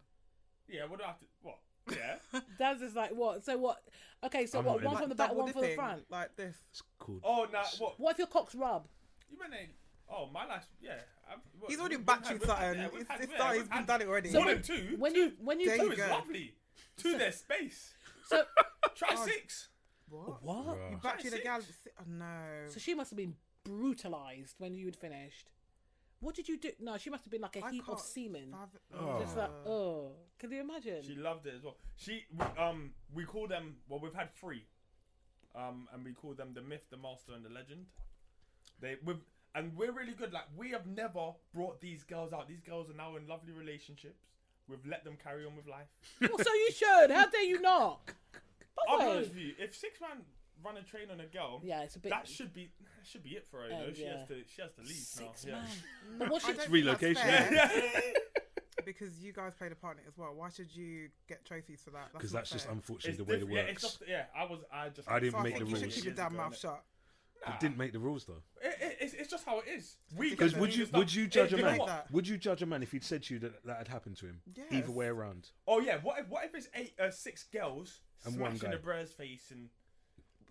Speaker 4: Yeah, what do I have to? What? Yeah.
Speaker 2: Dan's is like what? So what? Okay, so
Speaker 1: I'm not
Speaker 2: what?
Speaker 1: in
Speaker 2: One
Speaker 1: it.
Speaker 2: from the
Speaker 3: Like
Speaker 2: back,
Speaker 3: double
Speaker 2: one from the
Speaker 3: dipping,
Speaker 2: front.
Speaker 3: Like this.
Speaker 1: It's called.
Speaker 4: oh, now what?
Speaker 2: What if your cocks rub?
Speaker 4: You meant they, oh my last yeah. I've, what,
Speaker 3: He's already
Speaker 4: we've
Speaker 3: backed
Speaker 4: had-
Speaker 3: you
Speaker 4: we've had-
Speaker 3: something.
Speaker 4: yeah,
Speaker 3: It's,
Speaker 4: we've
Speaker 3: it's
Speaker 4: had- yeah,
Speaker 3: done,
Speaker 4: we've
Speaker 3: it's been
Speaker 4: had
Speaker 3: done it already.
Speaker 2: So
Speaker 4: One
Speaker 2: when-
Speaker 4: and two.
Speaker 2: When you when you
Speaker 3: There
Speaker 4: two
Speaker 3: you
Speaker 4: is
Speaker 3: go.
Speaker 4: lovely. Two their space.
Speaker 2: so
Speaker 4: Try six.
Speaker 3: What?
Speaker 2: what?
Speaker 1: Bruh.
Speaker 3: Back to the
Speaker 4: Six.
Speaker 3: gal. Oh, no.
Speaker 2: So she must have been brutalized when you had finished. What did you do? No, she must have been like a
Speaker 3: I
Speaker 2: heap of
Speaker 3: can't
Speaker 2: semen.
Speaker 3: fathom-
Speaker 2: Just like, oh, can you imagine?
Speaker 4: She loved it as well. She we- um we call them well we've had three, um and we call them the myth, the master, and the legend. They we and we're really good. Like we have never brought these girls out. These girls are now in lovely relationships. We've let them carry on with life.
Speaker 2: Well, so you should. How dare you not? By
Speaker 4: I'll
Speaker 2: the
Speaker 4: be
Speaker 2: way,
Speaker 4: honest with you. If six man run a train on a girl.
Speaker 2: Yeah, it's a bit-
Speaker 4: That should be that should be it for her.
Speaker 2: Oh,
Speaker 4: though. She
Speaker 2: yeah.
Speaker 4: has to she has to leave
Speaker 2: Six
Speaker 4: now.
Speaker 2: man. But what
Speaker 3: I
Speaker 2: she-
Speaker 3: don't think that's
Speaker 1: relocation.
Speaker 3: fair
Speaker 4: Yeah.
Speaker 3: because you guys played a part in it as well. Why should you get trophies for that?
Speaker 1: because
Speaker 3: not
Speaker 1: that's just
Speaker 3: fair.
Speaker 1: unfortunately
Speaker 4: It's
Speaker 1: the way it works.
Speaker 4: diff- yeah, it's just, yeah, I was I just
Speaker 1: I didn't
Speaker 3: So I
Speaker 1: make
Speaker 3: think
Speaker 1: the
Speaker 3: you should
Speaker 1: rules.
Speaker 3: keep your damn mouth shut.
Speaker 1: They didn't make the rules though.
Speaker 4: It, it, it's, it's just how it is. We
Speaker 1: Because
Speaker 4: get
Speaker 1: would
Speaker 4: to
Speaker 1: you
Speaker 4: do
Speaker 1: would
Speaker 4: stuff-
Speaker 1: you
Speaker 4: Hey,
Speaker 1: judge a
Speaker 4: do you know
Speaker 1: man?
Speaker 3: like
Speaker 4: what?
Speaker 3: that.
Speaker 1: Would you judge a man if he'd said to you that that had happened to him?
Speaker 3: Yes.
Speaker 1: Either way around.
Speaker 4: Oh yeah, what if what if it's eight uh, six girls
Speaker 1: And one
Speaker 4: smashing
Speaker 1: guy.
Speaker 4: a bra's face and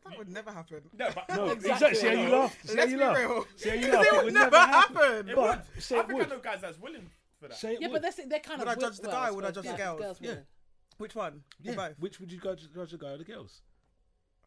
Speaker 3: That would never happen.
Speaker 4: no, but
Speaker 1: No,
Speaker 2: Exactly.
Speaker 1: exactly. See how you
Speaker 4: No.
Speaker 1: laugh. See how
Speaker 3: Let's
Speaker 1: you
Speaker 3: be
Speaker 1: laugh.
Speaker 3: real.
Speaker 1: See how you
Speaker 3: 'Cause
Speaker 1: laugh.
Speaker 3: it would never happen.
Speaker 4: It
Speaker 1: But
Speaker 4: would.
Speaker 1: say
Speaker 4: I
Speaker 1: it
Speaker 4: think
Speaker 1: would.
Speaker 4: I know guys that's willing for that.
Speaker 1: Say it
Speaker 2: yeah,
Speaker 1: would.
Speaker 2: but that's it. They're kind
Speaker 3: Would
Speaker 2: of.
Speaker 3: I judge the
Speaker 2: well,
Speaker 3: guy or
Speaker 2: I
Speaker 3: would I
Speaker 2: suppose,
Speaker 3: judge the
Speaker 2: yeah,
Speaker 3: girls?
Speaker 2: girls
Speaker 1: Yeah.
Speaker 2: will.
Speaker 3: Which one?
Speaker 1: yeah.
Speaker 3: Or both?
Speaker 1: Which would you judge, judge the guy or the girls?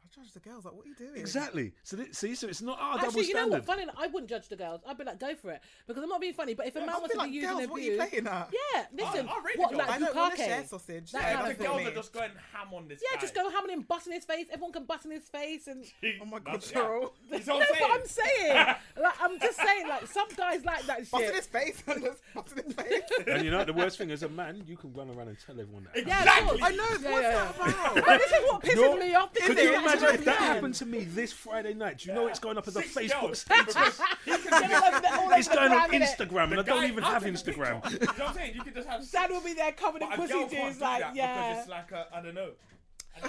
Speaker 3: I judge the girls. Like, what are you doing?
Speaker 1: Exactly. So th- see, so it's not our double
Speaker 2: Actually, you know
Speaker 1: standard.
Speaker 2: what? Funny, enough, I wouldn't judge the girls. I'd be like, go for it, because I'm not being funny. But if a man
Speaker 3: I'll
Speaker 2: was
Speaker 3: be
Speaker 2: to
Speaker 3: like,
Speaker 2: be used and
Speaker 3: girls, what are you
Speaker 2: abused-
Speaker 3: playing at?
Speaker 2: Yeah, listen.
Speaker 4: I really
Speaker 2: what
Speaker 4: don't.
Speaker 2: like
Speaker 3: I don't wanna
Speaker 2: Bukake?
Speaker 3: share sausage.
Speaker 2: That
Speaker 3: Yeah,
Speaker 2: kind
Speaker 4: Yeah,
Speaker 2: of
Speaker 4: the
Speaker 2: thing.
Speaker 3: girl-
Speaker 4: girls
Speaker 3: me.
Speaker 4: are just going ham on this.
Speaker 2: Yeah,
Speaker 4: guy.
Speaker 2: just go ham and bust in his face. Everyone can bust in his face and.
Speaker 3: Oh my God,
Speaker 4: That's- yeah.
Speaker 3: Cheryl.
Speaker 4: That's
Speaker 2: No,
Speaker 4: what I'm
Speaker 2: but
Speaker 4: saying.
Speaker 2: I'm saying, like, I'm just saying, like some guys like that
Speaker 3: Bust in
Speaker 2: shit.
Speaker 3: his face. I'm just busting his face.
Speaker 1: and you know what the worst thing as a man, you can run around and tell everyone that.
Speaker 2: Yeah, of
Speaker 4: Exactly.
Speaker 2: course.
Speaker 3: I know. What's
Speaker 2: Yeah, yeah,
Speaker 3: that about?
Speaker 2: And this is what pisses
Speaker 1: No.
Speaker 2: me
Speaker 1: Could
Speaker 2: off. because
Speaker 1: you imagine
Speaker 2: it's like-
Speaker 1: if that
Speaker 2: yeah.
Speaker 1: happened to me this Friday night? Do you know it's going up as a
Speaker 4: Six
Speaker 1: Facebook
Speaker 4: girls.
Speaker 1: status?
Speaker 2: They're all over- they're all over
Speaker 1: It's going on
Speaker 2: the ground, innit?
Speaker 1: Instagram, and I don't
Speaker 4: Guy-
Speaker 1: even
Speaker 4: I'll
Speaker 1: have
Speaker 4: take a picture.
Speaker 1: Instagram.
Speaker 4: you know what I'm saying? You could just have.
Speaker 2: Dad will be there covered in
Speaker 4: but a
Speaker 2: pussy
Speaker 4: girl can't
Speaker 2: juice,
Speaker 4: do
Speaker 2: like
Speaker 4: that
Speaker 2: yeah,
Speaker 4: Because it's like a, I don't know.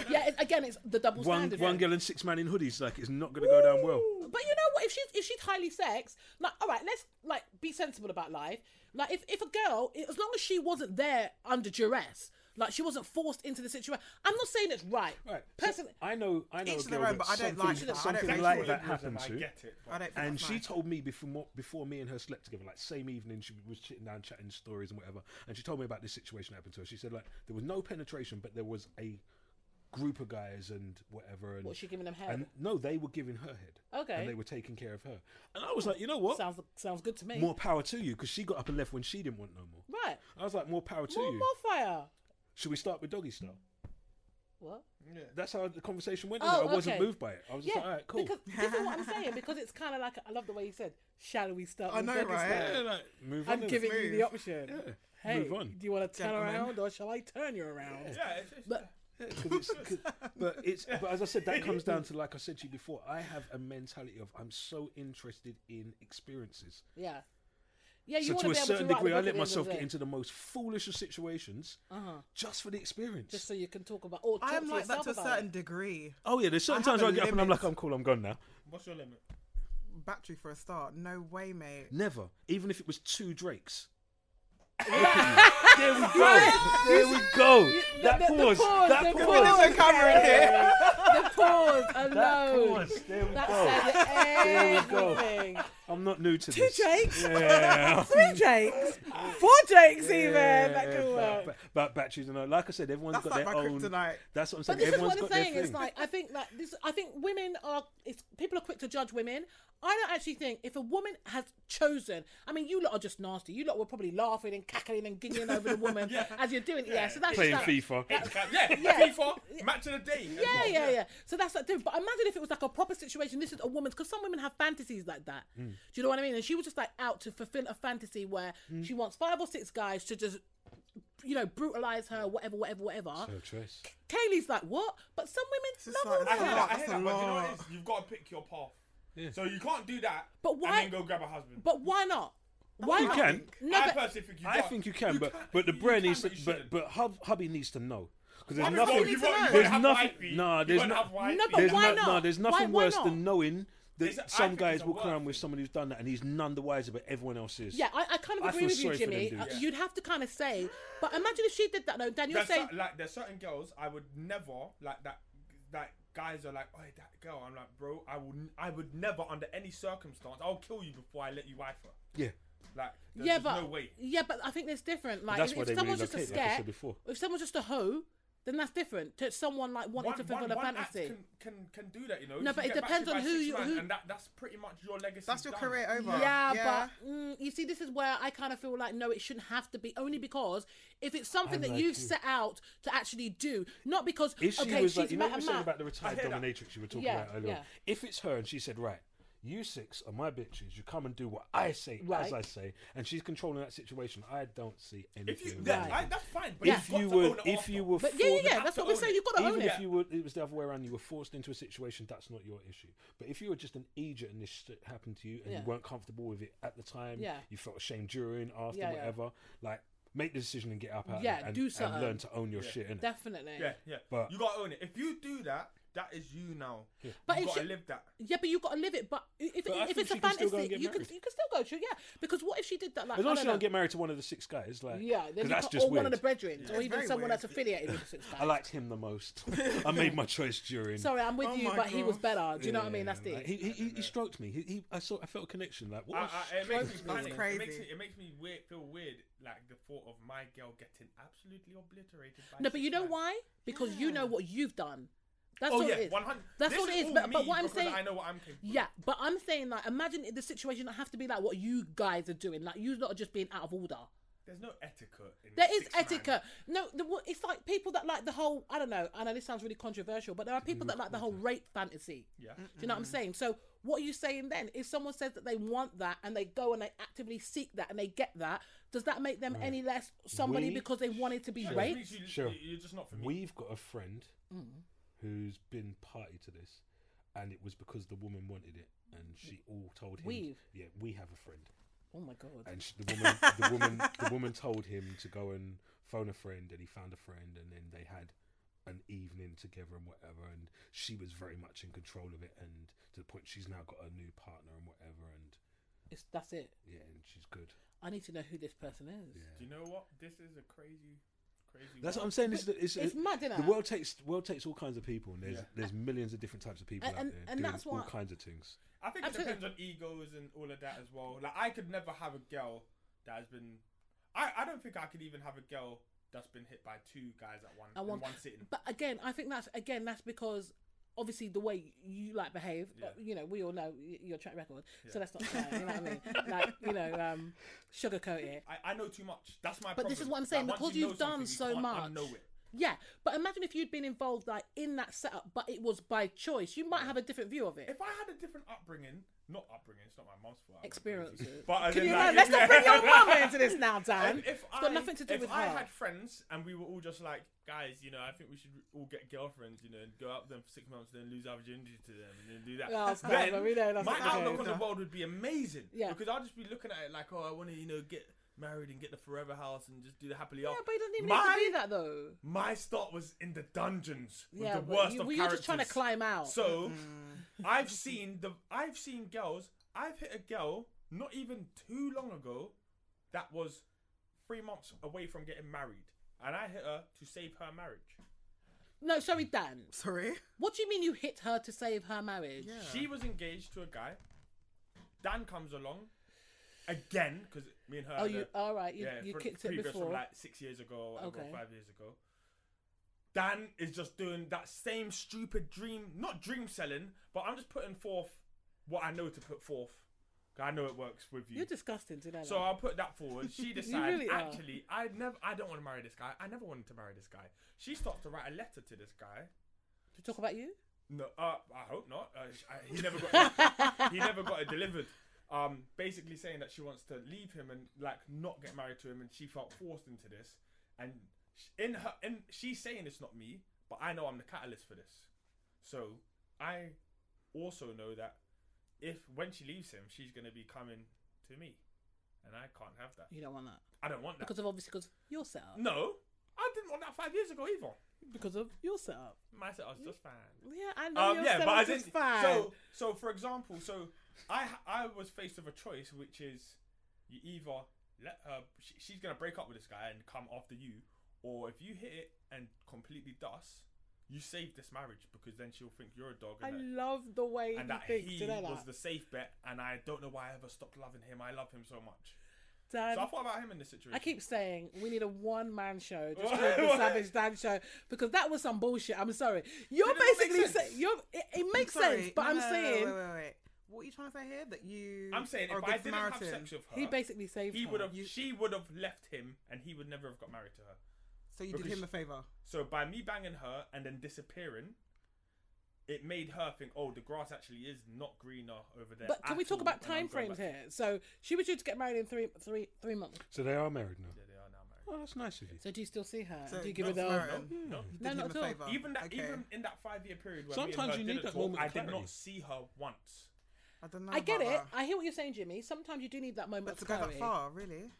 Speaker 2: yeah. It, again, it's the double
Speaker 1: One,
Speaker 2: standard.
Speaker 1: one
Speaker 2: yeah.
Speaker 1: girl and six man in hoodies, like it's not going to go down well.
Speaker 2: But you know what? If she's if she's highly sexed, like all right, let's like be sensible about life. Like if if a girl, as long as she wasn't there under duress, like she wasn't forced into the situation. I'm not saying it's right.
Speaker 1: Right. so
Speaker 2: Personally,
Speaker 1: I know, I know
Speaker 3: Each
Speaker 1: a
Speaker 3: to
Speaker 1: girl
Speaker 3: their
Speaker 1: that
Speaker 3: own, but I don't
Speaker 1: something-
Speaker 3: like that. I don't
Speaker 1: something
Speaker 3: like
Speaker 1: like
Speaker 3: that.
Speaker 1: that
Speaker 4: Realism,
Speaker 1: happened
Speaker 4: I
Speaker 1: to.
Speaker 4: get it. but-
Speaker 3: I don't think
Speaker 1: and
Speaker 3: that's
Speaker 1: she
Speaker 3: nice.
Speaker 1: told me before mo- before me and her slept together, like same evening, she was sitting down chatting stories and whatever. And she told me about this situation that happened to her. She said like there was no penetration, but there was a group of guys and whatever. And
Speaker 2: was she giving them head?
Speaker 1: And no, they were giving her head.
Speaker 2: Okay.
Speaker 1: And they were taking care of her. And I was like, you know what?
Speaker 2: sounds sounds good to me.
Speaker 1: more power to you, because she got up and left when she didn't want no more.
Speaker 2: right.
Speaker 1: I was like, more power to
Speaker 2: More,
Speaker 1: you.
Speaker 2: more fire.
Speaker 1: Should we start with doggy style?
Speaker 2: What?
Speaker 1: That's how the conversation went.
Speaker 2: Oh,
Speaker 1: and I wasn't
Speaker 2: okay.
Speaker 1: moved by it. I was just like, all right, cool.
Speaker 2: Because this is what I'm saying. Because it's kind of like I love the way you said. Shall we start?
Speaker 3: I
Speaker 2: with
Speaker 3: know,
Speaker 2: doggy
Speaker 3: right?
Speaker 2: style?"
Speaker 1: yeah, like, move on.
Speaker 2: I'm
Speaker 1: innit?
Speaker 2: giving you the
Speaker 3: Move.
Speaker 2: option. Hey,
Speaker 1: move on.
Speaker 2: do you want to turn
Speaker 3: Gentlemen.
Speaker 2: around or shall I turn you around?
Speaker 4: Yeah, it's, it's,
Speaker 2: But
Speaker 1: Yeah, 'cause it's, 'cause- but it's but as I said, that comes down to like I said to you before. I have a mentality of I'm so interested in experiences.
Speaker 2: yeah, yeah. You
Speaker 1: so
Speaker 2: want
Speaker 1: to a
Speaker 2: be able
Speaker 1: certain
Speaker 2: to write
Speaker 1: degree,
Speaker 2: the
Speaker 1: I let
Speaker 2: book at the end of
Speaker 1: myself get
Speaker 2: the day, Uh-huh.
Speaker 1: into the most foolish of situations just for the experience.
Speaker 2: just so you can talk about or talk
Speaker 3: I am
Speaker 2: to
Speaker 3: like that
Speaker 2: yourself
Speaker 3: to a
Speaker 2: about
Speaker 3: certain
Speaker 2: it.
Speaker 3: degree.
Speaker 1: oh yeah, there's certain
Speaker 3: I have
Speaker 1: times
Speaker 3: a
Speaker 1: where I get up and I'm
Speaker 3: limit.
Speaker 1: like, I'm cool, I'm gone now.
Speaker 4: what's your limit?
Speaker 3: Battery for a start. No way, mate.
Speaker 1: Never, even if it was two Drakes. Look at you. there we go. There we go. That
Speaker 2: the- the
Speaker 1: pause.
Speaker 2: pause,
Speaker 1: That
Speaker 2: the
Speaker 1: pause.
Speaker 2: pause.
Speaker 3: There's no camera in here.
Speaker 2: the pause alone.
Speaker 1: That pause. There we
Speaker 2: That
Speaker 1: go.
Speaker 2: says
Speaker 1: we go.
Speaker 2: everything.
Speaker 1: I'm not new to
Speaker 2: Two
Speaker 1: this.
Speaker 2: Jakes,
Speaker 1: Yeah.
Speaker 2: three Jakes, four Jakes even. That
Speaker 1: Yeah,
Speaker 2: could
Speaker 1: but-
Speaker 2: work.
Speaker 1: But, but batteries and all. Like I said, everyone's
Speaker 3: That's
Speaker 1: got
Speaker 3: like
Speaker 1: their
Speaker 3: my
Speaker 1: own.
Speaker 3: kryptonite.
Speaker 1: That's what I'm saying.
Speaker 2: But this is
Speaker 1: everyone's
Speaker 2: what I'm
Speaker 1: got
Speaker 2: saying.
Speaker 1: their
Speaker 2: It's
Speaker 1: thing.
Speaker 2: like I think like this. I think women are. It's people are quick to judge women. I don't actually think if a woman has chosen. I mean, you lot are just nasty. You lot were probably laughing and cackling and giggling over the woman as you're doing it. Yeah. So that's
Speaker 1: playing
Speaker 2: just like-
Speaker 1: FIFA.
Speaker 4: yeah,
Speaker 2: Yeah.
Speaker 4: FIFA match of the day. as
Speaker 2: Yeah,
Speaker 4: well.
Speaker 2: yeah, yeah. So that's that different. But imagine if it was like a proper situation. This is a woman's because some women have fantasies like that.
Speaker 1: Hmm.
Speaker 2: Do you know what I mean? And she was just like out to fulfill a fantasy where
Speaker 1: Hmm.
Speaker 2: she wants five or six guys to just, you know, brutalize her, whatever, whatever, whatever.
Speaker 1: No choice.
Speaker 2: Kaylee's like, what? But some women
Speaker 3: It's just
Speaker 2: love all
Speaker 3: like-
Speaker 4: I
Speaker 2: that.
Speaker 4: hear
Speaker 3: Yeah,
Speaker 4: that. I
Speaker 3: that's
Speaker 4: hear
Speaker 3: a
Speaker 4: that. But you know what
Speaker 3: lot.
Speaker 4: it is? You've got to pick your path. So you can't do that.
Speaker 2: But why-
Speaker 4: And then go grab a husband.
Speaker 2: But why not? Why
Speaker 1: You
Speaker 2: not?
Speaker 1: can.
Speaker 2: No,
Speaker 4: I
Speaker 2: but-
Speaker 4: personally think you.
Speaker 1: I
Speaker 4: can't.
Speaker 1: think you can, but
Speaker 4: can't-
Speaker 1: but the
Speaker 4: you
Speaker 1: brand
Speaker 4: can,
Speaker 1: needs to.
Speaker 4: you
Speaker 1: But
Speaker 4: shouldn't.
Speaker 1: but hub, hubby needs to know because there's
Speaker 4: Hubby
Speaker 1: nothing.
Speaker 4: knows, you've got- you've got
Speaker 1: there's
Speaker 4: to have
Speaker 1: nothing.
Speaker 4: wifey.
Speaker 1: Nah,
Speaker 4: You've
Speaker 1: there's
Speaker 4: got to
Speaker 1: no-
Speaker 4: have wifey.
Speaker 2: No, but
Speaker 1: There's
Speaker 2: why
Speaker 1: no,
Speaker 2: not?
Speaker 1: no, there's nothing
Speaker 2: Why- why
Speaker 1: worse
Speaker 2: not?
Speaker 1: than knowing that
Speaker 4: It's- I
Speaker 1: some
Speaker 4: think
Speaker 1: guys
Speaker 4: it's a
Speaker 1: walk around
Speaker 4: work
Speaker 1: with
Speaker 4: thing.
Speaker 1: somebody who's done that and he's none the wiser, but everyone else is.
Speaker 2: Yeah, I, I kind of
Speaker 1: I
Speaker 2: agree
Speaker 1: feel
Speaker 2: with you,
Speaker 1: sorry for them
Speaker 2: Jimmy.
Speaker 1: dudes.
Speaker 2: Uh, You'd have to kind of say, but imagine if she did that. No, Dan, you're
Speaker 4: There's
Speaker 2: saying
Speaker 4: cer- like there's certain girls I would never like that. That guys are like, oh that girl. I'm like, bro, I will. n- I would never under any circumstance. I'll kill you before I let you wife her.
Speaker 1: yeah.
Speaker 4: Like, there's
Speaker 2: yeah,
Speaker 4: just
Speaker 2: but
Speaker 4: no way.
Speaker 2: yeah, but I think there's different. Like,
Speaker 1: that's
Speaker 2: if,
Speaker 1: why
Speaker 2: if
Speaker 1: they
Speaker 2: someone's just a
Speaker 1: relocate,
Speaker 2: scat,
Speaker 1: like I said before.
Speaker 2: if someone's just a hoe, then that's different to someone like wanting to fulfill a
Speaker 4: act
Speaker 2: fantasy.
Speaker 4: can, can can do that, you know.
Speaker 2: No,
Speaker 4: You
Speaker 2: but
Speaker 4: can
Speaker 2: it
Speaker 4: get back
Speaker 2: depends
Speaker 4: to
Speaker 2: on
Speaker 4: by
Speaker 2: who
Speaker 4: six
Speaker 2: you-
Speaker 4: man,
Speaker 2: who-
Speaker 4: and that, that's pretty much your legacy.
Speaker 3: That's your
Speaker 4: done.
Speaker 3: career over.
Speaker 2: Yeah, but mm, you see, this is where I kind of feel like no, it shouldn't have to be only because if it's something that
Speaker 1: like
Speaker 2: you've
Speaker 1: you.
Speaker 2: set out to actually do, not because
Speaker 1: If she
Speaker 2: okay,
Speaker 1: was
Speaker 2: she's
Speaker 1: like, you know,
Speaker 2: met
Speaker 1: what
Speaker 2: a
Speaker 1: you said
Speaker 2: man.
Speaker 1: about the retired
Speaker 4: I hear that.
Speaker 1: dominatrix you were talking
Speaker 2: Yeah,
Speaker 1: about earlier. on.
Speaker 2: yeah.
Speaker 1: If it's her and she said, right, You six are my bitches. You come and do what I say, as
Speaker 2: Right.
Speaker 1: I say, and she's controlling that situation. I don't see
Speaker 4: If
Speaker 1: anything.
Speaker 4: you,
Speaker 1: wrong
Speaker 4: that,
Speaker 1: with
Speaker 4: I,
Speaker 1: it.
Speaker 4: that's fine. But
Speaker 1: if
Speaker 4: you've
Speaker 1: you
Speaker 4: got to
Speaker 1: were,
Speaker 4: own it
Speaker 1: if
Speaker 4: after.
Speaker 1: you were,
Speaker 2: But yeah, yeah,
Speaker 1: for the-
Speaker 2: yeah. That's what we're
Speaker 4: own
Speaker 2: saying.
Speaker 4: it.
Speaker 2: You've got to
Speaker 1: even
Speaker 2: own it.
Speaker 1: if you were, it was the other way around. You were forced into a situation that's not your issue. But if you were just an idiot and this shit happened to you, and
Speaker 2: Yeah.
Speaker 1: you weren't comfortable with it at the time,
Speaker 2: Yeah.
Speaker 1: you felt ashamed during, after,
Speaker 2: Yeah, yeah.
Speaker 1: whatever. Like, make the decision and get up out.
Speaker 2: Yeah,
Speaker 1: and, and,
Speaker 2: do
Speaker 1: and
Speaker 2: something.
Speaker 1: learn to own your shit. Innit?
Speaker 2: Definitely.
Speaker 4: yeah, yeah,
Speaker 1: But-
Speaker 4: you got to own it. If you do that, that is you now.
Speaker 2: But
Speaker 4: you
Speaker 2: it
Speaker 4: got to
Speaker 2: should-
Speaker 4: live that.
Speaker 2: Yeah, but you've got to live it. But i- if,
Speaker 1: But I
Speaker 2: if
Speaker 1: think
Speaker 2: it's a
Speaker 1: she can still
Speaker 2: fantasy,
Speaker 1: go and get
Speaker 2: you can
Speaker 1: married.
Speaker 2: you can still go to yeah. Because what if she did that? Like
Speaker 1: As long
Speaker 2: I
Speaker 1: as
Speaker 2: don't
Speaker 1: you don't
Speaker 2: know.
Speaker 1: get married to one of the six guys, like,
Speaker 2: yeah, then
Speaker 1: 'cause
Speaker 2: you
Speaker 1: that's
Speaker 2: can't-
Speaker 1: just
Speaker 2: or
Speaker 1: weird.
Speaker 2: one of the brethren, or even
Speaker 3: very
Speaker 2: someone
Speaker 3: weird.
Speaker 2: that's affiliated with the six
Speaker 1: I
Speaker 2: guys.
Speaker 1: liked him the most. I made my choice during.
Speaker 2: Sorry, I'm with
Speaker 3: Oh
Speaker 2: you,
Speaker 3: my
Speaker 2: but he was
Speaker 3: God.
Speaker 2: better. Do you know what I mean?
Speaker 1: Yeah,
Speaker 2: That's the
Speaker 1: like, he, he, he, he stroked me. He, he, I saw. I felt a connection. Like
Speaker 2: Oh,
Speaker 1: what?
Speaker 4: I,
Speaker 1: was
Speaker 4: I, it makes me
Speaker 2: Strokes me.
Speaker 4: panic.
Speaker 3: Crazy.
Speaker 4: It makes me, it makes me weird, feel weird, like the thought of my girl getting absolutely obliterated. By
Speaker 2: no, but you
Speaker 4: six
Speaker 2: know
Speaker 4: men.
Speaker 2: why? Because you know what you've done. That's
Speaker 4: Oh
Speaker 2: all
Speaker 4: yeah,
Speaker 2: it is.
Speaker 4: 100.
Speaker 2: That's
Speaker 4: This
Speaker 2: all it is.
Speaker 4: all
Speaker 2: But, but
Speaker 4: me
Speaker 2: what I'm
Speaker 4: because
Speaker 2: saying,
Speaker 4: I know what I'm capable. of.
Speaker 2: Yeah, but I'm saying like, imagine the situation not have to be like what you guys are doing. Like you lot are just being out of order.
Speaker 4: There's no etiquette. In
Speaker 2: There is
Speaker 4: six man.
Speaker 2: etiquette. No, the, wo- it's like people that like the whole. I don't know. I know this sounds really controversial, but there are people that like the whole rape fantasy.
Speaker 4: Yeah.
Speaker 2: Do you know what I'm saying? So what are you saying then? If someone says that they want that and they go and they actively seek that and they get that, does that make them any less somebody
Speaker 1: We-
Speaker 2: because they wanted to be
Speaker 4: That just
Speaker 2: raped?
Speaker 4: means You,
Speaker 1: Sure.
Speaker 4: you- You're just not for me.
Speaker 1: We've got a friend
Speaker 2: Mm.
Speaker 1: who's been party to this, and it was because the woman wanted it, and she all told him.
Speaker 2: We've?
Speaker 1: Yeah, we have a friend,
Speaker 2: Oh my god.
Speaker 1: and she, the woman, the woman, the woman told him to go and phone a friend, and he found a friend, and then they had an evening together and whatever, and she was very much in control of it, and to the point she's now got a new partner and whatever, and
Speaker 2: It's, that's it.
Speaker 1: yeah, and she's good.
Speaker 2: I need to know who this person is.
Speaker 4: Do you know what? This is a crazy, crazy.
Speaker 1: That's what
Speaker 4: world.
Speaker 1: I'm saying. It's, it's,
Speaker 2: it's mad, innit?
Speaker 1: The world takes world takes all kinds of people, and there's
Speaker 4: Yeah.
Speaker 1: there's millions of different types of people
Speaker 2: And-
Speaker 1: out
Speaker 2: and-
Speaker 1: there
Speaker 2: and
Speaker 1: doing
Speaker 2: that's
Speaker 1: all
Speaker 2: what-
Speaker 1: kinds of things.
Speaker 4: I think
Speaker 2: Absolutely.
Speaker 4: it depends on egos and all of that as well. Like I could never have a girl that has been. I, I don't think I could even have a girl that's been hit by two guys at one
Speaker 2: I
Speaker 4: in
Speaker 2: want
Speaker 4: one sitting.
Speaker 2: But again, I think that's again that's because obviously the way you like behave, uh, you know, we all know y- your track record, so that's not fair. you know what I mean? Like you know, um, sugarcoat it.
Speaker 4: I, I know too much. That's my.
Speaker 2: But this is
Speaker 4: problem.
Speaker 2: what I'm saying,
Speaker 4: Like, once
Speaker 2: because
Speaker 4: you
Speaker 2: you've
Speaker 4: know
Speaker 2: done so
Speaker 4: something, you
Speaker 2: much.
Speaker 4: can't unknow it.
Speaker 2: Yeah, but imagine if you'd been involved like in that setup, but it was by choice. You might have a different view of it.
Speaker 4: If I had a different upbringing, not upbringing, it's not my mom's fault. I went
Speaker 2: Experiences.
Speaker 4: crazy. But as
Speaker 2: Can
Speaker 4: in,
Speaker 2: you
Speaker 4: like,
Speaker 2: imagine? Let's not bring your mum into this now, Dan.
Speaker 4: Oh, If, if
Speaker 2: it's
Speaker 4: I,
Speaker 2: got nothing to do
Speaker 4: if
Speaker 2: with
Speaker 4: I
Speaker 2: her.
Speaker 4: had friends and we were all just like, guys, you know, I think we should all get girlfriends, you know, and go out with them for six months, then lose our virginity to them, and then do that.
Speaker 2: Oh, stop,
Speaker 4: then
Speaker 2: but we know that's
Speaker 4: my
Speaker 2: not the
Speaker 4: outlook
Speaker 2: case.
Speaker 4: on the world would be amazing.
Speaker 2: Yeah.
Speaker 4: Because I'll just be looking at it like, oh, I want to, you know, get married and get the forever house and just do the happily
Speaker 2: yeah,
Speaker 4: ever.
Speaker 2: but it doesn't even
Speaker 4: my,
Speaker 2: need to be that though.
Speaker 4: My start was in the dungeons with
Speaker 2: Yeah,
Speaker 4: the
Speaker 2: but
Speaker 4: worst
Speaker 2: you,
Speaker 4: of
Speaker 2: well, you're just
Speaker 4: characters.
Speaker 2: trying to climb out.
Speaker 4: So I've seen the I've seen girls. I've hit a girl not even too long ago that was three months away from getting married, and I hit her to save her marriage.
Speaker 2: no, sorry, Dan.
Speaker 3: Sorry.
Speaker 2: What do you mean you hit her to save her marriage?
Speaker 3: Yeah.
Speaker 4: She was engaged to a guy. Dan comes along again because me and her.
Speaker 2: Oh,
Speaker 4: had
Speaker 2: you
Speaker 4: a-
Speaker 2: all right? You,
Speaker 4: yeah,
Speaker 2: you
Speaker 4: fr-
Speaker 2: kicked it
Speaker 4: previous
Speaker 2: before.
Speaker 4: from like six years ago, or whatever, or
Speaker 2: Okay.
Speaker 4: five years ago. Dan is just doing that same stupid dream, not dream selling, but I'm just putting forth what I know to put forth. 'Cause I know it works with you.
Speaker 2: You're disgusting today.
Speaker 4: So I'll put that forward. She decides,
Speaker 2: really are.
Speaker 4: actually, I never, I don't want to marry this guy. I never wanted to marry this guy. She starts to write a letter to this guy.
Speaker 2: to talk about you.
Speaker 4: No, uh, I hope not. Uh, sh- I- he never got, he never got it delivered. Um, basically saying that she wants to leave him and like not get married to him, and she felt forced into this. And sh- in her, and she's saying it's not me, but I know I'm the catalyst for this. So I also know that if when she leaves him, she's going to be coming to me, and I can't have that.
Speaker 2: You don't want that
Speaker 4: I don't want that.
Speaker 2: because of obviously because your setup.
Speaker 4: No, I didn't want that five years ago either.
Speaker 2: Because of your setup.
Speaker 4: My set was just fine.
Speaker 2: Yeah, I know
Speaker 4: Um,
Speaker 2: your
Speaker 4: yeah,
Speaker 2: setup
Speaker 4: but I
Speaker 2: is
Speaker 4: didn't.
Speaker 2: fine.
Speaker 4: So, so for example, so I ha- I was faced with a choice, which is you either let her, she, she's gonna break up with this guy and come after you, or if you hit it and completely dust, you save this marriage because then she'll think you're a dog.
Speaker 2: I
Speaker 4: And that-
Speaker 2: love the way you
Speaker 4: and that
Speaker 2: think.
Speaker 4: he
Speaker 2: do you know that?
Speaker 4: was the safe bet, and I don't know why I ever stopped loving him. I love him so much.
Speaker 2: Dan,
Speaker 4: so I thought about him in this situation.
Speaker 2: Um, I keep saying we need a one man show, just called the Savage Dan Show, because that was some bullshit. I'm sorry. You're
Speaker 4: It doesn't make
Speaker 2: basically
Speaker 4: sense.
Speaker 2: saying you're. It, it makes
Speaker 3: Sorry.
Speaker 2: sense, but
Speaker 3: No,
Speaker 2: I'm
Speaker 3: no, no, no,
Speaker 2: saying
Speaker 3: Wait, wait, wait. What are you trying to say here? That you.
Speaker 4: I'm saying
Speaker 3: are a
Speaker 4: if
Speaker 3: good
Speaker 4: I didn't have
Speaker 3: Samaritan.
Speaker 4: sex with her,
Speaker 2: he basically saved.
Speaker 4: he
Speaker 2: her.
Speaker 4: would have
Speaker 3: You-
Speaker 4: she would have left him and he would never have got married to her
Speaker 3: So you did
Speaker 4: Because-
Speaker 3: him a favour.
Speaker 4: so by me banging her and then disappearing it made her think, oh, the grass actually is not greener over there.
Speaker 2: But can
Speaker 4: at
Speaker 2: we talk
Speaker 4: all,
Speaker 2: about
Speaker 4: and I'm
Speaker 2: time
Speaker 4: going
Speaker 2: frames
Speaker 4: back-
Speaker 2: here? So she was due to get married in three, three, three months.
Speaker 1: So they are married now.
Speaker 4: Yeah, they are now married.
Speaker 1: Oh, that's nice of you.
Speaker 2: So do you still see her?
Speaker 3: So
Speaker 2: do you give her
Speaker 3: not
Speaker 2: the?
Speaker 3: tomorrow.
Speaker 4: No,
Speaker 3: You
Speaker 2: No,
Speaker 3: did
Speaker 2: not
Speaker 3: him a
Speaker 2: at all.
Speaker 3: favour.
Speaker 4: Hmm. even that,
Speaker 3: Okay.
Speaker 4: even in that five year period where me and
Speaker 1: Sometimes
Speaker 4: her
Speaker 1: you need
Speaker 4: didn't
Speaker 1: that
Speaker 4: talk,
Speaker 1: moment
Speaker 4: I
Speaker 1: of
Speaker 4: did
Speaker 1: clarity.
Speaker 4: not see her once.
Speaker 3: I don't know.
Speaker 2: I get
Speaker 3: about
Speaker 2: it.
Speaker 3: that.
Speaker 2: I hear what you're saying, Jimmy. Sometimes you do need that moment
Speaker 3: But to
Speaker 2: of
Speaker 3: go
Speaker 2: clarity.
Speaker 3: that far, really?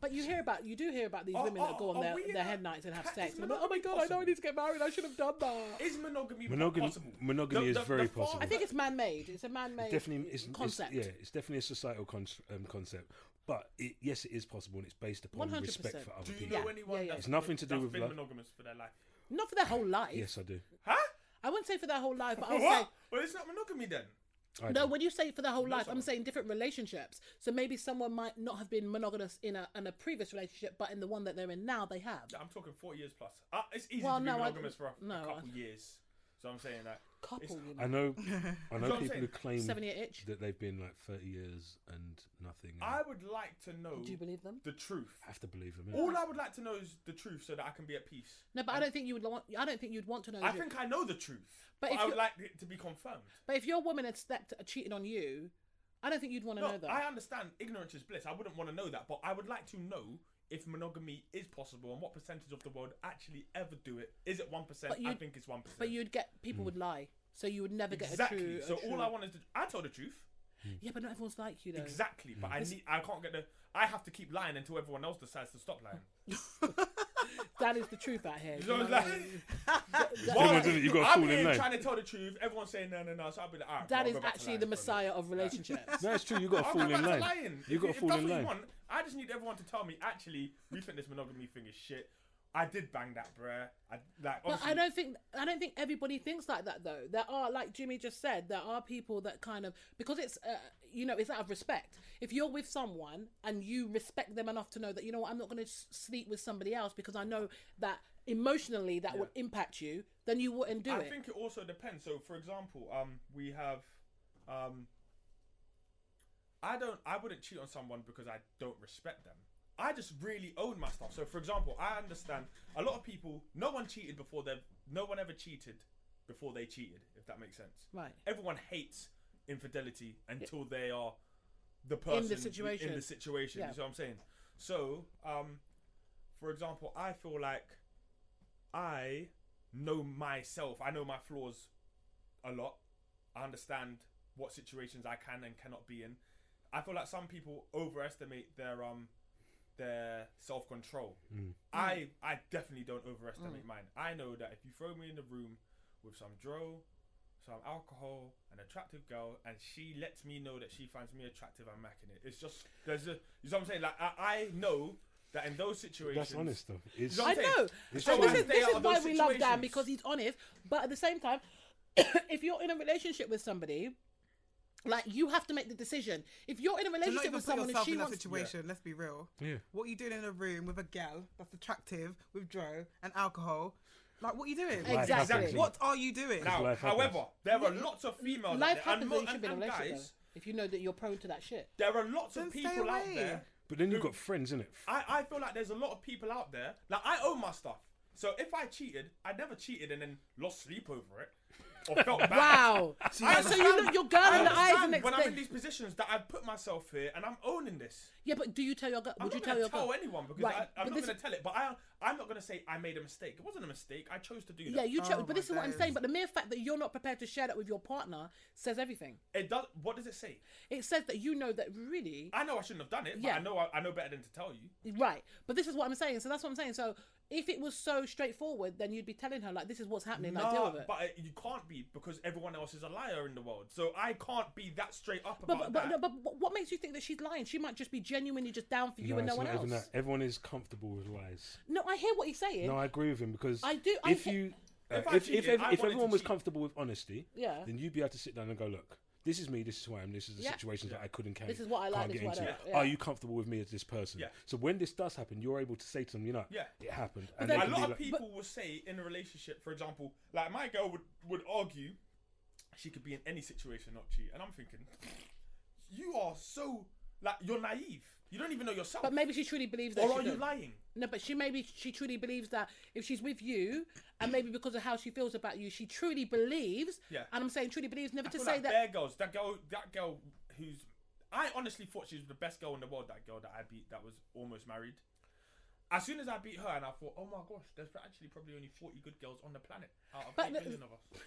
Speaker 2: But you hear about you do hear about these
Speaker 4: Oh,
Speaker 2: women that go
Speaker 4: oh,
Speaker 2: on
Speaker 4: are we
Speaker 2: their,
Speaker 4: in
Speaker 2: their
Speaker 4: that-
Speaker 2: head nights and have
Speaker 4: that
Speaker 2: sex.
Speaker 4: is
Speaker 2: And they're like, oh my god,
Speaker 4: not
Speaker 2: I know I need to get married. I should have done that.
Speaker 4: Is monogamy
Speaker 1: Monogamy-
Speaker 4: possible?
Speaker 1: monogamy is very
Speaker 4: far-
Speaker 1: possible.
Speaker 2: I think it's man-made. It's a man-made
Speaker 1: Definitely, it's, it's-
Speaker 2: concept.
Speaker 1: yeah, it's definitely a societal con- um, concept. But it, yes, it is possible, and it's based upon
Speaker 2: 100%.
Speaker 1: respect for other
Speaker 4: Do you
Speaker 1: people.
Speaker 4: know
Speaker 2: Yeah,
Speaker 4: anyone?
Speaker 2: yeah, yeah.
Speaker 4: That's,
Speaker 1: It's nothing to do
Speaker 4: that's
Speaker 1: with
Speaker 4: been
Speaker 1: love.
Speaker 4: monogamous for their life.
Speaker 2: Not for their whole life.
Speaker 1: Yes, I do.
Speaker 4: Huh?
Speaker 2: I wouldn't say for their whole life, but I would say
Speaker 4: What? Well, it's not monogamy then.
Speaker 1: I
Speaker 2: No,
Speaker 1: do.
Speaker 2: when you say for the whole life, I'm saying different relationships. So maybe someone might not have been monogamous in a in a previous relationship, but in the one that they're in now, they have.
Speaker 4: I'm talking four years plus. Uh, it's easy
Speaker 2: Well,
Speaker 4: to be
Speaker 2: no, I-
Speaker 4: monogamous for a, a
Speaker 2: no, I-
Speaker 4: couple years. So I'm saying that.
Speaker 2: Couple, you know.
Speaker 1: I know, I know
Speaker 4: what I'm
Speaker 1: people who
Speaker 4: saying?
Speaker 1: claim
Speaker 2: Seven-year itch.
Speaker 1: that they've been like thirty years and nothing. and
Speaker 4: I would like to know
Speaker 2: Do you believe them?
Speaker 4: the truth.
Speaker 1: have to believe them.
Speaker 4: All I would like to know is the truth so that I can be at peace.
Speaker 2: No, but I don't think you would want. I don't think you'd want to know.
Speaker 4: Um, I
Speaker 2: the-
Speaker 4: think I know the truth,
Speaker 2: But
Speaker 4: but,
Speaker 2: if
Speaker 4: I
Speaker 2: you-
Speaker 4: would like it to be confirmed.
Speaker 2: But if your woman had stepped uh, cheated on you, I don't think you'd want to
Speaker 4: No,
Speaker 2: know that.
Speaker 4: I understand ignorance is bliss. I wouldn't want to know that, but I would like to know if monogamy is possible and what percentage of the world actually ever do it. Is it one percent?
Speaker 2: But
Speaker 4: I
Speaker 2: you'd-
Speaker 4: think it's one percent.
Speaker 2: But you'd get people would lie, so you would never
Speaker 4: Hmm. exactly.
Speaker 2: get a true. a
Speaker 4: so all I
Speaker 2: true-
Speaker 4: wanted to, I told the truth.
Speaker 2: Yeah, but not everyone's like you though.
Speaker 4: Exactly, but I need. I can't get the. I have to keep lying until everyone else decides to stop lying.
Speaker 2: That is the truth out here.
Speaker 4: You
Speaker 2: you
Speaker 4: know,
Speaker 2: know
Speaker 4: it's
Speaker 2: what I
Speaker 4: like,
Speaker 2: mean?
Speaker 4: Well,
Speaker 1: doing it, you gotta
Speaker 4: I'm
Speaker 1: fall in
Speaker 4: here
Speaker 1: line.
Speaker 4: trying to tell the truth. Everyone's saying no, no, no. So I'll be like, all right,
Speaker 2: That
Speaker 4: well,
Speaker 2: is
Speaker 4: I'll go back to
Speaker 2: actually
Speaker 4: lying,
Speaker 2: the
Speaker 4: sorry.
Speaker 2: messiah of relationships.
Speaker 1: No, it's true. You got to
Speaker 4: I'll
Speaker 1: fall
Speaker 4: go back
Speaker 1: in
Speaker 4: to
Speaker 1: line.
Speaker 4: lying.
Speaker 1: You
Speaker 4: If-
Speaker 1: got
Speaker 4: if
Speaker 1: to fall
Speaker 4: that's
Speaker 1: in
Speaker 4: what you
Speaker 1: line.
Speaker 4: want, I just need everyone to tell me. Actually, we think this monogamy thing is shit. I did bang that, bruh. I like.
Speaker 2: But I
Speaker 4: obviously-
Speaker 2: don't think I don't think everybody thinks like that though. There are, like Jimmy just said, there are people that kind of because it's uh, you know it's out of respect. If you're with someone and you respect them enough to know that you know what I'm not going to sleep with somebody else because I know that emotionally that would impact you, then you wouldn't do
Speaker 4: I
Speaker 2: it.
Speaker 4: think it also depends. So, for example, um, we have, um, I don't, I wouldn't cheat on someone because I don't respect them. I just really own my stuff. So, for example, I understand a lot of people. No one cheated before they. No one ever cheated before they cheated. If that makes sense.
Speaker 2: Right.
Speaker 4: Everyone hates infidelity until they are the person
Speaker 2: situation.
Speaker 4: In the situation.
Speaker 2: Yeah.
Speaker 4: You see what I'm saying? So, um, for example, I feel like I know myself. I know my flaws a lot. I understand what situations I can and cannot be in. I feel like some people overestimate their um their self control.
Speaker 1: Mm.
Speaker 4: I I definitely don't
Speaker 2: Mm.
Speaker 4: overestimate mine. I know that if you throw me in the room with some dro, some alcohol, an attractive girl, and she lets me know that she finds me attractive, I'm macking it. It's just there's a you know what I'm saying. Like I, I know that in those situations,
Speaker 1: That's honest though. It's,
Speaker 4: You
Speaker 2: I
Speaker 4: I'm saying,
Speaker 2: know.
Speaker 1: it's
Speaker 2: and
Speaker 1: fine.
Speaker 2: this is,
Speaker 4: Stay
Speaker 2: this
Speaker 4: out
Speaker 2: is
Speaker 4: of
Speaker 2: why
Speaker 4: those
Speaker 2: we love Dan
Speaker 4: situations.
Speaker 2: because he's honest. But at the same time, if you're in a relationship with somebody, like you have to make the decision. If you're in a
Speaker 3: To not
Speaker 2: relationship
Speaker 3: even
Speaker 2: with
Speaker 3: put
Speaker 2: someone and
Speaker 3: yourself
Speaker 2: she
Speaker 3: in that
Speaker 2: wants,
Speaker 3: situation, let's be real.
Speaker 1: Yeah.
Speaker 3: What are you doing in a room with a gal that's attractive, with dro and alcohol? Like, what are you doing?
Speaker 1: Life
Speaker 2: Exactly.
Speaker 1: happens.
Speaker 3: What are you doing?
Speaker 4: Now,
Speaker 1: life happens.
Speaker 4: however, there are lots of females
Speaker 2: life
Speaker 4: out there,
Speaker 2: happens.
Speaker 4: mo-
Speaker 2: Though, you should be in a relationship
Speaker 4: guys,
Speaker 2: though, if you know that you're prone to that shit.
Speaker 4: there are lots
Speaker 3: Then
Speaker 4: of
Speaker 3: stay
Speaker 4: people out
Speaker 3: away.
Speaker 4: there.
Speaker 1: But then you've got friends, innit?
Speaker 4: I, I feel like there's a lot of people out there. Like I own my stuff. So if I cheated, I never cheated and then lost sleep over it or felt bad.
Speaker 2: Wow.
Speaker 4: I
Speaker 2: so you look your girl
Speaker 4: I
Speaker 2: in the eyes the
Speaker 4: understand
Speaker 2: next
Speaker 4: when
Speaker 2: day.
Speaker 4: I'm in these positions that I put myself here and I'm owning this.
Speaker 2: Yeah, but do you tell your girl?
Speaker 4: I'm
Speaker 2: Would you
Speaker 4: not
Speaker 2: tell
Speaker 4: gonna
Speaker 2: your
Speaker 4: tell
Speaker 2: girl?
Speaker 4: anyone because
Speaker 2: Right,
Speaker 4: I, I'm
Speaker 2: but
Speaker 4: not
Speaker 2: this-
Speaker 4: gonna tell it. But I I'm not gonna say I made a mistake. It wasn't a mistake. I chose to do that.
Speaker 2: Yeah, you chose.
Speaker 3: Oh
Speaker 2: but
Speaker 3: my
Speaker 2: this is what I'm
Speaker 3: days.
Speaker 2: saying. But the mere fact that you're not prepared to share that with your partner says everything.
Speaker 4: It does. What does it say?
Speaker 2: It says that you know that really
Speaker 4: I know I shouldn't have done it.
Speaker 2: Yeah.
Speaker 4: But I know I, I know better than to tell you.
Speaker 2: Right. But this is what I'm saying. So that's what I'm saying. So if it was so straightforward, then you'd be telling her, like, this is what's happening. like, deal
Speaker 4: Nah,
Speaker 2: with it.
Speaker 4: but uh, you can't be because everyone else is a liar in the world. So I can't be that straight up
Speaker 2: But, but,
Speaker 4: about that.
Speaker 2: but, no, but, but what makes you think that she's lying? She might just be genuinely just down for you and no
Speaker 1: it's
Speaker 2: one
Speaker 1: not
Speaker 2: else.
Speaker 1: even that. Everyone is comfortable with lies.
Speaker 2: No, I hear what he's saying.
Speaker 1: No, I agree with him because
Speaker 2: I do- I
Speaker 1: If
Speaker 2: ca-
Speaker 1: you, uh,
Speaker 4: If
Speaker 1: if
Speaker 4: I
Speaker 1: if, ev-
Speaker 4: cheated, I
Speaker 1: if
Speaker 4: wanted to
Speaker 1: everyone was
Speaker 4: cheat.
Speaker 1: comfortable with honesty,
Speaker 2: Yeah.
Speaker 1: then you'd be able to sit down and go, look, this is me. This is who I am. This is the
Speaker 2: Yeah.
Speaker 1: situations that I couldn't carry.
Speaker 2: This is what I like,
Speaker 1: Can't
Speaker 2: this
Speaker 1: get
Speaker 2: is what I
Speaker 1: into.
Speaker 2: don't- yeah.
Speaker 1: Are you comfortable with me as this person?
Speaker 4: Yeah.
Speaker 1: So when this does happen, you're able to say to them, you know,
Speaker 4: Yeah.
Speaker 1: it happened.
Speaker 2: then-
Speaker 1: they
Speaker 4: a
Speaker 1: can
Speaker 4: lot
Speaker 1: be
Speaker 4: of people will say in a relationship, for example, like my girl would would argue she could be in any situation not cheat, and I'm thinking, you are so like you're naive. You don't even know yourself.
Speaker 2: But maybe she truly believes that. she
Speaker 4: or are you
Speaker 2: does.
Speaker 4: lying?
Speaker 2: No, but she maybe she truly believes that if she's with you, and maybe because of how she feels about you, she truly believes.
Speaker 4: Yeah.
Speaker 2: And I'm saying truly believes never to
Speaker 4: feel
Speaker 2: say
Speaker 4: like
Speaker 2: that.
Speaker 4: Bear Girls, that girl, that girl who's, I honestly thought she was the best girl in the world. That girl that I beat, that was almost married. As soon as I beat her, and I thought, oh my gosh, there's actually probably only forty good girls on the planet out of
Speaker 2: But
Speaker 4: eight
Speaker 2: the-
Speaker 4: billion of us.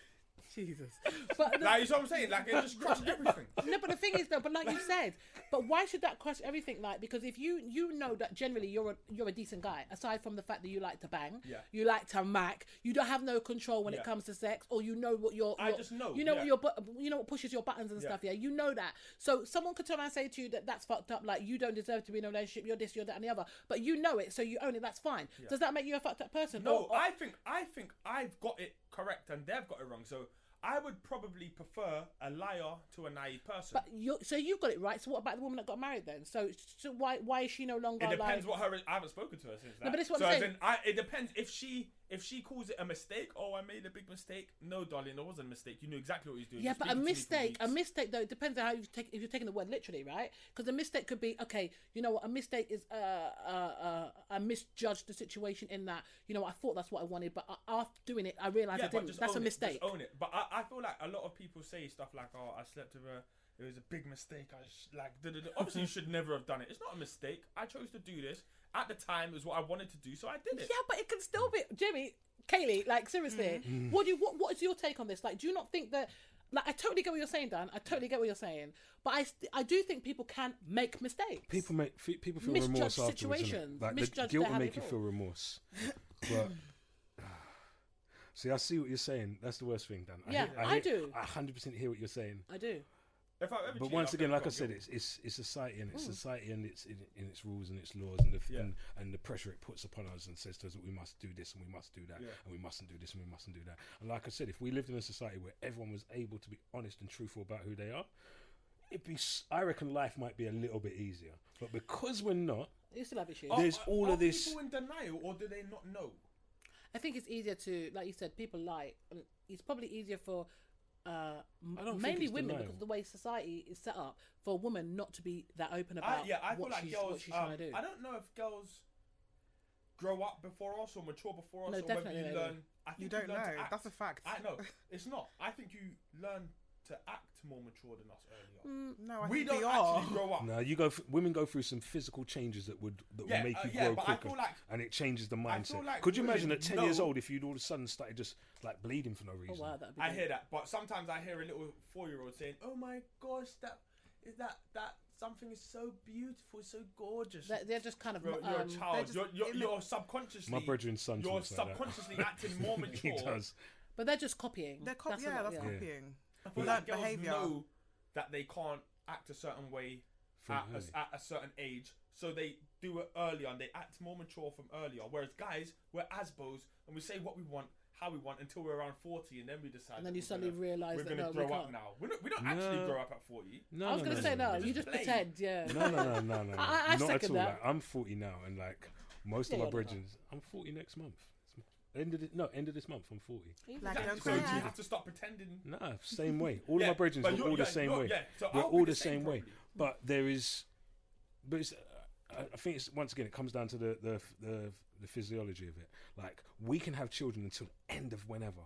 Speaker 2: Jesus. But the-
Speaker 4: Like, you see what I'm saying? Like, it just crushed everything.
Speaker 2: no, but the thing is though, but like you said, but why should that crush everything? Like because if you you know that generally you're a you're a decent guy, aside from the fact that you like to bang,
Speaker 4: Yeah.
Speaker 2: you like to mac, you don't have no control when
Speaker 4: Yeah.
Speaker 2: it comes to sex, or you know what your,
Speaker 4: I
Speaker 2: your-
Speaker 4: just know,
Speaker 2: you know what
Speaker 4: yeah.
Speaker 2: your bu- you know what pushes your buttons and stuff. Yeah, you know that. So someone could turn around and say to you that that's fucked up. Like you don't deserve to be in a relationship. You're this, you're that, and the other. But you know it, so you own it. That's fine. Does that make you a fucked up person?
Speaker 4: No,
Speaker 2: Or- or-
Speaker 4: I think I think I've got it correct and they've got it wrong. So I would probably prefer a liar to a naive person.
Speaker 2: But you, so you got it right. So what about the woman that got married then? So, so why why is she no longer
Speaker 4: it
Speaker 2: like?
Speaker 4: depends what her. I haven't spoken to her since. That.
Speaker 2: but it's what
Speaker 4: so
Speaker 2: I'm
Speaker 4: as
Speaker 2: saying.
Speaker 4: in, I, it depends if she if she calls it a mistake. Oh, I made a big mistake. No, darling, there wasn't a mistake. You knew exactly what you was doing.
Speaker 2: Yeah,
Speaker 4: You're
Speaker 2: but a
Speaker 4: speaking to me for
Speaker 2: mistake, a
Speaker 4: weeks.
Speaker 2: mistake though, it depends on how you take if you're taking the word literally, right? Because a mistake could be okay. You know what? A mistake is uh, uh, uh, I misjudged the situation in that. You know, what, I thought that's what I wanted, but a- after doing it, I realized I
Speaker 4: but
Speaker 2: didn't. That's a
Speaker 4: own it,
Speaker 2: mistake.
Speaker 4: Just own it. But I, I feel like a lot of people say stuff like, "Oh, I slept with her. It was a big mistake. I sh- like." da, da, da." Obviously, you should never have done it. It's not a mistake. I chose to do this at the time. It was what I wanted to do, so I did it.
Speaker 2: Yeah, but it can still be Jimmy, Kaylee. Like seriously,
Speaker 4: Mm-hmm.
Speaker 2: Mm-hmm. what do you what what is your take on this? Like, do you not think that? Like, I totally get what you're saying, Dan. I totally get what you're saying, but I st- I do think people can make mistakes.
Speaker 1: People make fe- people feel
Speaker 2: Misjudged
Speaker 1: remorse afterwards. innit?
Speaker 2: situations,
Speaker 1: Like the
Speaker 2: misjudged
Speaker 1: guilt
Speaker 2: their
Speaker 1: will make
Speaker 2: habit
Speaker 1: you
Speaker 2: of
Speaker 1: feel remorse. but see, I see what you're saying. That's the worst thing, Dan.
Speaker 2: Yeah,
Speaker 1: hear-
Speaker 2: I
Speaker 1: hear-
Speaker 2: do.
Speaker 1: I hundred percent hear what you're saying.
Speaker 2: I do.
Speaker 4: If I ever
Speaker 1: But
Speaker 4: cheated,
Speaker 1: once
Speaker 4: I've
Speaker 1: again,
Speaker 4: never
Speaker 1: like I
Speaker 4: felt
Speaker 1: said,
Speaker 4: guilty.
Speaker 1: it's it's it's society and it's
Speaker 2: Hmm.
Speaker 1: society and it's in, in its rules and its laws and the f-
Speaker 4: Yeah.
Speaker 1: and, and the pressure it puts upon us and says to us that we must do this and we must do that
Speaker 4: Yeah.
Speaker 1: and we mustn't do this and we mustn't do that. And like I said, if we lived in a society where everyone was able to be honest and truthful about who they are, it'd be. s- I reckon life might be a little bit easier. But because we're not,
Speaker 2: You still have issues.
Speaker 4: Are-
Speaker 1: there's
Speaker 4: are-
Speaker 1: all
Speaker 4: are
Speaker 1: of this-
Speaker 4: People in denial, or do they not know?
Speaker 2: I think it's easier to, like you said, people lie. and It's probably easier for uh, m-
Speaker 1: I don't think
Speaker 2: mainly
Speaker 1: it's
Speaker 2: women
Speaker 1: denial.
Speaker 2: because of the way society is set up for a woman not to be that open
Speaker 4: I,
Speaker 2: about
Speaker 4: yeah, I feel
Speaker 2: what,
Speaker 4: like
Speaker 2: she's,
Speaker 4: girls.
Speaker 2: what she's
Speaker 4: um,
Speaker 2: trying to do.
Speaker 4: I don't know if girls grow up before us or mature before us,
Speaker 2: No,
Speaker 4: or whether
Speaker 2: definitely
Speaker 4: you
Speaker 2: they
Speaker 4: learn.
Speaker 2: don't.
Speaker 4: I think
Speaker 3: You don't
Speaker 4: learn to
Speaker 3: know.
Speaker 4: act.
Speaker 3: That's a fact.
Speaker 4: I know it's not. I think you learn to act more mature than us earlier.
Speaker 2: Mm.
Speaker 3: No, I
Speaker 4: we
Speaker 3: think
Speaker 4: don't
Speaker 3: they are.
Speaker 4: actually grow up.
Speaker 1: no, you go. f women go through some physical changes that would that
Speaker 4: Yeah,
Speaker 1: will make
Speaker 4: uh,
Speaker 1: you
Speaker 4: yeah,
Speaker 1: grow
Speaker 4: but I
Speaker 1: quicker,
Speaker 4: feel like-
Speaker 1: and it changes the
Speaker 4: I feel
Speaker 1: mindset.
Speaker 4: like
Speaker 1: Could you imagine
Speaker 4: women
Speaker 1: at ten years
Speaker 4: know-
Speaker 1: old if you'd all of a sudden started just like bleeding for no
Speaker 2: oh
Speaker 1: reason?
Speaker 2: wow, that'd be.
Speaker 4: I
Speaker 2: good.
Speaker 4: hear that, but sometimes I hear a little four-year-old saying, "Oh my gosh, that is that that something is so beautiful, so gorgeous."
Speaker 2: They're, they're just kind of.
Speaker 4: Bro,
Speaker 2: um,
Speaker 4: you're a child.
Speaker 3: just
Speaker 4: You're, you're,
Speaker 3: in the-
Speaker 4: you're subconsciously.
Speaker 1: My brethren's son
Speaker 4: You're
Speaker 1: talks like that.
Speaker 4: subconsciously acting more mature.
Speaker 1: he does.
Speaker 2: But they're just copying.
Speaker 3: They're cop-
Speaker 2: That's a
Speaker 3: yeah,
Speaker 2: lot,
Speaker 3: that's
Speaker 1: yeah.
Speaker 3: copying.
Speaker 4: I feel
Speaker 3: Learned
Speaker 4: like girls
Speaker 3: behaviour.
Speaker 4: know that they can't act a certain way
Speaker 1: From
Speaker 4: at
Speaker 1: early.
Speaker 4: a, at a certain age, so they do it earlier and they act more mature from earlier. Whereas guys, we're asbos and we say what we want, how we want until we're around forty, and then we decide.
Speaker 2: And then
Speaker 4: that
Speaker 2: you
Speaker 4: we're
Speaker 2: suddenly
Speaker 4: gonna-
Speaker 2: realise
Speaker 4: we're
Speaker 2: that,
Speaker 4: gonna
Speaker 2: no, we
Speaker 4: grow up
Speaker 2: can't.
Speaker 4: now. We're not, we don't actually
Speaker 1: No.
Speaker 4: grow up at forty.
Speaker 1: No,
Speaker 2: I was
Speaker 1: no,
Speaker 2: going to
Speaker 1: no,
Speaker 2: say
Speaker 1: no,
Speaker 2: no.
Speaker 1: no.
Speaker 2: You just
Speaker 4: Play.
Speaker 2: pretend, yeah.
Speaker 1: No, no, no, no, no. no.
Speaker 2: I-
Speaker 1: Not
Speaker 2: I
Speaker 1: at
Speaker 2: second
Speaker 1: all.
Speaker 2: that.
Speaker 1: Like, I'm 40 now, and like most
Speaker 2: Yeah,
Speaker 1: of my
Speaker 2: you're not.
Speaker 1: brethren, I'm 40 next month. End of this, no, end of this month, I'm 40.
Speaker 3: Like,
Speaker 4: Exactly.
Speaker 3: don't
Speaker 4: So you
Speaker 3: cry.
Speaker 4: have to stop pretending.
Speaker 1: Nah, same way. All
Speaker 4: Yeah,
Speaker 1: of my brethren
Speaker 4: but
Speaker 1: were
Speaker 4: you're-
Speaker 1: all the
Speaker 4: yeah,
Speaker 1: same
Speaker 4: you're-
Speaker 1: way.
Speaker 4: yeah, so
Speaker 1: we're
Speaker 4: I'll be
Speaker 1: all
Speaker 4: the
Speaker 1: the
Speaker 4: same
Speaker 1: same way.
Speaker 4: probably.
Speaker 1: But there is, but it's, I, I think it's once again it comes down to the the, the the physiology of it. Like we can have children until the end of whenever.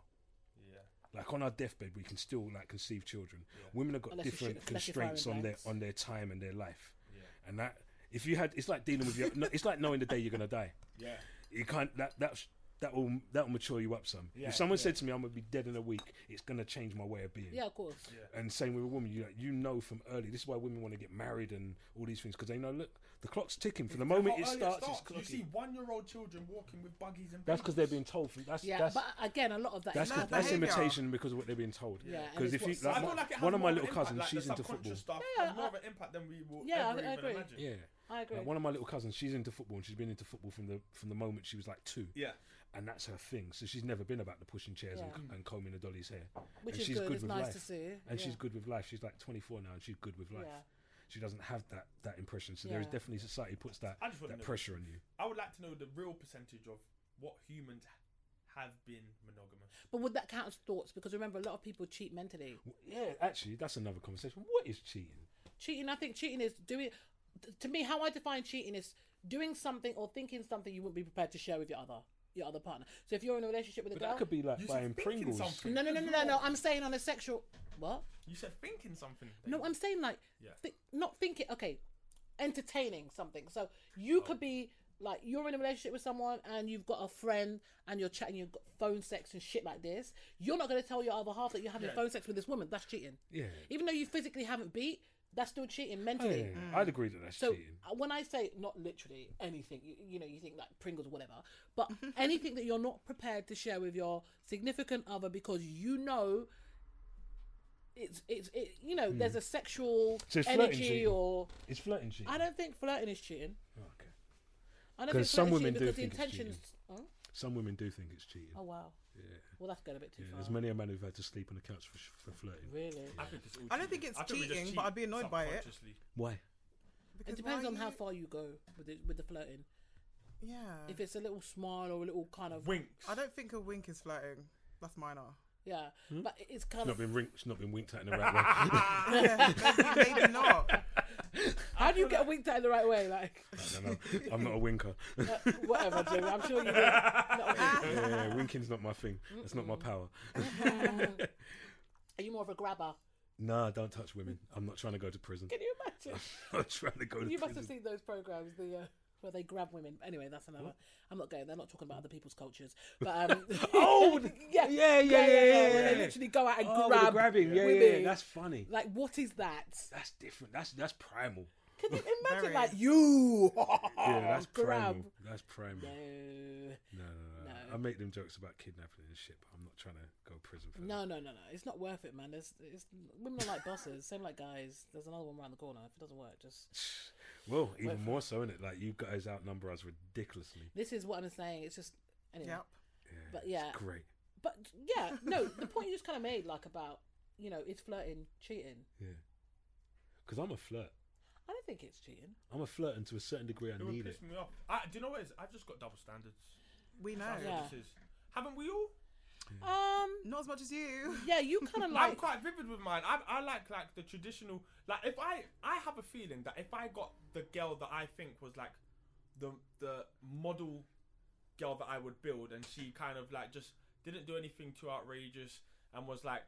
Speaker 4: Yeah.
Speaker 1: Like on our deathbed, we can still like conceive children. Women have got
Speaker 2: Unless you
Speaker 1: different
Speaker 2: shoot- unless you're firing
Speaker 1: constraints on their
Speaker 2: blanks.
Speaker 1: on their time and their life.
Speaker 4: Yeah.
Speaker 1: And that, if you had, it's like dealing with your. no, it's like knowing the day you're gonna die.
Speaker 4: Yeah.
Speaker 1: You can't. That that's that will that will mature you up some.
Speaker 4: Yeah,
Speaker 1: if someone
Speaker 4: yeah.
Speaker 1: said to me, "I'm gonna be dead in a week," it's gonna change my way of being.
Speaker 2: Yeah, of course.
Speaker 1: And same with a woman, you you know from early. This is why women want to get married and all these things because they know. Look, the clock's ticking. From the moment
Speaker 4: How
Speaker 1: it
Speaker 4: early
Speaker 1: starts, it's
Speaker 4: You see
Speaker 1: clocking.
Speaker 4: one-year-old children walking with buggies and.
Speaker 1: That's because they're
Speaker 4: babies.
Speaker 1: being told. From, that's
Speaker 2: Yeah,
Speaker 1: that's
Speaker 2: but again, a lot of that is
Speaker 1: that's,
Speaker 3: Learned
Speaker 1: that's
Speaker 2: copying.
Speaker 3: behaviour.
Speaker 1: imitation because of what they're being told.
Speaker 2: Yeah, and
Speaker 1: because
Speaker 2: it's
Speaker 1: if
Speaker 2: what
Speaker 1: you
Speaker 2: society-
Speaker 1: like,
Speaker 4: I
Speaker 1: my-
Speaker 4: feel like it has
Speaker 1: one of my
Speaker 4: more
Speaker 1: little
Speaker 4: impact,
Speaker 1: cousins,
Speaker 4: like
Speaker 1: she's
Speaker 4: the
Speaker 1: into
Speaker 4: subconscious
Speaker 1: football.
Speaker 4: Stuff
Speaker 2: Yeah,
Speaker 4: has more
Speaker 2: I-
Speaker 4: of an impact than we will
Speaker 2: Yeah, I-
Speaker 4: ever
Speaker 2: I
Speaker 4: even
Speaker 2: agree.
Speaker 4: imagine.
Speaker 1: Yeah,
Speaker 2: I agree.
Speaker 1: Like one of my little cousins, she's into football and she's been into football from the from the moment she was like two.
Speaker 4: Yeah.
Speaker 1: and that's her thing. So she's never been about the pushing chairs
Speaker 2: Yeah.
Speaker 1: and, and combing the dolly's hair.
Speaker 2: Which
Speaker 1: and
Speaker 2: is
Speaker 1: she's
Speaker 2: good, it's
Speaker 1: with
Speaker 2: nice
Speaker 1: life.
Speaker 2: to see,
Speaker 1: And she's
Speaker 2: yeah.
Speaker 1: good with life. She's like 24 now, and she's good with life.
Speaker 2: Yeah.
Speaker 1: She doesn't have that that impression. So there is
Speaker 2: Yeah.
Speaker 1: definitely society puts that
Speaker 4: I just wanna
Speaker 1: that
Speaker 4: know-
Speaker 1: pressure on you.
Speaker 4: I would like to know the real percentage of what humans have been monogamous.
Speaker 2: But would that count as thoughts? Because remember, a lot of people cheat mentally.
Speaker 1: W- Yeah, actually, that's another conversation. What is cheating?
Speaker 2: Cheating, I think cheating is doing. th- to me, how I define cheating is doing something or thinking something you wouldn't be prepared to share with your other your other partner. So if you're in a relationship with a
Speaker 1: But
Speaker 2: girl,
Speaker 1: that could be like
Speaker 4: You said
Speaker 1: buying
Speaker 4: thinking
Speaker 1: Pringles.
Speaker 4: something.
Speaker 2: no, no, no, no, no, no. I'm saying on a sexual. What?
Speaker 4: You said thinking something.
Speaker 2: No, I'm saying like
Speaker 4: Yeah.
Speaker 2: thi- not thinking. Okay, entertaining something. So you could be like you're in a relationship with someone and you've got a friend and you're chatting, you've got phone sex and shit like this. You're not going to tell your other half that you're having
Speaker 4: Yeah.
Speaker 2: phone sex with this woman. That's cheating.
Speaker 1: Yeah.
Speaker 2: Even though you physically haven't beat, that's still cheating
Speaker 1: Yeah,
Speaker 2: mentally.
Speaker 1: I'd agree that that's
Speaker 2: Mm. So
Speaker 1: cheating.
Speaker 2: uh, when I say not literally anything, you, you know, you think like Pringles or whatever, but anything that you're not prepared to share with your significant other because you know it's it's it, you know there's a sexual
Speaker 1: Hmm. So it's flirting
Speaker 2: energy
Speaker 1: cheating.
Speaker 2: or
Speaker 1: It's flirting cheating.
Speaker 2: I don't think flirting is cheating.
Speaker 1: Okay.
Speaker 2: I don't think
Speaker 1: 'Cause some
Speaker 2: flirting is
Speaker 1: women
Speaker 2: cheating
Speaker 1: do
Speaker 2: because
Speaker 1: think it's
Speaker 2: the intentions. Oh?
Speaker 1: Some women do think it's cheating.
Speaker 2: oh wow. Yeah. Well, that's going a bit too
Speaker 1: Yeah,
Speaker 2: far.
Speaker 1: there's many a man who've had to sleep on the couch for, sh- for flirting.
Speaker 2: Really.
Speaker 4: I think it's all
Speaker 3: I don't think
Speaker 4: cheating.
Speaker 3: it's
Speaker 4: I we just
Speaker 3: cheating, but
Speaker 4: cheat
Speaker 3: I'd be annoyed by it.
Speaker 4: subconsciously.
Speaker 1: Why?
Speaker 3: Because
Speaker 2: It depends
Speaker 3: why
Speaker 2: on how
Speaker 3: you-
Speaker 2: far you go with the, with the flirting.
Speaker 3: Yeah.
Speaker 2: If it's a little smile or a little kind of
Speaker 4: Winks.
Speaker 3: I don't think a wink is flirting. That's minor.
Speaker 2: yeah, but it's kind
Speaker 1: It's Hmm? not
Speaker 2: of
Speaker 1: been winked. It's not been winked at in the right way.
Speaker 3: Maybe, maybe not.
Speaker 2: how do you get winked at in the right way? Like
Speaker 1: I don't know. I'm not a winker.
Speaker 2: Whatever, Jimmy. I'm sure you did.
Speaker 1: yeah, winking's not my thing. That's not my power.
Speaker 2: Are you more of a grabber?
Speaker 1: Nah, don't touch women. I'm not trying to go to prison.
Speaker 2: Can you imagine?
Speaker 1: I'm not trying to go to
Speaker 2: You must
Speaker 1: prison.
Speaker 2: have seen those programs, the uh, where they grab women. Anyway, that's another. I'm not going. They're not talking about other people's cultures. But um,
Speaker 1: Oh,
Speaker 2: yeah,
Speaker 1: yeah, yeah, yeah,
Speaker 2: Where
Speaker 1: yeah,
Speaker 2: they
Speaker 1: yeah.
Speaker 2: literally go out and
Speaker 1: Oh, with the
Speaker 2: grab,
Speaker 1: grabbing. Yeah, yeah,
Speaker 2: women.
Speaker 1: yeah, that's funny.
Speaker 2: like what is that?
Speaker 1: That's different. That's that's primal.
Speaker 2: Can you imagine
Speaker 3: Very.
Speaker 2: like you?
Speaker 1: yeah, that's
Speaker 2: Oh, grab.
Speaker 1: primal. That's primal. No, no, no,
Speaker 2: No.
Speaker 1: I make them jokes about kidnapping and shit, but I'm not trying to go to prison for that.
Speaker 2: No, no, no, no. It's not worth it, man. There's, it's, women are like bosses, same like guys. There's another one around the corner. If it doesn't work, just
Speaker 1: Well, even more so, innit? Like, you guys outnumber us ridiculously.
Speaker 2: this is what I'm saying. It's just anyway.
Speaker 3: Yep.
Speaker 2: But yeah,
Speaker 1: Great.
Speaker 2: but yeah, no. The point you just kind of made, like about you know, is flirting cheating?
Speaker 1: Yeah. Because I'm a flirt.
Speaker 2: I don't think it's cheating.
Speaker 1: I'm a flirt, and to a certain degree, I
Speaker 4: It would
Speaker 1: need
Speaker 4: piss
Speaker 1: it.
Speaker 4: me off. I, do you know what it is? I've just got double standards.
Speaker 3: We know.
Speaker 4: That's
Speaker 2: Yeah.
Speaker 4: what this is. Haven't we all?
Speaker 2: Um,
Speaker 3: Not as much as you.
Speaker 2: yeah, you kind of
Speaker 4: I'm
Speaker 2: like
Speaker 4: quite vivid with mine. I, I like like the traditional. Like if I I have a feeling that if I got the girl that I think was like the the model girl that I would build, and she kind of like just didn't do anything too outrageous and was like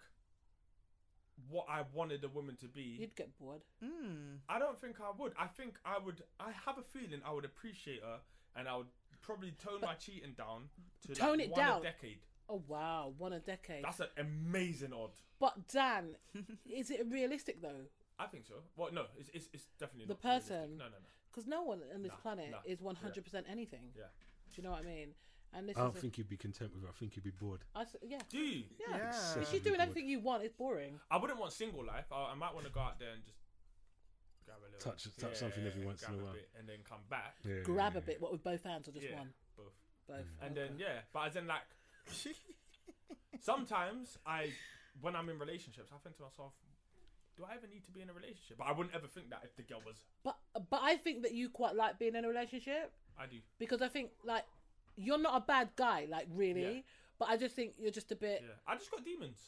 Speaker 4: what I wanted a woman to be.
Speaker 2: you'd get bored.
Speaker 3: Mm.
Speaker 4: I don't think I would. I think I would. I have a feeling I would appreciate her, and I would probably tone my cheating down to
Speaker 2: Tone
Speaker 4: like
Speaker 2: it
Speaker 4: one
Speaker 2: down.
Speaker 4: A decade.
Speaker 2: Oh wow, one a decade.
Speaker 4: That's an amazing odd.
Speaker 2: But Dan, is it realistic though?
Speaker 4: I think so. Well, no, it's it's, it's definitely
Speaker 2: The
Speaker 4: not realistic.
Speaker 2: person-
Speaker 4: No, no, no.
Speaker 2: Because no one on this
Speaker 4: Nah,
Speaker 2: planet
Speaker 4: nah,
Speaker 2: is
Speaker 4: yeah.
Speaker 2: 100 percent anything.
Speaker 4: Yeah.
Speaker 2: Do you know what I mean? And this
Speaker 1: I don't
Speaker 2: is a-
Speaker 1: think you'd be content with it. I think you'd be bored.
Speaker 2: I s- yeah.
Speaker 4: Do you?
Speaker 2: yeah,
Speaker 3: Yeah.
Speaker 2: If she's doing everything you want, it's boring.
Speaker 4: I wouldn't want single life. I, I might want to go out there and just grab a little
Speaker 1: Touch- touch something every once in
Speaker 4: grab
Speaker 1: a while.
Speaker 4: bit and then come back.
Speaker 1: Yeah,
Speaker 2: Grab
Speaker 1: yeah,
Speaker 2: a bit, what with both hands or just
Speaker 4: yeah, Mm.
Speaker 2: one?
Speaker 4: both.
Speaker 2: Both.
Speaker 4: And then yeah, but as in like, sometimes I, when I'm in relationships, I think to myself, do I even need to be in a relationship? But I wouldn't ever think that if the girl was,
Speaker 2: But but I think that you quite like being in a relationship.
Speaker 4: I do.
Speaker 2: because I think like you're not a bad guy, like really.
Speaker 4: Yeah.
Speaker 2: But I just think you're just a bit
Speaker 4: Yeah, I just got demons.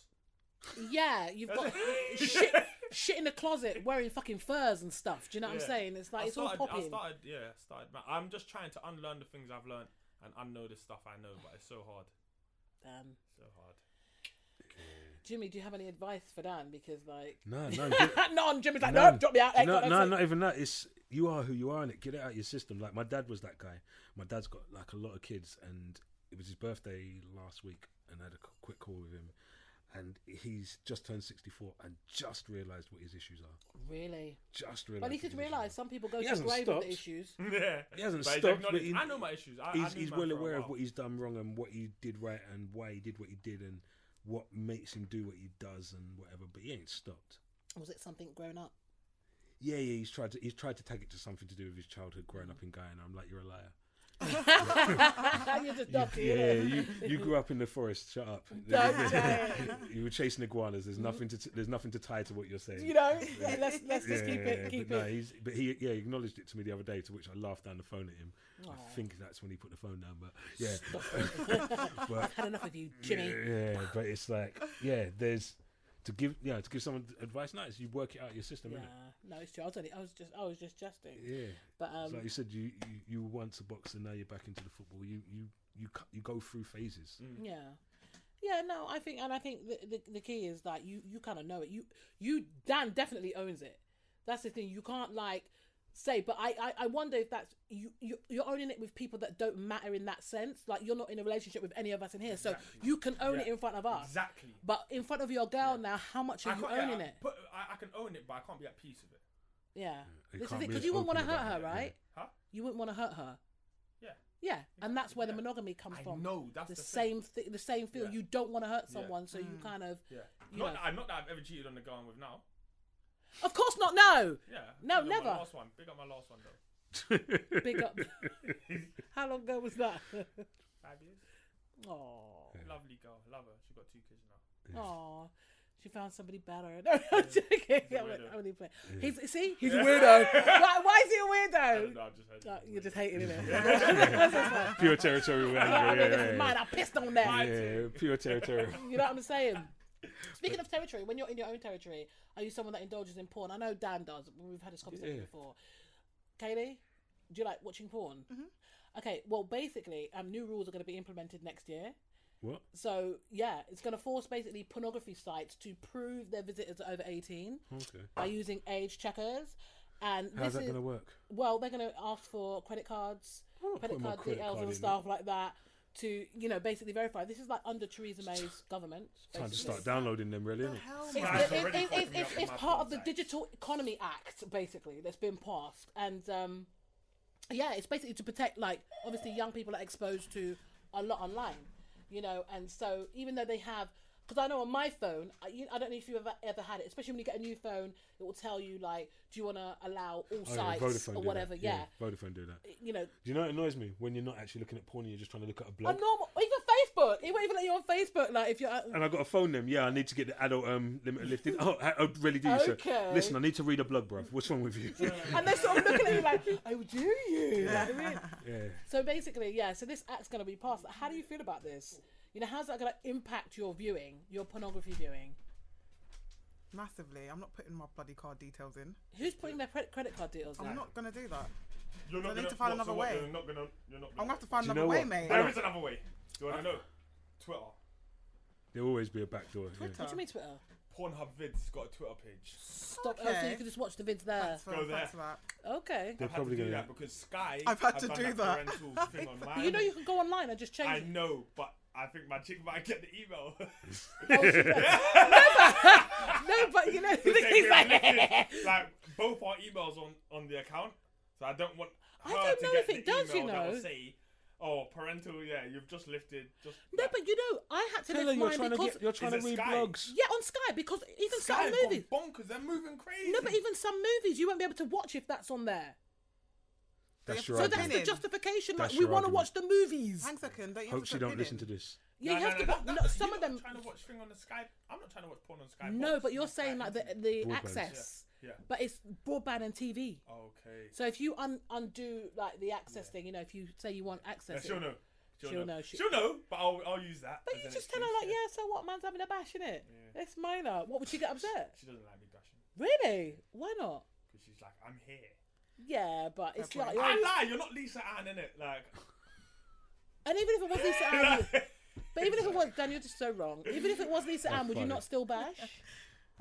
Speaker 2: yeah. you've got shit, shit in the closet, wearing fucking furs and stuff. Do you know what
Speaker 4: Yeah.
Speaker 2: I'm saying? It's like
Speaker 4: I
Speaker 2: it's
Speaker 4: started,
Speaker 2: all
Speaker 4: I
Speaker 2: popping.
Speaker 4: started, yeah, I started. man, I'm just trying to unlearn the things I've learned and unknow the stuff I know, but it's so hard,
Speaker 2: Damn.
Speaker 4: so hard.
Speaker 2: Um, Jimmy, do you have any advice for Dan? Because like
Speaker 1: No, no. Get,
Speaker 2: no, and Jimmy's like no,
Speaker 1: none.
Speaker 2: drop me out.
Speaker 1: No,
Speaker 2: no,
Speaker 1: no, not even that. It's you are who you are, and it get it out of your system. Like my dad was that guy. My dad's got like a lot of kids, and it was his birthday last week, and I had a c- quick call with him, and he's just turned sixty-four and just realised what his issues are.
Speaker 2: really.
Speaker 1: Just realised.
Speaker 2: But
Speaker 1: what
Speaker 2: at least he's
Speaker 1: his issues
Speaker 2: realised some people go
Speaker 1: He
Speaker 2: to
Speaker 1: hasn't
Speaker 2: grave with
Speaker 1: stopped.
Speaker 2: the issues.
Speaker 4: Yeah,
Speaker 1: He hasn't
Speaker 4: But he's
Speaker 1: stopped, but
Speaker 4: acknowledged-
Speaker 1: he-
Speaker 4: I know my issues. I,
Speaker 1: are.
Speaker 4: I
Speaker 1: He's,
Speaker 4: knew
Speaker 1: he's
Speaker 4: mine
Speaker 1: well
Speaker 4: for a
Speaker 1: aware of
Speaker 4: while.
Speaker 1: what he's done wrong and what he did right and why he did what he did and what makes him do what he does and whatever. But he ain't stopped.
Speaker 2: Was it something grown up?
Speaker 1: Yeah, yeah, he's tried to he's tried to tag it to something to do with his childhood growing up in Guyana. I'm like, you're a liar.
Speaker 2: you're just dirty.
Speaker 1: yeah,
Speaker 2: innit?
Speaker 1: you, you grew up in the forest. Shut up. you were chasing iguanas. There's nothing to there's nothing to tie to what you're saying.
Speaker 2: You know, yeah, let's let's
Speaker 1: Yeah,
Speaker 2: just keep
Speaker 1: yeah,
Speaker 2: it, keep
Speaker 1: but no,
Speaker 2: it.
Speaker 1: he's but he yeah he acknowledged it to me the other day, to which I laughed down the phone at him. I think that's when he put the phone down, but yeah,
Speaker 2: Had enough of you, Jimmy.
Speaker 1: yeah, but it's like yeah, there's to give yeah to give someone advice. Nice, you work it out of your system,
Speaker 2: Yeah,
Speaker 1: innit?
Speaker 2: no, it's true. I was, only, I was just, I was just jesting.
Speaker 1: Yeah.
Speaker 2: But um,
Speaker 1: It's like you said, you, you you were once a boxer, now you're back into the football. You you you cu- you go through phases.
Speaker 2: Yeah. Yeah, no, I think, and I think the, the, the key is like you, you kind of know it. You, you, Dan definitely owns it. That's the thing. You can't like say, but I, I, I wonder if that's you, you, you're owning it with people that don't matter in that sense. Like you're not in a relationship with any of us in here, so
Speaker 4: Exactly.
Speaker 2: you can own
Speaker 4: Yeah.
Speaker 2: it in front of us.
Speaker 4: Exactly.
Speaker 2: But in front of your girl now, how much are
Speaker 4: I
Speaker 2: you
Speaker 4: can't- yeah,
Speaker 2: owning
Speaker 4: I,
Speaker 2: it?
Speaker 4: Put, I, I can own it, but I can't be at peace with it.
Speaker 2: yeah,
Speaker 1: You
Speaker 2: this is
Speaker 1: can't be
Speaker 2: it because
Speaker 1: as
Speaker 2: you wouldn't want to
Speaker 1: open
Speaker 2: hurt
Speaker 1: about
Speaker 2: her,
Speaker 1: it, yeah.
Speaker 2: right?
Speaker 4: Huh?
Speaker 2: You wouldn't want to hurt her.
Speaker 4: Yeah.
Speaker 2: Yeah, and that's where the
Speaker 4: yeah.
Speaker 2: monogamy comes
Speaker 4: I
Speaker 2: from.
Speaker 4: know, that's
Speaker 2: the,
Speaker 4: the
Speaker 2: same
Speaker 4: thing.
Speaker 2: thing. the same feel.
Speaker 4: Yeah.
Speaker 2: You don't want to hurt
Speaker 4: Yeah. Mm.
Speaker 2: someone, so you kind of
Speaker 4: Yeah.
Speaker 2: You
Speaker 4: Not
Speaker 2: know.
Speaker 4: that, I- not that I've ever cheated on the girl I'm with now.
Speaker 2: Of course not. No.
Speaker 4: Yeah.
Speaker 2: No,
Speaker 4: Big up
Speaker 2: never.
Speaker 4: My last one. Big up my last one though.
Speaker 2: Big up. How long ago was that?
Speaker 4: Five years.
Speaker 2: Oh.
Speaker 4: Lovely girl. Love her. She got two kids now.
Speaker 2: Oh. She found somebody better. No, I'm joking.
Speaker 4: a
Speaker 2: I'm,
Speaker 4: weirdo.
Speaker 2: I'm only playing. He's see, he's a weirdo. why, why is he a
Speaker 4: I
Speaker 2: weirdo?
Speaker 4: don't know. I've just heard.
Speaker 2: No,
Speaker 4: it.
Speaker 2: you're just hating it.
Speaker 1: Pure territorial anger.
Speaker 2: this
Speaker 1: yeah,
Speaker 2: is mine. I pissed on that.
Speaker 1: yeah, yeah, yeah, pure territorial.
Speaker 2: You know what I'm saying? Speaking of territory, when you're in your own territory, are you someone that indulges in porn? I know Dan does. We've had this conversation
Speaker 1: Yeah.
Speaker 2: before. Kaylee, do you like watching porn? Okay, well, basically, um, new rules are going to be implemented next year.
Speaker 1: what?
Speaker 2: So yeah, it's going to force basically pornography sites to prove their visitors are over eighteen
Speaker 1: Okay.
Speaker 2: by using age checkers, and
Speaker 1: How's
Speaker 2: this
Speaker 1: that
Speaker 2: is
Speaker 1: going to work?
Speaker 2: well, they're going to ask for credit cards,
Speaker 1: Oh,
Speaker 2: credit
Speaker 1: put my
Speaker 2: card
Speaker 1: credit
Speaker 2: details
Speaker 1: card
Speaker 2: and
Speaker 1: in.
Speaker 2: stuff like that to you know basically verify. This is like under Theresa May's government.
Speaker 1: Time to
Speaker 2: basically.
Speaker 1: start downloading them, really. Isn't it?
Speaker 3: Hell,
Speaker 2: It's,
Speaker 4: Right,
Speaker 2: the- it-
Speaker 4: already
Speaker 2: it-
Speaker 4: fucked
Speaker 2: it's-
Speaker 4: me up
Speaker 2: it's-
Speaker 4: with
Speaker 2: it's
Speaker 4: my eh?
Speaker 2: part
Speaker 4: porn
Speaker 2: of the
Speaker 4: site.
Speaker 2: Digital Economy Act, basically, that's been passed. And um, yeah, it's basically to protect, like, obviously, young people are exposed to a lot online, you know, and so even though they have, because I know on my phone, I, you, I don't know if you ever ever had it, especially when you get a new phone, it will tell you, like, do you want to allow all
Speaker 1: Oh, yeah,
Speaker 2: sites
Speaker 1: Vodafone
Speaker 2: or
Speaker 1: do
Speaker 2: whatever?
Speaker 1: That.
Speaker 2: Yeah.
Speaker 1: Vodafone do that. Do
Speaker 2: You know,
Speaker 1: you know what annoys me when you're not actually looking at porn and you're just trying to look at a
Speaker 2: a
Speaker 1: blog?
Speaker 2: normal, even Facebook, it won't even let you on Facebook, like, if you're. at-
Speaker 1: and I got to phone them. Yeah, I need to get the adult um limit lifted. Oh, I, I really do, sir.
Speaker 2: Okay.
Speaker 1: Listen, I need to read a blog, bruv. What's wrong with you?
Speaker 2: And they're sort of looking at you like, oh, do you? Like, really?
Speaker 1: yeah.
Speaker 2: So basically, yeah. So this act's going to be passed. How do you feel about this? You know, how's that going to impact your viewing, your pornography viewing?
Speaker 3: Massively. I'm not putting my bloody card details in.
Speaker 2: Who's putting their cre- credit card deals
Speaker 3: I'm
Speaker 2: now?
Speaker 3: not gonna do that.
Speaker 4: You're
Speaker 3: I
Speaker 4: not
Speaker 3: need
Speaker 4: gonna,
Speaker 3: to find
Speaker 4: what,
Speaker 3: another
Speaker 4: so what,
Speaker 3: way.
Speaker 4: You're not gonna. You're not
Speaker 3: I'm
Speaker 4: gonna.
Speaker 3: gonna have to find
Speaker 1: Do you
Speaker 3: another
Speaker 1: know
Speaker 3: way,
Speaker 1: what?
Speaker 3: mate.
Speaker 4: There is another way. Do you wanna know? Twitter.
Speaker 1: There'll always be a back door. yeah.
Speaker 2: What do you mean Twitter?
Speaker 4: Pornhub vids got a Twitter page.
Speaker 2: Stop. Oh, so
Speaker 3: Okay.
Speaker 2: you can just watch the vids there.
Speaker 3: Thanks for-
Speaker 4: Go
Speaker 3: thanks
Speaker 4: there.
Speaker 3: for that.
Speaker 2: Okay.
Speaker 1: They're
Speaker 4: I've had
Speaker 1: probably
Speaker 4: to do
Speaker 1: going
Speaker 4: that because Sky.
Speaker 3: I've had to
Speaker 4: done
Speaker 3: do that.
Speaker 4: parental thing on
Speaker 2: You know
Speaker 4: mine.
Speaker 2: you can go online and just change.
Speaker 4: I
Speaker 2: it.
Speaker 4: know, but I think my chick might get the email.
Speaker 2: No, but you know.
Speaker 4: They've
Speaker 2: he's
Speaker 4: been
Speaker 2: like,
Speaker 4: listed, like both our emails on on the account, so I don't want.
Speaker 2: I
Speaker 4: her
Speaker 2: don't
Speaker 4: to
Speaker 2: know
Speaker 4: get
Speaker 2: if it
Speaker 4: the
Speaker 2: does, you
Speaker 4: email that will
Speaker 2: know.
Speaker 4: say, "Oh, parental, yeah, you've just lifted." Just
Speaker 2: no, but you know, I had to
Speaker 1: Tell
Speaker 2: lift
Speaker 1: you're
Speaker 2: mine
Speaker 1: trying to
Speaker 2: because
Speaker 1: get, you're trying to
Speaker 4: Is it
Speaker 1: read
Speaker 4: Sky?
Speaker 1: blogs.
Speaker 2: yeah, on Sky because even
Speaker 4: Sky
Speaker 2: some movies.
Speaker 4: have gone bonkers. They're moving crazy.
Speaker 2: No, but even some movies you won't be able to watch if that's on there.
Speaker 1: That's your
Speaker 2: So
Speaker 1: argument.
Speaker 2: that's the
Speaker 3: Pinning.
Speaker 2: justification.
Speaker 1: That's
Speaker 2: like we
Speaker 1: your
Speaker 2: want to
Speaker 1: argument.
Speaker 2: watch the movies.
Speaker 3: Hang second, don't you have
Speaker 1: Hope
Speaker 3: to
Speaker 1: she
Speaker 3: put
Speaker 1: don't
Speaker 3: pin
Speaker 1: listen
Speaker 3: in?
Speaker 1: to this.
Speaker 2: Yeah, you have to. put-
Speaker 4: that-
Speaker 2: no,
Speaker 4: that-
Speaker 2: some
Speaker 4: you're
Speaker 2: of
Speaker 4: not
Speaker 2: them.
Speaker 4: Trying to watch thing on the Sky. I'm not trying to watch porn on Sky.
Speaker 2: No,
Speaker 4: Box,
Speaker 2: but you're
Speaker 4: not Sky
Speaker 2: saying like the
Speaker 4: Internet.
Speaker 2: the
Speaker 1: Broadband.
Speaker 2: access,
Speaker 4: Yeah, yeah.
Speaker 2: but it's broadband and TV.
Speaker 4: Okay.
Speaker 2: So if you un- undo like the access thing, you know, if you say you want
Speaker 4: Yeah,
Speaker 2: access,
Speaker 4: she'll
Speaker 2: it-
Speaker 4: know. She'll,
Speaker 2: She'll
Speaker 4: know.
Speaker 2: know, she-
Speaker 4: She'll know. But I'll I'll use that.
Speaker 2: but
Speaker 4: as
Speaker 2: you
Speaker 4: an
Speaker 2: just tell her
Speaker 4: excuse,
Speaker 2: like, yeah. so what? Man's having a bash in it. It's minor. What would she get upset?
Speaker 4: She doesn't like me bashing
Speaker 2: Really? Why not?
Speaker 4: because she's like, I'm here.
Speaker 2: Yeah, but it's
Speaker 3: point.
Speaker 2: like,
Speaker 4: I
Speaker 2: you're-
Speaker 4: lie. You're not Lisa Ann in it. Like.
Speaker 2: and even if it was Lisa Ann, you- but even if it was Dan, you're just so wrong. Even if it was Lisa Ann, would you
Speaker 1: funny.
Speaker 2: not still bash?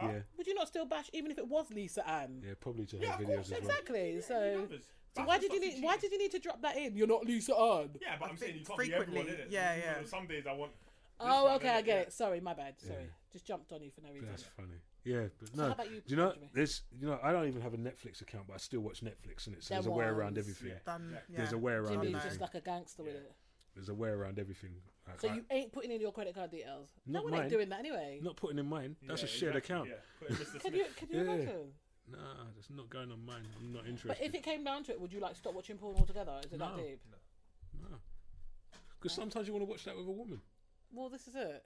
Speaker 1: Yeah,
Speaker 2: Would you not still bash even if it was Lisa Ann?
Speaker 1: yeah, probably to her
Speaker 4: Yeah, of
Speaker 1: videos
Speaker 4: course,
Speaker 1: as well.
Speaker 2: Exactly. So,
Speaker 4: numbers.
Speaker 2: so
Speaker 4: That's
Speaker 2: why
Speaker 4: the
Speaker 2: did you
Speaker 4: fucking
Speaker 2: need? Why
Speaker 4: cheating.
Speaker 2: did you need to drop that in? You're not Lisa Ann.
Speaker 4: Yeah, but I'm saying you
Speaker 3: think
Speaker 4: can't be everyone in
Speaker 3: frequently,
Speaker 4: it.
Speaker 3: yeah,
Speaker 4: You
Speaker 3: yeah.
Speaker 4: know, Some days I want. this
Speaker 2: Oh,
Speaker 4: one,
Speaker 2: okay, I
Speaker 4: innit?
Speaker 2: get
Speaker 4: Yeah.
Speaker 2: it. Sorry, my bad. Sorry, just jumped on you for no reason.
Speaker 1: That's funny. Yeah, but no.
Speaker 2: how about you,
Speaker 1: do you know
Speaker 2: Jimmy?
Speaker 1: this? You know, I don't even have a Netflix account, but I still watch Netflix, and it so
Speaker 2: Them
Speaker 1: there's a way
Speaker 2: ones.
Speaker 1: around everything.
Speaker 4: Yeah.
Speaker 3: Done. Yeah.
Speaker 1: There's a way around
Speaker 2: Jimmy's
Speaker 1: everything.
Speaker 2: just like a gangster with it.
Speaker 1: There's a way around everything. Like,
Speaker 2: So
Speaker 1: I-
Speaker 2: you ain't putting in your credit card details. no
Speaker 1: Not
Speaker 2: one ain't
Speaker 1: mine.
Speaker 2: doing that anyway.
Speaker 1: not putting in mine. That's
Speaker 4: Yeah,
Speaker 1: a shared
Speaker 4: exactly,
Speaker 1: account.
Speaker 4: yeah. Put it, Mr.
Speaker 2: Can
Speaker 4: Smith.
Speaker 2: you can you
Speaker 1: Yeah.
Speaker 2: imagine?
Speaker 1: Nah, that's not going on mine. I'm not
Speaker 2: But
Speaker 1: interested.
Speaker 2: if it came down to it, would you like stop watching porn altogether? Is it
Speaker 1: No.
Speaker 2: that deep?
Speaker 1: Because sometimes you want to watch that with a woman.
Speaker 2: Well, this is it.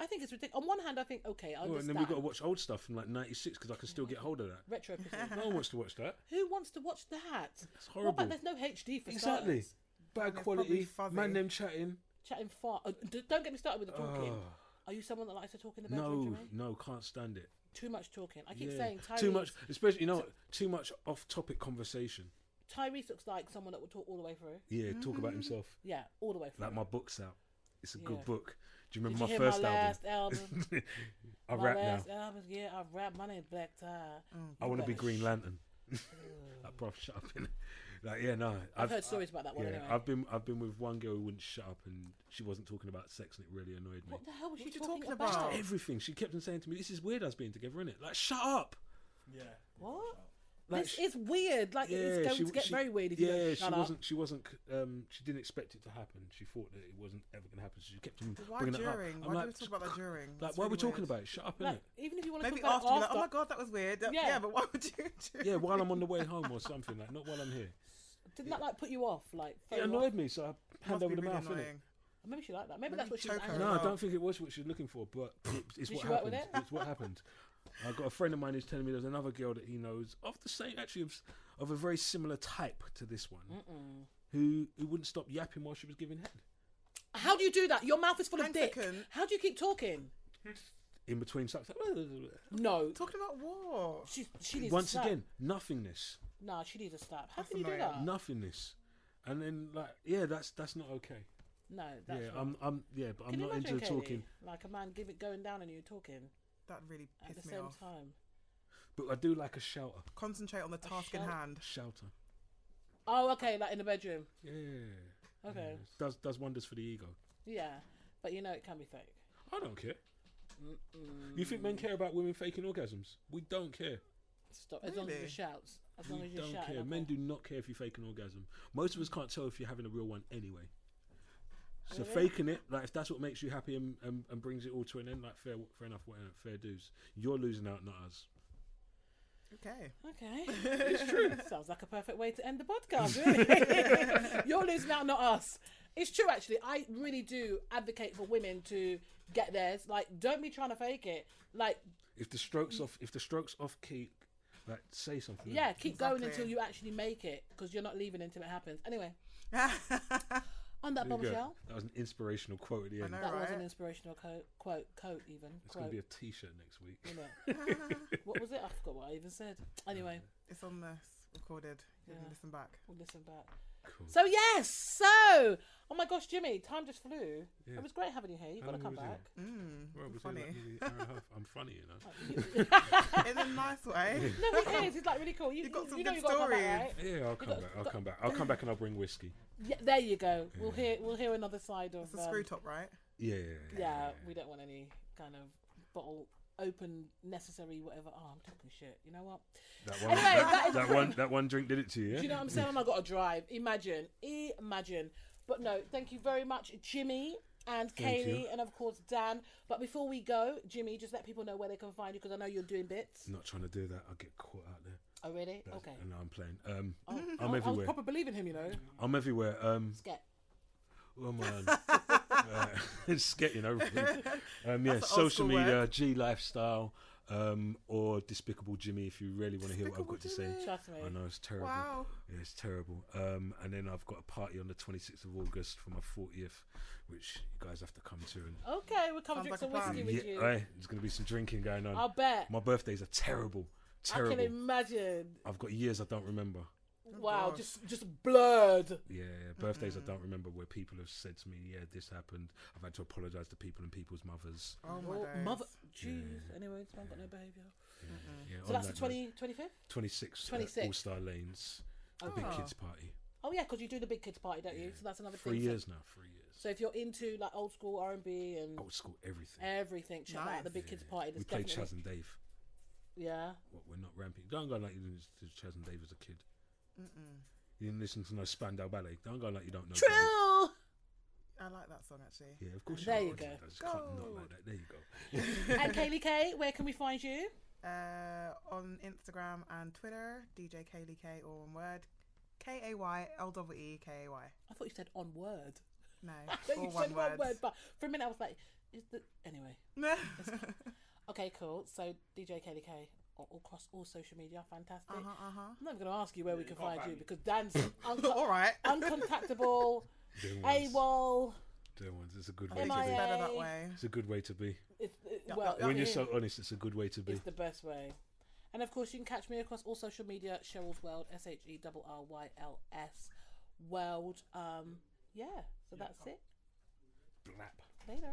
Speaker 2: I think it's ridiculous. On one hand, I think okay, I
Speaker 1: Oh, and
Speaker 2: understand.
Speaker 1: then we've got to watch old stuff from like '96 because I can still get hold of that.
Speaker 2: retro. porn.
Speaker 1: No one wants to watch that.
Speaker 2: Who wants to watch that? It's
Speaker 1: horrible.
Speaker 2: What about there's no HD for
Speaker 1: Exactly.
Speaker 2: starters?
Speaker 1: Bad
Speaker 3: it's probably
Speaker 1: quality.
Speaker 3: fuzzy.
Speaker 1: Man, them chatting.
Speaker 2: uh, Chatting far. Oh, d- don't get me started with the talking. Are you someone that likes to talk in the bedroom?
Speaker 1: Ah. No,
Speaker 2: Jermaine?
Speaker 1: no, can't stand it.
Speaker 2: Too much talking. I keep
Speaker 1: Yeah.
Speaker 2: saying Tyrese.
Speaker 1: too much, especially you know, what? too much off-topic conversation.
Speaker 2: Tyrese looks like someone that will talk all the way through.
Speaker 1: Yeah, talk about himself.
Speaker 2: Yeah, all the way through.
Speaker 1: Like my book's out. It's a
Speaker 2: Mm-hmm. Yeah.
Speaker 1: good book. Do you
Speaker 2: Did
Speaker 1: remember
Speaker 2: you
Speaker 1: my
Speaker 2: hear
Speaker 1: first
Speaker 2: my
Speaker 1: album?
Speaker 2: last album?
Speaker 1: I
Speaker 2: my
Speaker 1: rap now.
Speaker 2: last album. Yeah, I rap. My name's Black Tie.
Speaker 3: Mm.
Speaker 1: I want to be
Speaker 2: better
Speaker 1: Green Lantern. like, bruv, shut up. innit? like, yeah, no.
Speaker 2: I've, heard stories about that one.
Speaker 1: Yeah,
Speaker 2: anyway.
Speaker 1: I've been I've been with one girl who wouldn't shut up, and she wasn't talking about sex, and it really annoyed me.
Speaker 2: What the hell was
Speaker 3: What
Speaker 2: she
Speaker 3: you
Speaker 2: talking,
Speaker 3: talking
Speaker 2: about?
Speaker 3: about?
Speaker 1: Everything she kept on saying to me, "This is weird, us being together, isn't it?" Like, shut up.
Speaker 4: Yeah.
Speaker 2: What?
Speaker 1: Like,
Speaker 2: this
Speaker 1: sh-
Speaker 2: is weird. Like it's going to get very weird if
Speaker 1: yeah,
Speaker 2: you don't
Speaker 1: she
Speaker 2: shut up.
Speaker 1: wasn't. She wasn't. c- Um, she didn't expect it to happen. She thought that it wasn't ever going to happen. So she kept on
Speaker 3: Why
Speaker 1: bringing
Speaker 3: during?
Speaker 1: it up.
Speaker 3: Why do we talk about that during?
Speaker 1: Like,
Speaker 3: That's
Speaker 1: why are we
Speaker 3: really
Speaker 1: talking
Speaker 3: weird.
Speaker 1: about it? Shut up,
Speaker 2: Like,
Speaker 1: innit?
Speaker 2: even if you want to
Speaker 3: Maybe
Speaker 2: talk
Speaker 3: after,
Speaker 2: about
Speaker 3: be
Speaker 2: it
Speaker 3: like,
Speaker 2: after,
Speaker 3: oh my god, that was weird. Yeah,
Speaker 2: Yeah.
Speaker 3: yeah but why would you do
Speaker 1: Yeah, while I'm on the way home or something, like not while I'm here.
Speaker 2: didn't that like put you off? Like throw
Speaker 1: It
Speaker 2: you off?
Speaker 1: annoyed me, so I hand
Speaker 3: Must
Speaker 1: over
Speaker 3: be
Speaker 1: the
Speaker 3: really
Speaker 1: mouth, innit?
Speaker 3: annoying.
Speaker 2: Maybe she liked that. Maybe
Speaker 3: Maybe
Speaker 2: that's what she was
Speaker 3: choke her
Speaker 2: angry
Speaker 1: No, I
Speaker 3: Well-
Speaker 1: don't think it was what she was looking for, but it's, it's
Speaker 2: Did
Speaker 1: what
Speaker 2: she work with
Speaker 1: happened.
Speaker 2: it?
Speaker 1: It's what happened. I got a friend of mine who's telling me there's another girl that he knows of the same, actually of, s- of a very similar type to this one, who who wouldn't stop yapping while she was giving head
Speaker 2: How do you do that? Your mouth is full of
Speaker 3: Hang
Speaker 2: dick.
Speaker 3: second.
Speaker 2: How do you keep talking?
Speaker 1: in between sucks.
Speaker 2: No,
Speaker 3: Talking about war.
Speaker 2: she she needs to
Speaker 1: Once
Speaker 2: stop.
Speaker 1: again, nothingness,
Speaker 2: Nah, she needs to stop. How
Speaker 3: That's
Speaker 2: can you do
Speaker 3: annoying.
Speaker 2: that? No,
Speaker 1: nothingness, and then like yeah, that's that's not okay.
Speaker 2: that's
Speaker 1: yeah,
Speaker 2: wrong.
Speaker 1: I'm I'm yeah, but
Speaker 2: Can
Speaker 1: I'm
Speaker 2: you
Speaker 1: not into
Speaker 2: imagine,
Speaker 1: the
Speaker 2: Katie,
Speaker 1: talking.
Speaker 2: Like a man give it going down and you talking
Speaker 3: That really
Speaker 2: at
Speaker 3: pissed
Speaker 2: the
Speaker 3: me
Speaker 2: same
Speaker 3: off.
Speaker 2: time.
Speaker 1: But I do like a shouter,
Speaker 3: Concentrate on the task in
Speaker 2: shout-
Speaker 3: hand.
Speaker 1: shouter.
Speaker 2: Oh, okay, like in the bedroom.
Speaker 1: Yeah,
Speaker 2: Okay,
Speaker 1: does does wonders for the ego.
Speaker 2: yeah, but you know it can be fake.
Speaker 1: I don't care. You think men care about women faking orgasms? We don't care.
Speaker 2: Stop. As long as you
Speaker 3: Really?
Speaker 2: shouts. As long
Speaker 1: we
Speaker 2: as you
Speaker 1: don't
Speaker 2: shout.
Speaker 1: care. Men do not care if you fake an orgasm. Most of us can't tell if you're having a real one anyway. So faking it, like if that's what makes you happy and, and, and brings it all to an end, like fair, fair enough, whatever, fair dues. You're losing out, not us.
Speaker 3: Okay.
Speaker 2: Okay. It's true. Sounds like a perfect way to end the podcast, really. You're losing out, not us. It's true, actually. I really do advocate for women to get theirs. Like, don't be trying to fake it. Like,
Speaker 1: If the strokes off, if the strokes off key, like say something.
Speaker 2: Mm. yeah, keep going until
Speaker 3: Exactly.
Speaker 2: you actually make it because you're not leaving until it happens. Anyway, on that
Speaker 1: There you go.
Speaker 2: bombshell,
Speaker 1: That was an inspirational quote at the end.
Speaker 3: know.
Speaker 2: that was an
Speaker 3: Alright.
Speaker 2: inspirational co- quote, coat even.
Speaker 1: It's
Speaker 2: quote.
Speaker 1: gonna be a T-shirt next week.
Speaker 3: Mm.
Speaker 2: wasn't it? what was it? I forgot what I even said. Anyway,
Speaker 3: It's on this recorded. You can
Speaker 2: Yeah.
Speaker 3: listen back.
Speaker 2: we'll listen back.
Speaker 1: Cool.
Speaker 2: So yes, so oh my gosh, Jimmy, time just flew.
Speaker 1: Yeah.
Speaker 2: It was great having you here. You've
Speaker 1: How
Speaker 2: got to
Speaker 1: long
Speaker 2: come
Speaker 1: was it?
Speaker 2: back.
Speaker 1: Well, we're doing like
Speaker 3: funny.
Speaker 1: nearly an hour and a half. I'm funny, you know.
Speaker 3: In a nice way.
Speaker 2: No, who cares? It's like really cool. You,
Speaker 3: You got
Speaker 2: you-
Speaker 3: some
Speaker 2: you know
Speaker 3: good
Speaker 2: you got to come back, right?
Speaker 3: stories.
Speaker 1: Yeah, I'll come
Speaker 2: got-
Speaker 1: back. I'll
Speaker 2: got-
Speaker 1: come back. I'll come back and I'll bring whiskey.
Speaker 2: Yeah, there you go. We'll hear we'll hear another side of.
Speaker 3: It's a
Speaker 2: um,
Speaker 3: screw top, right?
Speaker 1: Yeah.
Speaker 2: yeah, we don't want any kind of bottle open necessary whatever. Oh, I'm talking shit. You know what?
Speaker 1: That one,
Speaker 2: Anyway, that
Speaker 1: that,
Speaker 2: is
Speaker 1: that one, that one drink did it to you. Yeah?
Speaker 2: Do you know what I'm saying? And I got to drive. Imagine, imagine. But no, thank you very much, Jimmy and
Speaker 1: Thank
Speaker 2: Kaylee,
Speaker 1: you.
Speaker 2: and of course Dan. But before we go, Jimmy, just let people know where they can find you because I know you're doing bits.
Speaker 1: not trying to do that. I'll get caught out there.
Speaker 2: Oh, really?
Speaker 1: That's-
Speaker 2: Okay.
Speaker 1: And I'm playing. Um,
Speaker 2: I-
Speaker 1: I'm
Speaker 2: I was
Speaker 1: everywhere.
Speaker 2: proper believing him, you know.
Speaker 1: I'm everywhere. Um,
Speaker 2: Sket.
Speaker 1: oh man, uh, it's getting everything. Um, yeah,
Speaker 3: That's an
Speaker 1: social
Speaker 3: old school
Speaker 1: media,
Speaker 3: word.
Speaker 1: G lifestyle, um, or Despicable Jimmy. If you really want to hear what I've
Speaker 3: Despicable
Speaker 1: got to say,
Speaker 3: Jimmy.
Speaker 2: Trust me.
Speaker 1: I know it's terrible.
Speaker 3: Wow.
Speaker 1: Yeah, it's terrible. Um, and then I've got a party on the 26th of August for my 40th, which you guys have to come to. And
Speaker 2: Okay, we'll come
Speaker 3: Sounds
Speaker 2: drink
Speaker 3: like
Speaker 2: some
Speaker 3: a plan.
Speaker 2: whiskey with
Speaker 1: yeah,
Speaker 2: you.
Speaker 1: aye, there's going to be some drinking going on.
Speaker 2: I'll bet.
Speaker 1: My birthdays are terrible. Terrible.
Speaker 2: I can imagine.
Speaker 1: I've got years I don't remember.
Speaker 2: wow,
Speaker 3: gosh.
Speaker 2: just just blurred.
Speaker 1: Yeah, birthdays I don't remember where people have said to me, "Yeah, this happened." I've had to apologise to people and people's mothers.
Speaker 3: Oh my
Speaker 2: Oh,
Speaker 3: days.
Speaker 2: mother, jeez. Anyway, it's not got no behaviour.
Speaker 1: Yeah,
Speaker 2: Mm-hmm. So that's the 20, 25th?
Speaker 1: twenty six
Speaker 2: 26.
Speaker 1: All Star uh, Lanes, the big kids party.
Speaker 2: Oh yeah, because you do the big kids party, don't you? So that's another
Speaker 1: Three
Speaker 2: thing. So-
Speaker 1: years now. Three years.
Speaker 2: So if you're into like old school R and B and
Speaker 1: Old school everything.
Speaker 2: everything, check out the big kids party.
Speaker 1: Oh, we
Speaker 2: That's
Speaker 1: played
Speaker 2: definitely
Speaker 1: Chaz and Dave.
Speaker 2: yeah.
Speaker 1: What we're not ramping. Don't go like you didn't listen to Chaz and Dave as a kid. You didn't listen to no Spandau Ballet. Don't go like you don't know. Dave.
Speaker 2: Trill.
Speaker 3: I like that song actually.
Speaker 1: Yeah, of course.
Speaker 2: There
Speaker 1: you,
Speaker 2: you
Speaker 1: know.
Speaker 2: go.
Speaker 1: I just can't not like that. There you go.
Speaker 2: and Kaylee K, where can we find you?
Speaker 3: Uh, on Instagram and Twitter, DJ Kaylee K, all one word. K A Y L W E K A Y.
Speaker 2: I thought you said on word.
Speaker 3: No,
Speaker 2: No,
Speaker 3: all
Speaker 2: you
Speaker 3: one
Speaker 2: said one
Speaker 3: word.
Speaker 2: word, but for a minute I was like, is the anyway? Okay, cool. So DJ Kaylee K all all across all social media, fantastic. I'm never going to ask you where we can find
Speaker 4: can't
Speaker 2: you
Speaker 4: find me.
Speaker 2: because Dan's unco-
Speaker 3: all right.
Speaker 2: uncontactable, AWOL,
Speaker 1: Dear ones, it's a good way.
Speaker 3: I think
Speaker 1: To
Speaker 3: it's
Speaker 1: be.
Speaker 2: MIA.
Speaker 3: better that way.
Speaker 1: It's a good way to be.
Speaker 2: It's, it-
Speaker 3: Yeah,
Speaker 2: well,
Speaker 3: yeah,
Speaker 1: When
Speaker 2: it
Speaker 1: you're
Speaker 2: is.
Speaker 1: so honest, it's a good way to be.
Speaker 2: It's the best way. And of course, you can catch me across all social media: Cheryl's World, S H E R R Y L S World. Um, yeah. So that's it.
Speaker 1: Blap.
Speaker 2: Later.